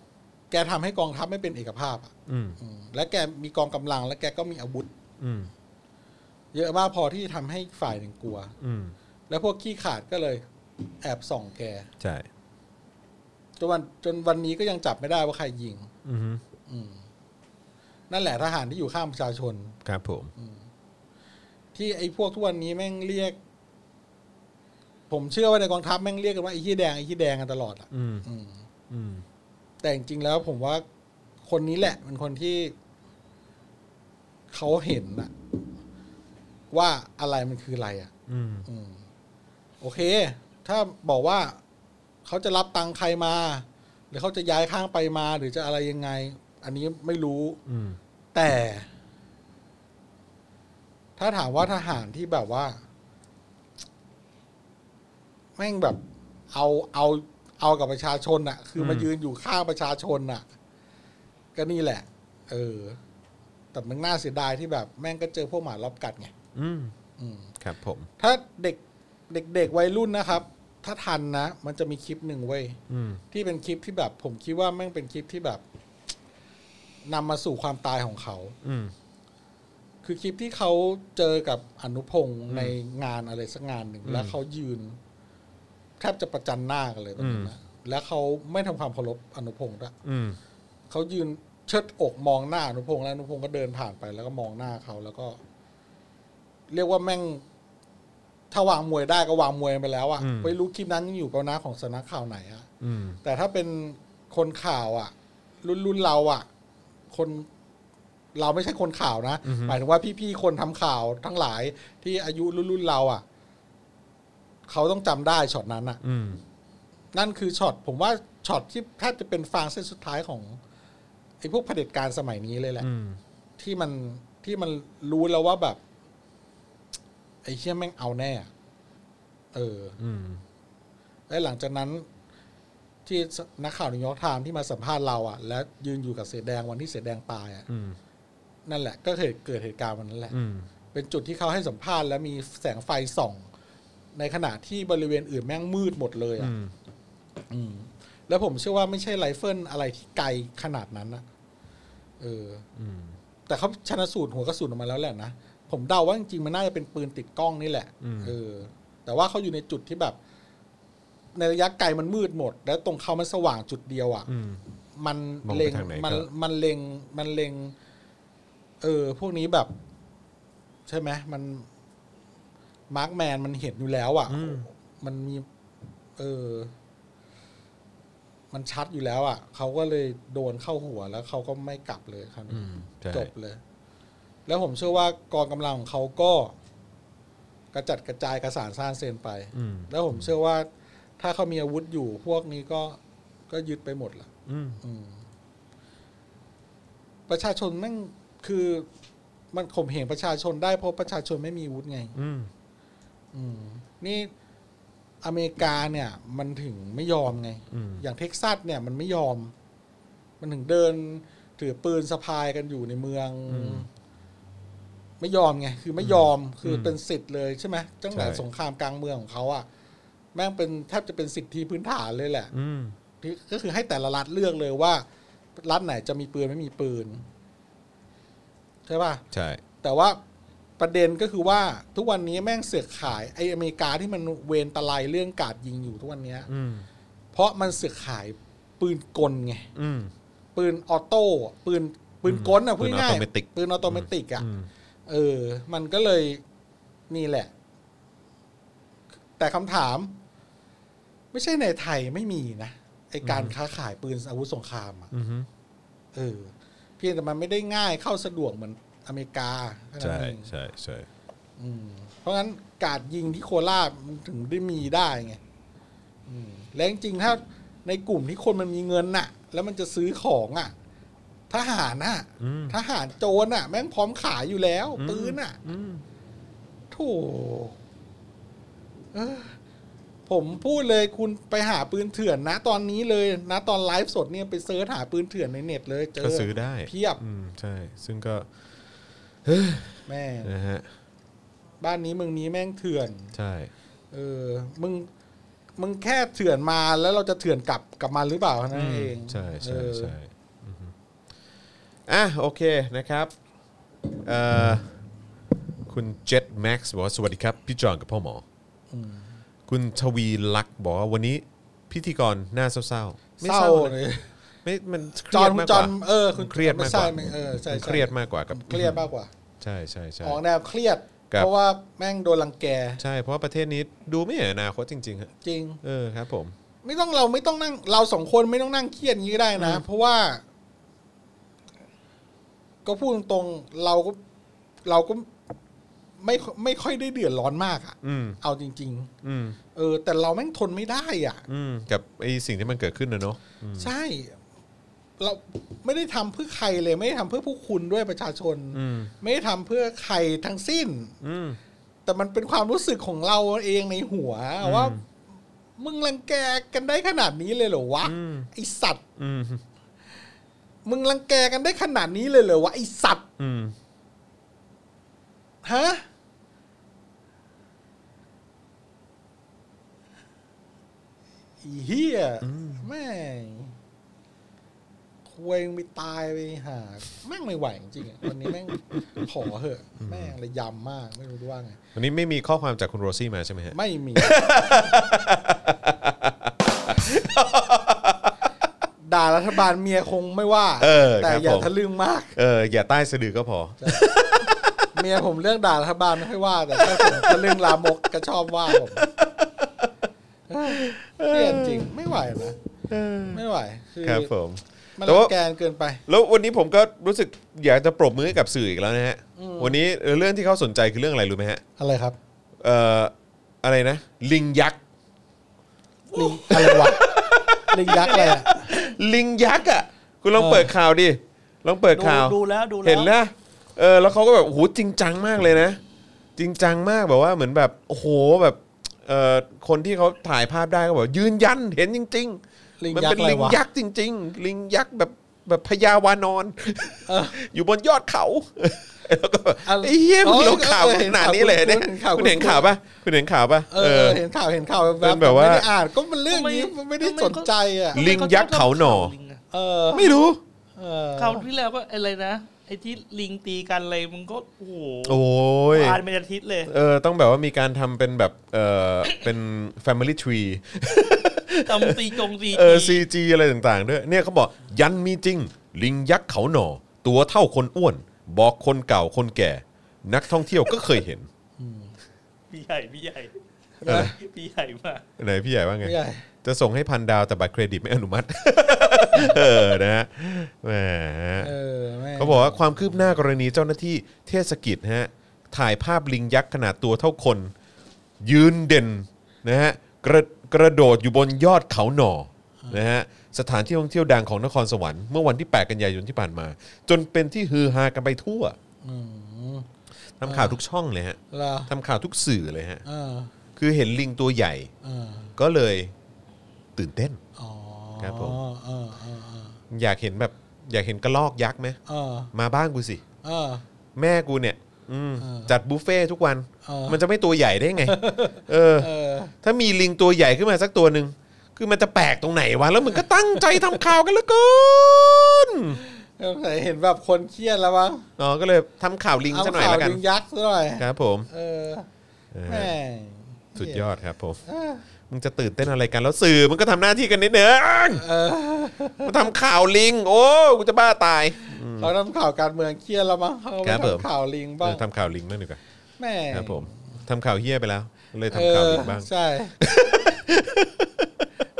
Speaker 3: แกทำให้กองทัพไม่เป็นเอกภาพอะ
Speaker 2: อืม
Speaker 3: อืมและแกมีกองกำลัง และแกก็มีอาวุธ
Speaker 2: อืม
Speaker 3: เยอะมากพอที่ทำให้ฝ่ายหนึ่งกลัว
Speaker 2: อืม
Speaker 3: แล้วพวกขี้ขาดก็เลย แอบส่องแก
Speaker 2: ใช่
Speaker 3: จนวันจนวันนี้ก็ยังจับไม่ได้ว่าใครยิง
Speaker 2: อือฮึ
Speaker 3: อืม นั่นแหละทหารที่อยู่ข้างประชาชน
Speaker 2: ครับผม
Speaker 3: ที่ไอ้พวกทุกวันนี้แม่งเรียก ผมเชื่อว่าในกองทัพแม่งเรียกกันว่าไอ้ขี้แดงไอ้ขี้แดงกันตลอดอ่ะ
Speaker 2: อืม
Speaker 3: อืม
Speaker 2: อืม
Speaker 3: แต่จริงๆแล้วผมว่าคนนี้แหละเป็นคนที่เขาเห็นอะว่าอะไรมันคืออะไรอ่ะ
Speaker 2: อืม
Speaker 3: อืมโอเค ถ้าบอกว่าเขาจะรับตังค์ใครมา หรือเขาจะย้ายข้างไปมา หรือจะอะไรยังไง อันนี้ไม่รู้
Speaker 2: อืม
Speaker 3: แต่ ถ้าถามว่าทหารที่แบบว่า แม่งแบบ เอาเอาเอากับประชาชนอะคือมายืนอยู่ข้างประชาชนอะก็นี่แหละ เออ แต่มันน่าเสียดายที่แบบ แม่งก็เจอพวกหมาลอบกัดไง
Speaker 2: อืม
Speaker 3: อืม
Speaker 2: ครับผม
Speaker 3: ถ้าเด็กเด็กๆวัยรุ่นนะครับ ถ้าทันนะ มันจะมีคลิปหนึ่งเว้ย
Speaker 2: อืม
Speaker 3: ที่เป็นคลิปที่แบบ ผมคิดว่าแม่งเป็นคลิปที่แบบนำมาสู่ความตายของเขา
Speaker 2: อืม
Speaker 3: คือคลิปที่เขาเจอกับอนุพงศ์ในงานอะไรสักงานหนึ่ง
Speaker 2: อืม
Speaker 3: แล้วเขายืนแทบจะประจันหน้ากันเลยตรงนั้
Speaker 2: อื
Speaker 3: น
Speaker 2: ม
Speaker 3: นะแล้วเขาไม่ทำความเคารพอนุพงศ์ด้วย
Speaker 2: อืม
Speaker 3: เขายืนเชิดอกมองหน้าอนุพงศ์แล้วอนุพงศ์ก็เดินผ่านไปแล้วก็มองหน้าเขาแล้วก็ เรียกว่าแม่ง ถ้าวางมวยได้ก็วางมวยไปแล้วอะไม่รู้คลิปนั้นยังอยู่กับหน้าของสำนักข่าวไหนอะ
Speaker 2: อืม
Speaker 3: แต่ถ้าเป็นคนข่าวอ่ะ รุ่นรุ่นเราอ่ะ คนเราไม่ใช่คนข่าวนะหมายถึงว่าพี่ๆคนทำข่าวทั้งหลายที่อายุรุ่นรุ่นเราอ่ะ เขาต้องจำได้ช็อตนั้นอ่ะ
Speaker 2: อืม
Speaker 3: นั่นคือช็อตผมว่าช็อตที่แทบจะเป็นฟางเส้นสุดท้ายของไอ้พวกเผด็จการสมัยนี้เลยแหละ
Speaker 2: อืม
Speaker 3: ที่มันที่มันรู้แล้วว่าแบบ ไอ้เชี่ยแม่งเอาแน่อะเออ
Speaker 2: อืม
Speaker 3: และหลังจากนั้นที่นักข่าวนิวยอร์กไทม์ที่มาสัมภาษณ์เราอ่ะ และยืนอยู่กับเสือแดงวันที่เสือแดงตายอ่ะ
Speaker 2: อืม
Speaker 3: นั่นแหละก็เกิดเกิดเหตุการณ์วันนั้นแหละ
Speaker 2: อืม
Speaker 3: เป็นจุดที่เขาให้สัมภาษณ์และมีแสงไฟส่อง ในขณะที่บริเวณอื่นแม่งมืดหมดเลย
Speaker 2: อื
Speaker 3: อ่ะ
Speaker 2: ม
Speaker 3: อืมแล้วผมเชื่อว่าไม่ใช่ไรเฟิลอะไรที่ไกลขนาดนั้นนะเออ
Speaker 2: อืม
Speaker 3: แต่เขาชนะสูตรหัวกระสุนออกมาแล้วแหละนะ ผมเดาว่าจริงๆมันน่าจะเป็นปืนติดกล้องนี่แหละเออ แต่ว่าเขาอยู่ในจุดที่แบบ ในระยะไกลมันมืดหมด แล้วตรงเขามันสว่างจุดเดียวอะ่ะ
Speaker 2: อืม
Speaker 3: มัน
Speaker 2: มองไป
Speaker 3: เล็ง
Speaker 2: ทางไหน
Speaker 3: มัน
Speaker 2: ก็
Speaker 3: มันเล็งมันเล็ง เออ พวกนี้แบบ ใช่ไหมมันมาร์กแมนมันเห็นอยู่แล้วอะ่ะมันมี เออ มันชัดอยู่แล้วอะ่ะเขาก็เลยโดนเข้าหัวแล้วเขาก็ไม่กลับเลยครับ
Speaker 2: อืมใช่
Speaker 3: จบเลย แล้วผมเชื่อว่ากองกำลังของเขาก็ กระจัดกระจายกระสานซ่านเซนไป
Speaker 2: อืม
Speaker 3: แล้วผมเชื่อว่า ถ้าเขามีอาวุธอยู่ พวกนี้ก็ก็ยึดไปหมดละ
Speaker 2: อืม
Speaker 3: อืม ประชาชนแม่งคือ มันข่มเหงประชาชนได้เพราะประชาชนไม่มีอาวุธไง
Speaker 2: อืม
Speaker 3: อืม นี่อเมริกาเนี่ย มันถึงไม่ยอมไง
Speaker 2: อืม
Speaker 3: อย่างเท็กซัสเนี่ยมันไม่ยอม มันถึงเดิน ถือปืนสะพายกันอยู่ในเมือง ไม่ยอมไง คือไม่ยอมคือเป็นสิทธิ์เลยใช่ไหมตั้งแต่สงครามกลางเมืองของเขาอะแม่งเป็นแทบจะเป็นสิทธิพื้นฐานเลยแหละ
Speaker 2: อืม
Speaker 3: ที่ก็คือให้แต่ละรัฐเลือกเลยว่า รัฐไหนจะมีปืนไม่มีปืน ใช่ป่ะ
Speaker 2: ใช่
Speaker 3: แต่ว่าประเด็นก็คือว่าทุกวันนี้แม่งเสือกขายไออเมริกาที่มันเวรตะไลเรื่องกราดยิงอยู่ทุกวันเนี้ย
Speaker 2: อืม
Speaker 3: เพราะมันเสือกขายปืนกลไง
Speaker 2: อืม
Speaker 3: ปืนออโต้อะปืนปืนกลอ่ะ
Speaker 2: ปื
Speaker 3: พูด
Speaker 2: น
Speaker 3: ง่าย
Speaker 2: automatic
Speaker 3: ปืนออโตเมติกอ่ะ
Speaker 2: อืม
Speaker 3: เออ มันก็เลยนี่แหละ แต่คำถาม ไม่ใช่ในไทยไม่มีนะไอการค้าขายปืนอาวุธสงครามอะ
Speaker 2: อืม
Speaker 3: เออ เพียงแต่มันไม่ได้ง่ายเข้าสะดวกเหมือนอเมริกาแค่
Speaker 2: ใช่
Speaker 3: นั้นเอง
Speaker 2: ใช่ใช่
Speaker 3: อืมเพราะงั้นการยิงที่โคราชมันถึงได้มีได้ไงอืมและจริงๆถ้าในกลุ่มที่คนมันมีเงินน่ะ แล้วมันจะซื้อของอ่ะ ทหารน่ะ
Speaker 2: อืม
Speaker 3: ทหารโจรน่ะ แม่งพร้อมขายอยู่แล้วปืนน่ะ
Speaker 2: อืม
Speaker 3: โถเอ้อผมพูดเลยคุณไปหาปืนเถื่อนนะตอนนี้เลยนะตอนไลฟ์สดเนี่ยไปเซิร์ชหาปืนเถื่อนในเน็ตเลยเจอ
Speaker 2: ก็ซื้อได้
Speaker 3: เพียบ
Speaker 2: อืมใช่ ซึ่งก็
Speaker 3: แม่ง
Speaker 2: นะฮะ
Speaker 3: บ้านนี้เมืองนี้แม่งเถื่อน
Speaker 2: ใช่
Speaker 3: เออ มึง มึงแค่เถื่อนมาแล้วเราจะเถื่อนกลับกลับมาหรือเปล่าเท่านั่นเอง
Speaker 2: ใช่ใช่
Speaker 3: เออ
Speaker 2: ใช่อือฮึอ่ะโอเคนะครับเอ่อคุณเจ็ดแม็กซ์บอกว่าสวัสดีครับ พี่จอนกับพ่อหมออคุณทวีลักษณ์บอกว่าวันนี้พิธีกรหน้าเศร้าๆไม่
Speaker 3: เศร้า
Speaker 2: นะ
Speaker 3: เลย
Speaker 2: ไม่มันเค
Speaker 3: จ
Speaker 2: รี
Speaker 3: อยน
Speaker 2: ดมาก
Speaker 3: จ
Speaker 2: ก
Speaker 3: อ
Speaker 2: ว่า
Speaker 3: นเออคุณ
Speaker 2: เครียดมากกว่า
Speaker 3: ใช่ไหเออใช่
Speaker 2: มัน
Speaker 3: ใช่
Speaker 2: เครียดมากกว่ากับ
Speaker 3: เครียดมากกว่า
Speaker 2: ใช่ใช่ใช่
Speaker 3: ออกแนวเครียด
Speaker 2: ครับ
Speaker 3: เพราะว่าแม่งโดนรังแก
Speaker 2: ใช่เพราะว่าประเทศนี้ดูไม่เห็นอนาคตจริงๆฮะ
Speaker 3: จริง
Speaker 2: เออครับผม
Speaker 3: ไม่ต้องเราไม่ต้องนั่งเราสองคนไม่ต้องนั่งเครียดอย่างนี้ก็ได้นะ เพราะว่า ก็พูดตรงๆเราก็เราก็ไม่ค่อยไม่ค่อยได้เดือดร้อนมากอะ
Speaker 2: อืม
Speaker 3: เอาจริง
Speaker 2: อืม
Speaker 3: ๆ เออ แต่เราแม่งทนไม่ได้อ่ะ
Speaker 2: อืมกับไอสิ่งที่มันเกิดขึ้นนะเนาะอืม
Speaker 3: ใช่ เราไม่ได้ทำเพื่อใครเลย ไม่ได้ทำเพื่อผู้คุณด้วยประชาชน
Speaker 2: อืม
Speaker 3: ไม่ได้ทำเพื่อใครทั้งสิ้น
Speaker 2: อืม
Speaker 3: แต่มันเป็นความรู้สึกของเราเองในหัวว่า
Speaker 2: อืม
Speaker 3: มึงรังแกกันได้ขนาดนี้เลยเหรอวะ
Speaker 2: อืม
Speaker 3: ไอสัตว์
Speaker 2: อืม
Speaker 3: มึงรังแกกันได้ขนาดนี้เลยเหรอวะไอสัตว์
Speaker 2: อืม
Speaker 3: ฮะไอ้เฮียแม่งโค คุยมึงไปตายไปหาแม่งไม่ไหวจริงๆอะวันนี้แม่งขอเหอะแม่งระยำมากไม่รู้จะว่าไง
Speaker 2: วันนี้ไม่มีข้อความจากคุณโรซี่มาใช่ไหมฮะ
Speaker 3: ไม่ มี ด่ารัฐบาลเมียคงไม่ว่า
Speaker 2: เออ
Speaker 3: แต่
Speaker 2: ครับ
Speaker 3: อย่า
Speaker 2: ผม
Speaker 3: ทะลึ่งมาก
Speaker 2: เอออย่าใต้สะดือก็พอ
Speaker 3: เมียผมเรื่องด่ารัฐบาลไม่ค่อยว่า แต่ถ้าผมทะลึ่งลามกก็ชอบว่าผมเปลี่ยนจริงไม่ไหวนะไม่ไหว คือ
Speaker 2: ครับผม
Speaker 3: มัน
Speaker 2: แต่
Speaker 3: รั
Speaker 2: ว่า
Speaker 3: งแกนเกินไป
Speaker 2: แล้ววันนี้ผมก็รู้สึกอยากจะปรบมือให้กับสื่ออีกแล้วนะฮะ วันนี้เรื่องที่เขาสนใจคือเรื่องอะไรรู้ไหมฮะ
Speaker 3: อะไรครับ
Speaker 2: เอ่ออะไรนะ ลิงยักษ์
Speaker 3: ลิงอะไรวะลิงยักษ์อะไรอะ
Speaker 2: ลิงยักษ์อ่ะ คุณลอง
Speaker 3: เออ
Speaker 2: เปิดข่าวดิ ลองเปิด
Speaker 4: ดู
Speaker 2: ข่าว
Speaker 4: ดูแล้วดูแล้ว
Speaker 2: เห็นแล้วเออ แล้วเขาก็แบบ โอ้โห จริงจังมากเลยนะ จริงจังมากแบบว่าเหมือนแบบ โอ้โห แบบ เอ่อ คนที่เขาถ่ายภาพได้ก็บอกยืนยัน เห็นจริง ๆ
Speaker 3: ลิง
Speaker 2: มัน
Speaker 3: ยัก
Speaker 2: เป็น
Speaker 3: ษ์อะไร
Speaker 2: ลิง
Speaker 3: วะ
Speaker 2: ยักษ์จริง ๆ ลิงยักษ์แบบแบบพญาวานอน
Speaker 3: เออ
Speaker 2: อยู่บนยอดเขา แล้วก็แบบ
Speaker 3: อ่ะ
Speaker 2: ไอ้เหี้ย
Speaker 3: อ๋
Speaker 2: มึง
Speaker 3: อ
Speaker 2: ลงข่าว
Speaker 3: เออเห็
Speaker 2: ข
Speaker 3: น
Speaker 2: นาด
Speaker 3: ข่าว
Speaker 2: นี้เลยเนี่ย
Speaker 3: คุณเห็นข่าว
Speaker 2: คุณเห็นข่าว
Speaker 3: คุณ
Speaker 2: ปะคุณเห็นข่าวปะ
Speaker 3: เอ
Speaker 2: เออ
Speaker 3: อเห็นข่าวเห็นข่าวแบบ
Speaker 2: เป็นแบบว่า
Speaker 3: ไม่ได้อ่านก็มันเรื่องนี้
Speaker 4: ทำ
Speaker 3: มันไม่ได้สนใจอ่ะ
Speaker 4: ทำไม
Speaker 2: ลิงยักษ์เขาหน่อ
Speaker 4: ชบทำข่วลิงะ
Speaker 3: เออ
Speaker 2: ไม่รู้
Speaker 3: เออ
Speaker 4: คราวที่แล้วก็อะไรนะไอ้ที่ลิงตีกันอะไรมันก็โอ้โห
Speaker 2: โอ้ย
Speaker 4: อ่านเป็นอาทิตย์เลย
Speaker 2: เออต้องแบบว่ามีการทำเป็นแบบเออเป็น Family Tree
Speaker 4: ตำตีจงตี
Speaker 2: เออ CG อะไรต่างๆด้วยเนี่ยเขาบอกยันมีจริง ลิงยักษ์เขาหน่อ ตัวเท่าคนอ้วน บอกคนเก่าคนแก่ นักท่องเที่ยวก็เคยเห็น
Speaker 4: พี่ใหญ่พี่ใหญ่
Speaker 2: เออ
Speaker 4: พี่ใหญ่มาก
Speaker 2: ไหนพี่ใหญ่ว่าไง
Speaker 3: พี่ใหญ่
Speaker 2: จะส่งให้พันดาวแต่บัตรเครดิตไม่อนุ มัติ เออนะฮะแหม
Speaker 3: เออแม่ง
Speaker 2: เขาบอกว่าความคืบหน้ากรณีเจ้าหน้าที่เทศกิจนะฮะถ่ายภาพลิงยักษ์ขนาดตัวเท่าคน ยืนเด่นนะฮะกระกระโดดอยู่บนยอดเขาหน่อนะฮะสถานที่ท่องเที่ยวดังของนครสวรรค์เมื่อวันที่ 8 กันยายนที่ผ่านมา จนเป็นที่ฮือฮากันไปทั่วทำข่าวทุกช่องเลยฮะ
Speaker 3: เหรอ
Speaker 2: ทำข่าวทุกสื่อเลยฮะ
Speaker 3: อ่า
Speaker 2: คือเห็นลิงตัวใหญ่
Speaker 3: อ่า
Speaker 2: ก็เลยตื่นเต้น
Speaker 3: อ๋อ
Speaker 2: ครับผม
Speaker 3: อ่าอ่าอ่า
Speaker 2: อยากเห็นแบบอยากเห็นกระลอกยักษ์ไหม
Speaker 3: อ่า
Speaker 2: มาบ้านกูสิ
Speaker 3: อ่า
Speaker 2: แม่กูเนี่ยอืม
Speaker 3: เออ
Speaker 2: จัดบุฟเฟ่ทุกวัน
Speaker 3: เออ
Speaker 2: มันจะไม่ตัวใหญ่ได้ไง เออ
Speaker 3: เออ
Speaker 2: ถ้ามีลิงตัวใหญ่ขึ้นมาสักตัวหนึ่งคือมันจะแปลกตรงไหนวะ แล้วมึงก็ตั้งใจทำข่าวกันเหลือเกิน
Speaker 3: สงสัยเห็นแบบคนเครียดแล้วมั้ง
Speaker 2: อ๋อก็เลยทำข่าวลิง
Speaker 3: เอา
Speaker 2: ซะหน่อย
Speaker 3: ข่าว
Speaker 2: แล้วกัน
Speaker 3: ลิงยักษ์ซะหน่อย
Speaker 2: ครับผม
Speaker 3: เออ
Speaker 2: เออ
Speaker 3: แม่ง
Speaker 2: สุดยอดครับผม
Speaker 3: เออ
Speaker 2: มึงจะตื่นเต้นอะไรกันแล้วสื่อมึงก็ทำหน้าที่กันนิดนึง
Speaker 3: เออ
Speaker 2: มาทำข่าวลิง โอ้กูจะบ้าตาย
Speaker 3: เขาทำข่าวการเมืองเครียดแล้วมั้งเขาไป
Speaker 2: ครับผม
Speaker 3: ทำข่าวลิง
Speaker 2: เอ
Speaker 3: บ้าง
Speaker 2: อทำข่าวลิงบ้างดีกว่า
Speaker 3: แม่ง
Speaker 2: ครับผมทำข่าวเฮี้ยไปแล้ว เลย
Speaker 3: เอ
Speaker 2: ทำข่าว
Speaker 3: อ
Speaker 2: ลิงบ้าง
Speaker 3: ใช่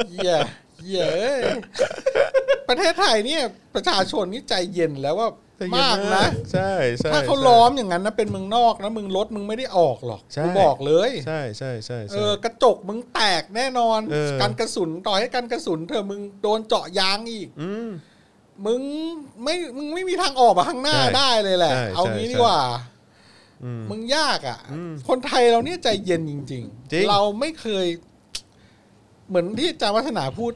Speaker 3: เหี้ยเหี้ยเอ้ยประเทศไทยเนี่ย ประชาชนนี่ใจเย็นแล้วว่า
Speaker 2: ใจเย็น
Speaker 3: มากนะ
Speaker 2: ใช่ใช่
Speaker 3: ถ้าเขา
Speaker 2: ใช่
Speaker 3: ล้อมอย่างนั้นนะเป็นเมืองนอกนะมึงรถมึงไม่ได้ออกหรอก
Speaker 2: ใช่
Speaker 3: กูบอกเลย
Speaker 2: ใช่ใช่ใช่
Speaker 3: เอ
Speaker 2: ใช่
Speaker 3: อกระจกมึงแตกแน่นอน
Speaker 2: เออ
Speaker 3: การกระสุนต่อให้การกระสุนเธอมึงโดนเจาะยางอีก
Speaker 2: อืม
Speaker 3: มึงไม่มึงไม่มีทางออกมาข้างหน้า
Speaker 2: ใช่
Speaker 3: ได้เลยแหละ
Speaker 2: ใช่
Speaker 3: เอา
Speaker 2: ใช่
Speaker 3: งี้ดี
Speaker 2: ใช่
Speaker 3: กว่า
Speaker 2: อืม
Speaker 3: มึงยากอ่ะ
Speaker 2: อืม
Speaker 3: คนไทยเราเนี่ยใจเย็นจริง
Speaker 2: จริง
Speaker 3: ๆ เราไม่เคย เหมือนที่อาจารย์วัฒนาพูด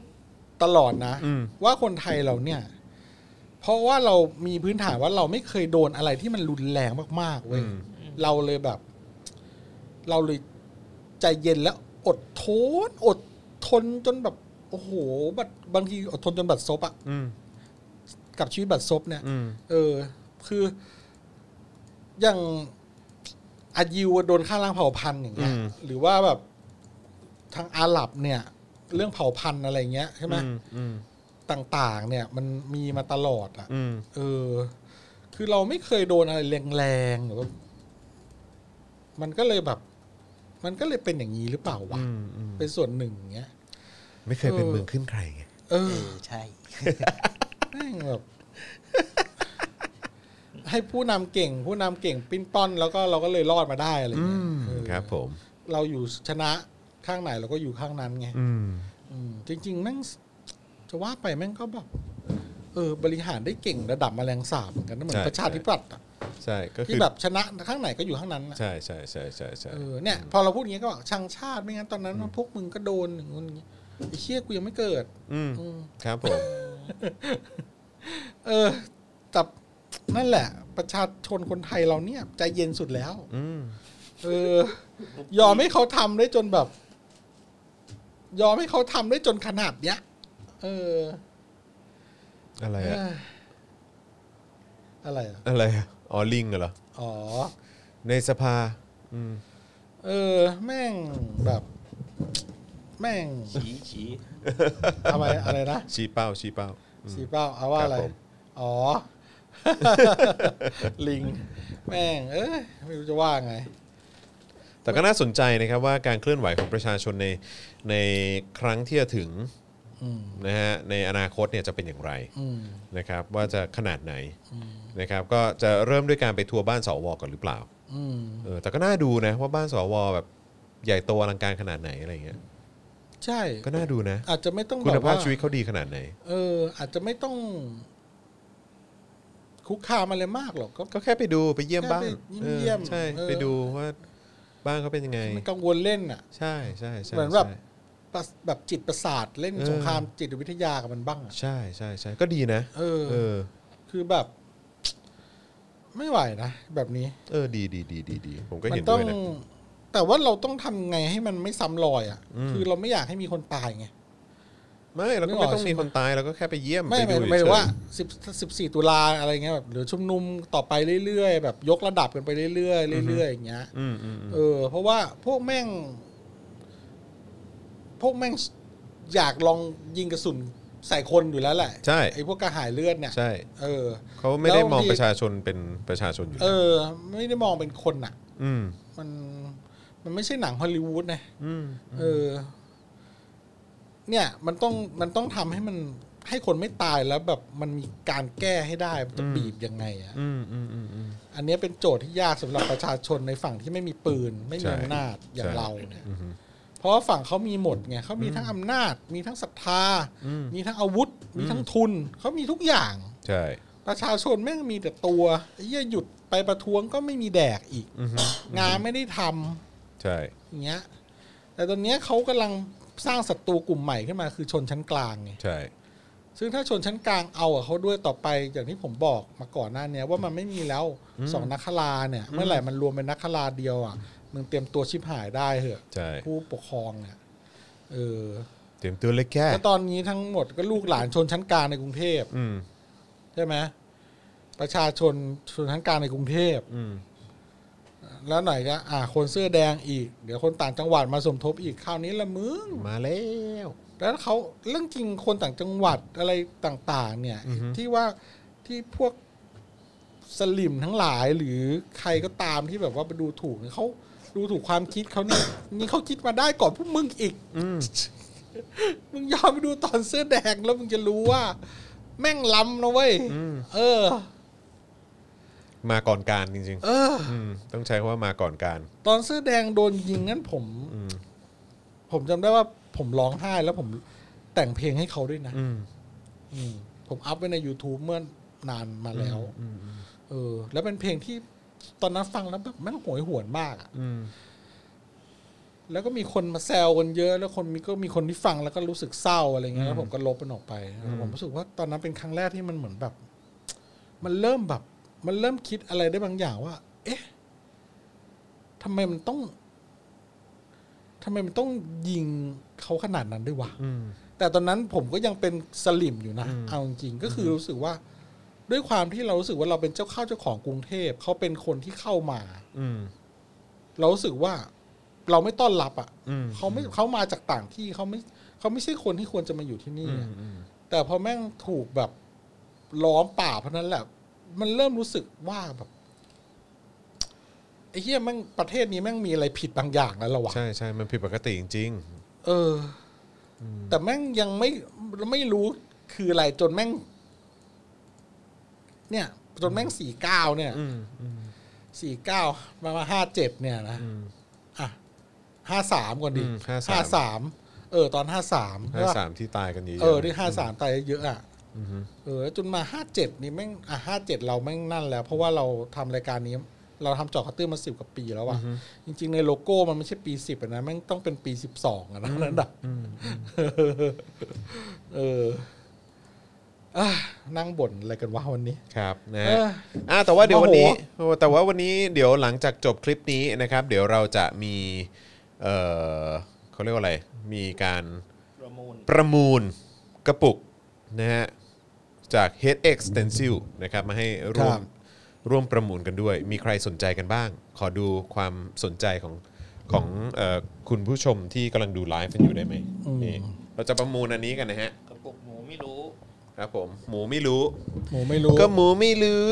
Speaker 3: ตลอดนะ
Speaker 2: อืม
Speaker 3: ว่าคนไทยเราเนี่ย เพราะว่าเรามีพื้นฐานว่าเราไม่เคยโดนอะไรที่มันรุนแรงมากๆเว้ย
Speaker 2: อืม
Speaker 3: เราเลยแบบ เราเลยใจเย็นแล้วอดทนอดทนจนแบบ โอ้โหบัดบางทีอดทนจนบัดซบอะ
Speaker 2: อืม
Speaker 3: กับชีวิตบัดซบเนี่ย
Speaker 2: อืม
Speaker 3: เออ คืออย่างอายิวโดนฆ่าล้างเผ่าพันธุ์อย่างเงี้ย
Speaker 2: อืม
Speaker 3: หรือว่าแบบทางอาหรับเนี่ย เรื่องเผ่าพันธุ์อะไรเงี้ยใช่ไหม
Speaker 2: อืม
Speaker 3: ต่าง ๆ เนี่ย มันมีมาตลอดอ่ะ
Speaker 2: อืม
Speaker 3: เออ คือเราไม่เคยโดนอะไรแรงๆหรือว่ามันก็เลยแบบ มันก็เลยเป็นอย่างนี้หรือเปล่าวะ
Speaker 2: อืมอืม
Speaker 3: เป็นส่วนหนึ่งอย่างเงี้ย
Speaker 2: ไม่เคยเป็นเมืองขึ้นใครไง
Speaker 3: เออ
Speaker 4: ใช่
Speaker 3: แม่งแบบ ให้ผู้นำเก่ง ผู้นำเก่งปิ้นป้อน แล้วก็เราก็เลยรอดมาได้อะไร
Speaker 2: อื
Speaker 3: เงี้ย
Speaker 2: ม
Speaker 3: เออ
Speaker 2: ครับผม
Speaker 3: เราอยู่ชนะข้างไหนเราก็อยู่ข้างนั้นไง
Speaker 2: อืม
Speaker 3: อืมจริง ๆ แม่งจะว่าไปแม่งก็แบบเออ บริหารได้เก่งระดับแมลงสาบเหมือนกันนะเหมือ
Speaker 2: ใช่
Speaker 3: นประชาธิปัตย์อะ
Speaker 2: ใช่ก็คื
Speaker 3: ที่
Speaker 2: อ
Speaker 3: แบบชนะข้างไหนก็อยู่ข้างนั้นอะ
Speaker 2: ใช่ใช่ใช่ใช่ใช่
Speaker 3: เออเนี่ย พอเราพูดอย่างเงี้ยก็บอกชังชาติไม่งั้นตอนนั้นพวกมึงก็โดนอย่างงู้นอย่างงี้ไอ้เชี่ยกูยังไม่เกิด
Speaker 2: อืม
Speaker 3: อืม
Speaker 2: ครับผม
Speaker 3: เออแต่นั่นแหละ ประชาชนคนไทยเราเนี่ย ใจเย็นสุดแล้ว
Speaker 2: อืม
Speaker 3: เอ อ ยอมให้เขาทำได้จนแบบ ยอมให้เขาทำได้จนขนาดเนี้ย เออ
Speaker 2: อะไรอะ
Speaker 3: อะไรอะ
Speaker 2: อะไรอะอ๋อลิงเหรอ
Speaker 3: อ๋อ
Speaker 2: ในสภาอืม
Speaker 3: เออ แม่งแบบ แม่ง
Speaker 5: ฉีฉี
Speaker 3: ทำไมอะไรนะ
Speaker 2: ชี้เป้าชี้เป้า
Speaker 3: สีเป้าเอาว่าอะไร
Speaker 2: ครับผม
Speaker 3: อ๋ อ ลิง แม่ง เอ้ยไม่รู้จะว่าไง
Speaker 2: แต่ก็น่าสนใจนะครับว่าการเคลื่อนไหวของประชาชนในในครั้งที่จะถึง
Speaker 3: อืม
Speaker 2: นะฮะในอนาคตเนี่ยจะเป็นอย่างไร
Speaker 3: อืม
Speaker 2: นะครับว่าจะขนาดไหนนะครับก็จะเริ่มด้วยการไปทัวร์บ้านสวก่อนหรือเปล่า
Speaker 3: อืม
Speaker 2: เออแต่ก็น่าดูนะว่าบ้านสวแบบใหญ่โตอลังการขนาดไหนอะไรอย่างเงี้ย
Speaker 3: ใช่
Speaker 2: ก็น่าดูนะ
Speaker 3: อาจจะไม่ต้อง
Speaker 2: คุณ
Speaker 3: แบบ
Speaker 2: ภาพ
Speaker 3: ว่า
Speaker 2: ชีวิตเขาดีขนาดไหน
Speaker 3: เออ อาจจะไม่ต้อง คุกคามอะไรมากหรอกก็
Speaker 2: ก็แค่ไปดูไปเยี่ยม
Speaker 3: แค่
Speaker 2: บ้าน
Speaker 3: ไป
Speaker 2: ออ
Speaker 3: เยี่ยม
Speaker 2: ใช่
Speaker 3: เออ
Speaker 2: ไปดูว่าบ้านเขาเป็นยังไง
Speaker 3: ไม่กังวลเล่นอ่ะ
Speaker 2: ใช่ใช่ใช่
Speaker 3: เหมือนแบบ
Speaker 2: ใช่
Speaker 3: ประแบบจิตประสาทเล่น
Speaker 2: เออ
Speaker 3: สงครามจิตวิทยากับมันบ้างอะ
Speaker 2: ใช่ใช่ใช่ก็ดีนะ
Speaker 3: เออ
Speaker 2: เออ
Speaker 3: คือแบบ ไม่ไหวนะ แบบนี้
Speaker 2: เออดีดีดีดีดีผมก็
Speaker 3: มั
Speaker 2: เห็น
Speaker 3: ต้
Speaker 2: ด้
Speaker 3: อง
Speaker 2: วยนะ
Speaker 3: แต่ว่าเราต้องทำไงให้มันไม่ซ้ำรอยอ่ะ
Speaker 2: อืม
Speaker 3: คือเราไม่อยากให้มีคนตายไง
Speaker 2: ไม่เราก็
Speaker 3: นึกอ
Speaker 2: ไม่
Speaker 3: อก
Speaker 2: ต้อง
Speaker 3: ใช่
Speaker 2: มี
Speaker 3: ไหม
Speaker 2: คนตายเราก็แค่ไปเยี่ยม
Speaker 3: ไม่
Speaker 2: ไป
Speaker 3: ไม่
Speaker 2: ดู
Speaker 3: ไม่
Speaker 2: เฉย
Speaker 3: ว่าสิบสิบสี่ตุลาอะไรเงี้ยแบบหรือชุมนุมต่อไปเรื่อยๆแบบยกระดับกันไปเรื่อยๆเรื่อยๆอย่างเงี้ย
Speaker 2: อืมอืมอืม
Speaker 3: เออ เพราะว่าพวกแม่ง พวกแม่งอยากลองยิงกระสุนใส่คนอยู่แล้วแหละ
Speaker 2: ใช่
Speaker 3: ไอ้พวกกระหายเลือดเนี่ย
Speaker 2: ใช่
Speaker 3: เออ
Speaker 2: เขาไม่ได้
Speaker 3: แล้ว
Speaker 2: มอง
Speaker 3: มี
Speaker 2: ประชาชนเป็นประชาชนอยู่
Speaker 3: เอ
Speaker 2: แล้ว
Speaker 3: อ ไม่ได้มองเป็นคนน่ะ
Speaker 2: อืม
Speaker 3: มันมันไม่ใช่หนังฮอลลีวูดนะ
Speaker 2: อืม
Speaker 3: เออ เนี่ยมันต้องมันต้องทำให้มันให้คนไม่ตายแล้วแบบมันมีการแก้ให้ได้มันจะบีบยังไงอะ
Speaker 2: อืมอืมอืมอืม
Speaker 3: อันเนี้ยเป็นโจทย์ที่ยากสำหรับประชาชนในฝั่งที่ไม่มีปืน ไม่มี
Speaker 2: ใช่
Speaker 3: อำนาจอย่า
Speaker 2: ใช่
Speaker 3: งเราเนี่ย
Speaker 2: อืม
Speaker 3: เพราะว่าฝั่งเขามีหมดไงเขามีทั้งอำนาจ มีทั้งศรัทธา
Speaker 2: อืม
Speaker 3: มีทั้งอาวุธ มีทั้งทุน เขามีทุกอย่าง
Speaker 2: ใช่
Speaker 3: ประชาชนแม่งมีแต่ตัวไอ้เหี้ยหยุดไปประท้วงก็ไม่มีแดกอีก
Speaker 2: อืม
Speaker 3: งานไม่ได้ทำ
Speaker 2: ใช่
Speaker 3: อย่างเงี้ย แต่ตอนเนี้ยเขากำลังสร้างศัตรูกลุ่มใหม่ขึ้นมาคือชนชั้นกลางไง
Speaker 2: ใช่
Speaker 3: ซึ่งถ้าชนชั้นกลางเอากับเขาด้วยต่อไปอย่างที่ผมบอกมาก่อนหน้าเนี้ยว่ามันไม่มีแล้วสองนักขลาเนี่ย เมื่อไหร่มันรวมเป็นนักขลาเดียวอ่ะมึงเตรียมตัวชิบหายได้เหอะ
Speaker 2: ใช่
Speaker 3: ผู้ปกครองเนี่ยเออ
Speaker 2: เตรียมตัวเลยแก่
Speaker 3: แล้วตอนนี้ทั้งหมดก็ลูกหลานชนชั้นกลางในกรุงเทพ
Speaker 2: อืม
Speaker 3: ใช่ไหมประชาชนชนชั้นกลางในกรุงเทพ
Speaker 2: อืม
Speaker 3: แล้วหน่อยก็อ่าคนเสื้อแดงอีก เดี๋ยวคนต่างจังหวัดมาสมทบอีกคราวนี้ละมึง
Speaker 2: มาแล้ว
Speaker 3: แล้วเขาเรื่องจริงคนต่างจังหวัดอะไรต่าง ๆ เนี่ย ที่ว่าที่พวกสลิมทั้งหลายหรือใครก็ตามที่แบบว่าไปดูถูกเนี่ยเขาดูถูกความคิดเขาเนี่ย นี่เขาคิดมาได้ก่อนพวกมึงอีก
Speaker 2: อืม
Speaker 3: มึงยอมไปดูตอนเสื้อแดงแล้วมึงจะรู้ว่า แม่งล้ำนะเว้ยเออ
Speaker 2: มาก่อนการจริง
Speaker 3: เออ
Speaker 2: ๆอืมต้องใช้คำว่ามาก่อนการ
Speaker 3: ตอนเสื้อแดงโดนยิงนั้นผม
Speaker 2: อืม
Speaker 3: ผมจำได้ว่าผมร้องไห้แล้วผมแต่งเพลงให้เขาด้วยนะ
Speaker 2: อืม
Speaker 3: อืมผมอัพไว้ใน YouTube เมื่อนานมาแล้ว
Speaker 2: อืมอืม
Speaker 3: เออ แล้วเป็นเพลงที่ตอนนั้นฟังแล้วแบบแม่งโหวยหวนมากอะ
Speaker 2: อืม
Speaker 3: แล้วก็มีคนมาแซวกันเยอะแล้วคนมีก็มีคนที่ฟังแล้วก็รู้สึกเศร้าอะไรเงี้ยแล้วผมก็ลบมันออกไปแล้วผมรู้สึกว่าตอนนั้นเป็นครั้งแรกที่มันเหมือนแบบ มันเริ่มแบบ มันเริ่มคิดอะไรได้บางอย่างว่า เอ๊ะทำไมมันต้องทำไมมันต้องยิงเขาขนาดนั้นด้วยวะ
Speaker 2: อืม
Speaker 3: แต่ตอนนั้นผมก็ยังเป็นสลิมอยู่นะ เอาจริงๆก็คือรู้สึกว่า ด้วยความที่เรารู้สึกว่าเราเป็นเจ้าเข้าเจ้าของกรุงเทพเขาเป็นคนที่เข้ามา
Speaker 2: อืม
Speaker 3: เรารู้สึกว่าเราไม่ต้อนรับอ่ะ
Speaker 2: อืม
Speaker 3: เขาไม่เขามาจากต่างที่เขาไม่เขาไม่ใช่คนที่ควรจะมาอยู่ที่นี่
Speaker 2: อืม
Speaker 3: อะ
Speaker 2: อืม
Speaker 3: แต่พอแม่งถูกแบบล้อมป่าเพราะนั้นแหละ มันเริ่มรู้สึกว่าแบบไอ้เหี้ยแม่งประเทศนี้แม่งมีอะไรผิดบางอย่างแล้วเหรอวะ
Speaker 2: ใช่ใช่มันผิดปกติจริง
Speaker 3: เอออแต่แม่งยังไม่ไม่รู้คืออะไรจนแม่ง เนี่ย จนแม่งสี่เก้าเนี่ย
Speaker 2: ๆ อืมอืม
Speaker 3: สี่เก้ามามาห้าเจ็ดเนี่ยนะ
Speaker 2: อืม
Speaker 3: อ่ะห้าสามก่อนดิ
Speaker 2: อืม53
Speaker 3: ห้าสามเออ ตอนห้าสาม
Speaker 2: ห้าสามที่ตายกันเยอะๆ
Speaker 3: เออที่ห้าสามตายเยอะๆอ่ะ
Speaker 2: อือฮึ
Speaker 3: เออแล้วจนมาห้าเจ็ดนี่แม่งอ่ะห้าเจ็ดเราแม่งนั่นแล้ว เพราะว่าเราทำรายการนี้ เราทำเจอคัตเตอร์มาสิบกว่าปีแล้วอ่ะ จริง ๆ ในโลโก้มันไม่ใช่ปีสิบนะแม่งต้องเป็นปีสิบสองนะนั่นดับ
Speaker 2: อืม
Speaker 3: เอออ่ะนั่งบ่นอะไรกันวะวันนี้
Speaker 2: ครับนะ
Speaker 3: เออ
Speaker 2: อ่าแต่ว่าเดี๋ยววันนี้
Speaker 3: โมโห
Speaker 2: โอ้แต่ว่าวันนี้เดี๋ยวหลังจากจบคลิปนี้นะครับ เดี๋ยวเราจะมีเออเขาเรียกว่าอะไร มีการ
Speaker 4: ประมูล
Speaker 2: ประมูลกระปุกนะฮะ จาก Head X Stencil นะครับมาให้ร่วม
Speaker 3: ครับ
Speaker 2: ร่วมประมูลกันด้วย มีใครสนใจกันบ้าง ขอดูความสนใจของของเออคุณผู้ชมที่กำลังดูไลฟ์กันอยู่ได้ไหมนี่เราจะประมูลอันนี้กันนะฮะ
Speaker 4: กระปุกหมูไม่รู้
Speaker 2: ครับผมหมูไม่รู้
Speaker 3: หมูไม่รู้
Speaker 2: ก็หมูไม่รู้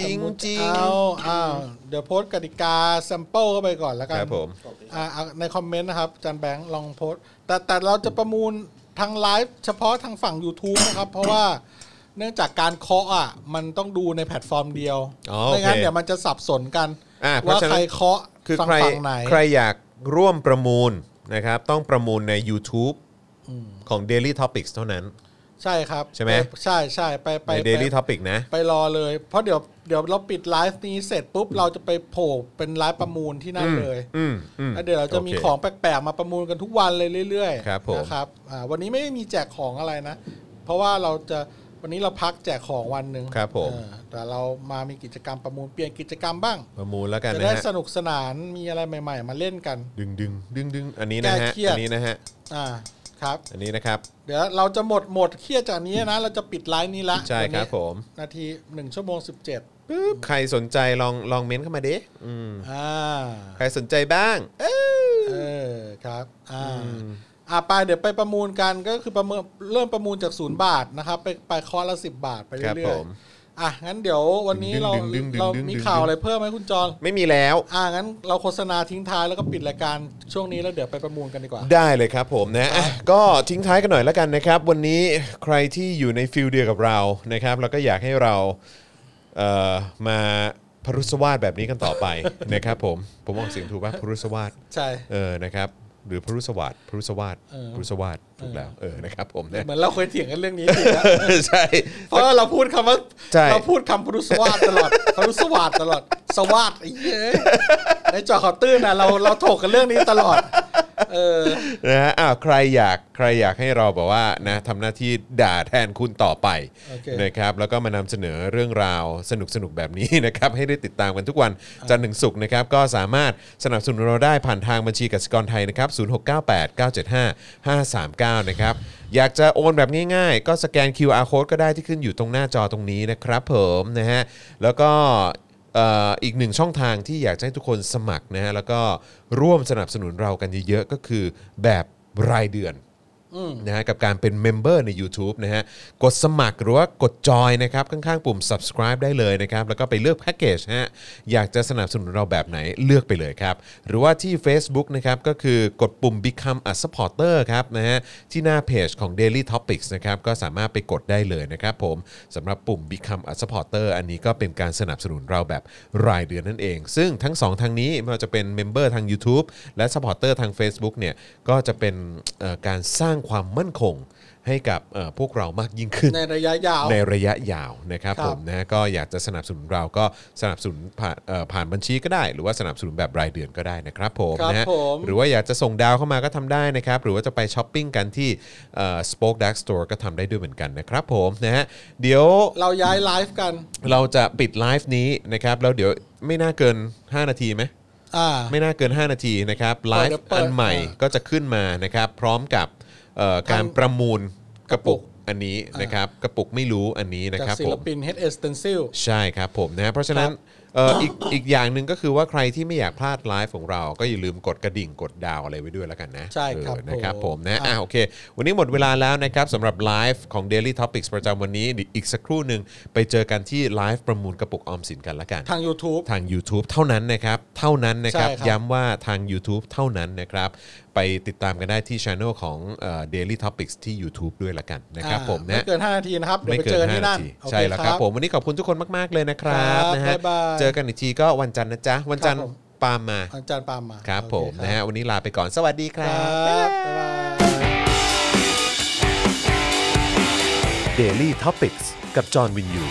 Speaker 2: จริงจริง
Speaker 3: เอาเอาเดี๋ยวโพสต์กติกาซัมเปิลเข้าไปก่อนแล้ว
Speaker 2: ๆ
Speaker 3: กั
Speaker 2: คน รับผม
Speaker 3: อ่าเอาในคอมเมนต์นะครับอาจันแบงค์ลองโพสต์แต่แต่เราจะประมูลทางไลฟ์เฉพาะทางฝั่ง YouTube นะครับ เพราะว่าเนื่องจากการเคาะอ่ะ มันต้องดูในแพลตฟอร์มเดียว
Speaker 2: อ๋อโอ
Speaker 3: ไม่
Speaker 2: เค
Speaker 3: งั้นเดี๋ยวมันจะสับสนกัน
Speaker 2: อ่าเพราะ
Speaker 3: ว่า
Speaker 2: ฉะ
Speaker 3: ใคร
Speaker 2: นั้น
Speaker 3: เคาะ
Speaker 2: คือ
Speaker 3: ฝั่ง
Speaker 2: ใคร
Speaker 3: ฝั่งไหน
Speaker 2: ใครอยากร่วมประมูลนะครับ ต้องประมูลใน YouTube ของ Daily Topics เท่านั้น
Speaker 3: ใช่ครับ
Speaker 2: ใช่ไหม
Speaker 3: ใช่ใช่ไปไป
Speaker 2: ใน
Speaker 3: ไป
Speaker 2: Daily Topic นะ
Speaker 3: ไปรอเลย เพราะเดี๋ยวเดี๋ยวเราปิดไลฟ์นี้เสร็จปุ๊บ เราจะไปโผล่เป็นไลฟ์ประมูลที่นั่นเลย
Speaker 2: อืมอืม
Speaker 3: แล้วเดี๋ยวเราจะมี
Speaker 2: โค
Speaker 3: ของแปลกๆมาประมูลกันทุกวันเลยเรื่อย
Speaker 2: ครับผม
Speaker 3: นะครับอ่าวันนี้ไม่ได้มีแจกของอะไรนะ เพราะว่าเราจะวันนี้เราพักแจกของวันหนึ่ง
Speaker 2: ครับผม
Speaker 3: เออแต่เรามามีกิจกรรมประมูลเปลี่ยนกิจกรรมบ้าง
Speaker 2: ประมูลแล้วกัน
Speaker 3: จะ
Speaker 2: นะ
Speaker 3: ได้ส
Speaker 2: ฮะ
Speaker 3: นุกสนานมีอะไรใหม่ ๆ มาเล่นกัน
Speaker 2: ดึงดึงดึงดึงอันนี้นะ
Speaker 3: แก้
Speaker 2: ฮะ
Speaker 3: เครียด
Speaker 2: อันนี้นะฮะ
Speaker 3: อ่าครับ
Speaker 2: อันนี้นะครับ
Speaker 3: เดี๋ยวเราจะหมดหมดเครียดจากนี้นะเราจะปิดไลฟ์นี้ละ
Speaker 2: ใช่
Speaker 3: วัน
Speaker 2: ค
Speaker 3: นี้
Speaker 2: รับผม
Speaker 3: นาทีหนึ่งชั่วโมงสิบเจ็ด
Speaker 2: ปึ๊บใครสนใจลองลองเม้นต์เข้ามาดิอืม
Speaker 3: อ่า
Speaker 2: ใครสนใจบ้าง เอ้ย
Speaker 3: เออครับอ่าอ่าไปเดี๋ยวไปประมูลกันก็คือประเมินเริ่มประมูลจากศูนย์บาทนะครับไปไปคอร์สละสิบบาทไป
Speaker 2: ครับ
Speaker 3: เรื่อ
Speaker 2: ผ
Speaker 3: ย
Speaker 2: ม
Speaker 3: ๆอ่ะงั้นเดี๋ยววันนี้
Speaker 2: ดึง
Speaker 3: เรา
Speaker 2: ดึงดึงดึง
Speaker 3: เรา
Speaker 2: ดึง
Speaker 3: มี
Speaker 2: ดึง
Speaker 3: ข่าวอะไรเพิ่มไหมคุณจอน
Speaker 2: ไม่มีแล้ว
Speaker 3: อ่างั้นเราโฆษณาทิ้งท้ายแล้วก็ปิดรายการช่วงนี้แล้วเดี๋ยวไปประมูลกันดีกว่า
Speaker 2: ได้เลยครับผมนะอ่ะก็ทิ้งท้ายกันหน่อยแล้วกันนะครับ วันนี้ใครที่อยู่ในฟิลเดียวกับเรานะครับ แล้วก็อยากให้เราเอ่อมาพรุสวาดแบบนี้กันต่อไป นะครับผมผมออกเสียงถูกป่ะพรุสวาด
Speaker 3: ใช่
Speaker 2: เออนะครับหรือพรุสวาดพรุสวาด
Speaker 3: เออ
Speaker 2: พรุสวาดถูกแล้วเออนะครับผมนะ
Speaker 3: เหมือนเราเคยเถียงกันเรื่องนี้ที นะ
Speaker 2: ใช่
Speaker 3: เพราะเราพูดคำว่า
Speaker 2: ใช่
Speaker 3: เราพูดคำพรุสวาดตลอดพรุสวาดตลอดสวาดไอ้เหี้ยในจอขอบตื้นนะเราเราถกกันเรื่องนี้ตลอด เออ
Speaker 2: นะฮะอ้าวใครอยากใครอยากให้เราแบบว่านะทำหน้าที่ด่าแทนคุณต่อไป
Speaker 3: โอเค
Speaker 2: นะครับ แล้วก็มานำเสนอเรื่องราวสนุกสนุกๆแบบนี้ นะครับ ให้ได้ติดตามกันทุกวันจันทร์ถึงศุกร์นะครับ ก็สามารถสนับสนุนเราได้ผ่านทางบัญชีกสิกรไทยนะครับ 0698 975 539 นะครับ อยากจะโอนแบบง่ายๆ ก็สแกน QR code ก็ได้ที่ขึ้นอยู่ตรงหน้าจอตรงนี้นะครับผมนะฮะแล้วก็ เอ่ออีกหนึ่งช่องทางที่อยากจะให้ทุกคนสมัครนะฮะแล้วก็ร่วมสนับสนุนเรากันเยอะๆ ก็คือแบบรายเดือนนะฮะกับการเป็นเมมเบอร์ใน YouTube นะฮะกดสมัครหรือว่ากดจอยนะครับ ข้างๆ ปุ่ม subscribe ได้เลยนะครับ แล้วก็ไปเลือกแพ็กเกจนะฮะอยากจะสนับสนุนเราแบบไหนเลือกไปเลยครับ หรือว่าที่ Facebook นะครับก็คือกดปุ่ม Become a supporter ครับนะฮะที่หน้าเพจของ Daily Topics นะครับก็สามารถไปกดได้เลยนะครับผมสำหรับปุ่ม Become a supporter อันนี้ก็เป็นการสนับสนุนเราแบบรายเดือนนั่นเอง ซึ่งทั้งสองทางนี้ไม่ว่าจะเป็นเมมเบอร์ทาง YouTube และ supporter ทาง Facebook เนี่ยก็จะเป็นเอ่อการสร้างความมั่นคงให้กับเอ่อพวกเรามากยิ่งขึ้น
Speaker 3: ในระยะยาว
Speaker 2: ในระยะยาวนะครับ
Speaker 3: ครั
Speaker 2: ผ
Speaker 3: บ
Speaker 2: มนะก็อยากจะสนับสนุนเราก็สนับสนุนผ่านเอ่อผ่านบัญชีก็ได้ หรือว่าสนับสนุนแบบรายเดือนก็ได้นะครับผม
Speaker 3: ครับ
Speaker 2: นะฮะ
Speaker 3: ผม
Speaker 2: หรือว่าอยากจะส่งดาวเข้ามาก็ทำได้นะครับ หรือว่าจะไปช้อปปิ้งกันที่เอ่อ Spoke Dark Store ก็ทำได้ด้วยเหมือนกันนะครับผมนะฮะเดี๋ยว
Speaker 3: เราย้ายไลฟ์กัน
Speaker 2: เราจะปิดไลฟ์นี้นะครับแล้วเดี๋ยวไม่น่าเกิน 5 นาทีไหม
Speaker 3: อ่า
Speaker 2: ไม่น่าเกิน 5 นาทีนะครับไล
Speaker 3: เดี๋
Speaker 2: ฟ์
Speaker 3: ยวเปิด
Speaker 2: อันใหม่
Speaker 3: อ่า
Speaker 2: ก็จะขึ้นมานะครับพร้อมกับเอ่อการ
Speaker 3: ทำ
Speaker 2: ประมูลก
Speaker 3: ก
Speaker 2: ระ
Speaker 3: ระปุ
Speaker 2: ปุก
Speaker 3: ก
Speaker 2: อันนี้นะครับกระปุกไม่รู้อันนี้นะ
Speaker 3: จาก
Speaker 2: ครับ
Speaker 3: ศิ
Speaker 2: ผ
Speaker 3: ล
Speaker 2: ม
Speaker 3: ปิน Head Stencil
Speaker 2: ใช่ครับผมนะเพราะฉะนั้นเอ่ออีกอีกอย่างหนึ่งก็คือว่าใครที่ไม่อยากพลาดไลฟ์ของเรา ก็อย่าลืมกดกระดิ่งกดดาวอะไรไว้ด้วยแล้วกันนะ
Speaker 3: ใช่ครับ
Speaker 2: เออนะครับผ
Speaker 3: ผม ม
Speaker 2: นะอ่ะ
Speaker 3: อ่ะ
Speaker 2: โอเค วันนี้หมดเวลาแล้วนะครับสำหรับไลฟ์ของ Daily Topics ประจำวันนี้เดี๋ยวอีกสักครู่หนึ่งไปเจอกันที่ไลฟ์ประมูลกระปุกออมสินกันละกัน
Speaker 3: ทาง YouTube
Speaker 2: ทาง YouTube เท่านั้นนะครับ เท่านั้นนะครับ
Speaker 3: ใช่ครับ
Speaker 2: ย้ำว่าทาง YouTube เท่านั้นนะครับ ไปติดตามกันได้ที่ช anel ของเอ่อ Daily Topics ที่ YouTube ด้วยละกันนะครับ
Speaker 3: อ่า
Speaker 2: ผม
Speaker 3: ไม่
Speaker 2: นะ
Speaker 3: เกิน 5 นาทีนะครับ เดี๋ยวไปเจอกันที่นั่น
Speaker 2: ไม่เกิห้าา
Speaker 3: โอเ
Speaker 2: ใช่แล้วครับผมวันนี้ขอบคุณทุกคนมาก ๆ เลยนะครับ
Speaker 3: ครับ
Speaker 2: นะฮะ
Speaker 3: บ๊ายบาย
Speaker 2: เจอกันอีกทีก็วันจันทร์นะจ๊ะ วันจันทร์
Speaker 3: ครับผม
Speaker 2: ปาล์มมา
Speaker 3: อาจารย์ปาล์มมา
Speaker 2: ครับ
Speaker 3: โอเ
Speaker 2: ผมนะฮะวันนี้ลาไปก่อนสวัสดีค
Speaker 3: ค
Speaker 2: รั
Speaker 3: รับ บ บ๊ายบาย
Speaker 1: Daily t o p i c กกับจอห์นวินยู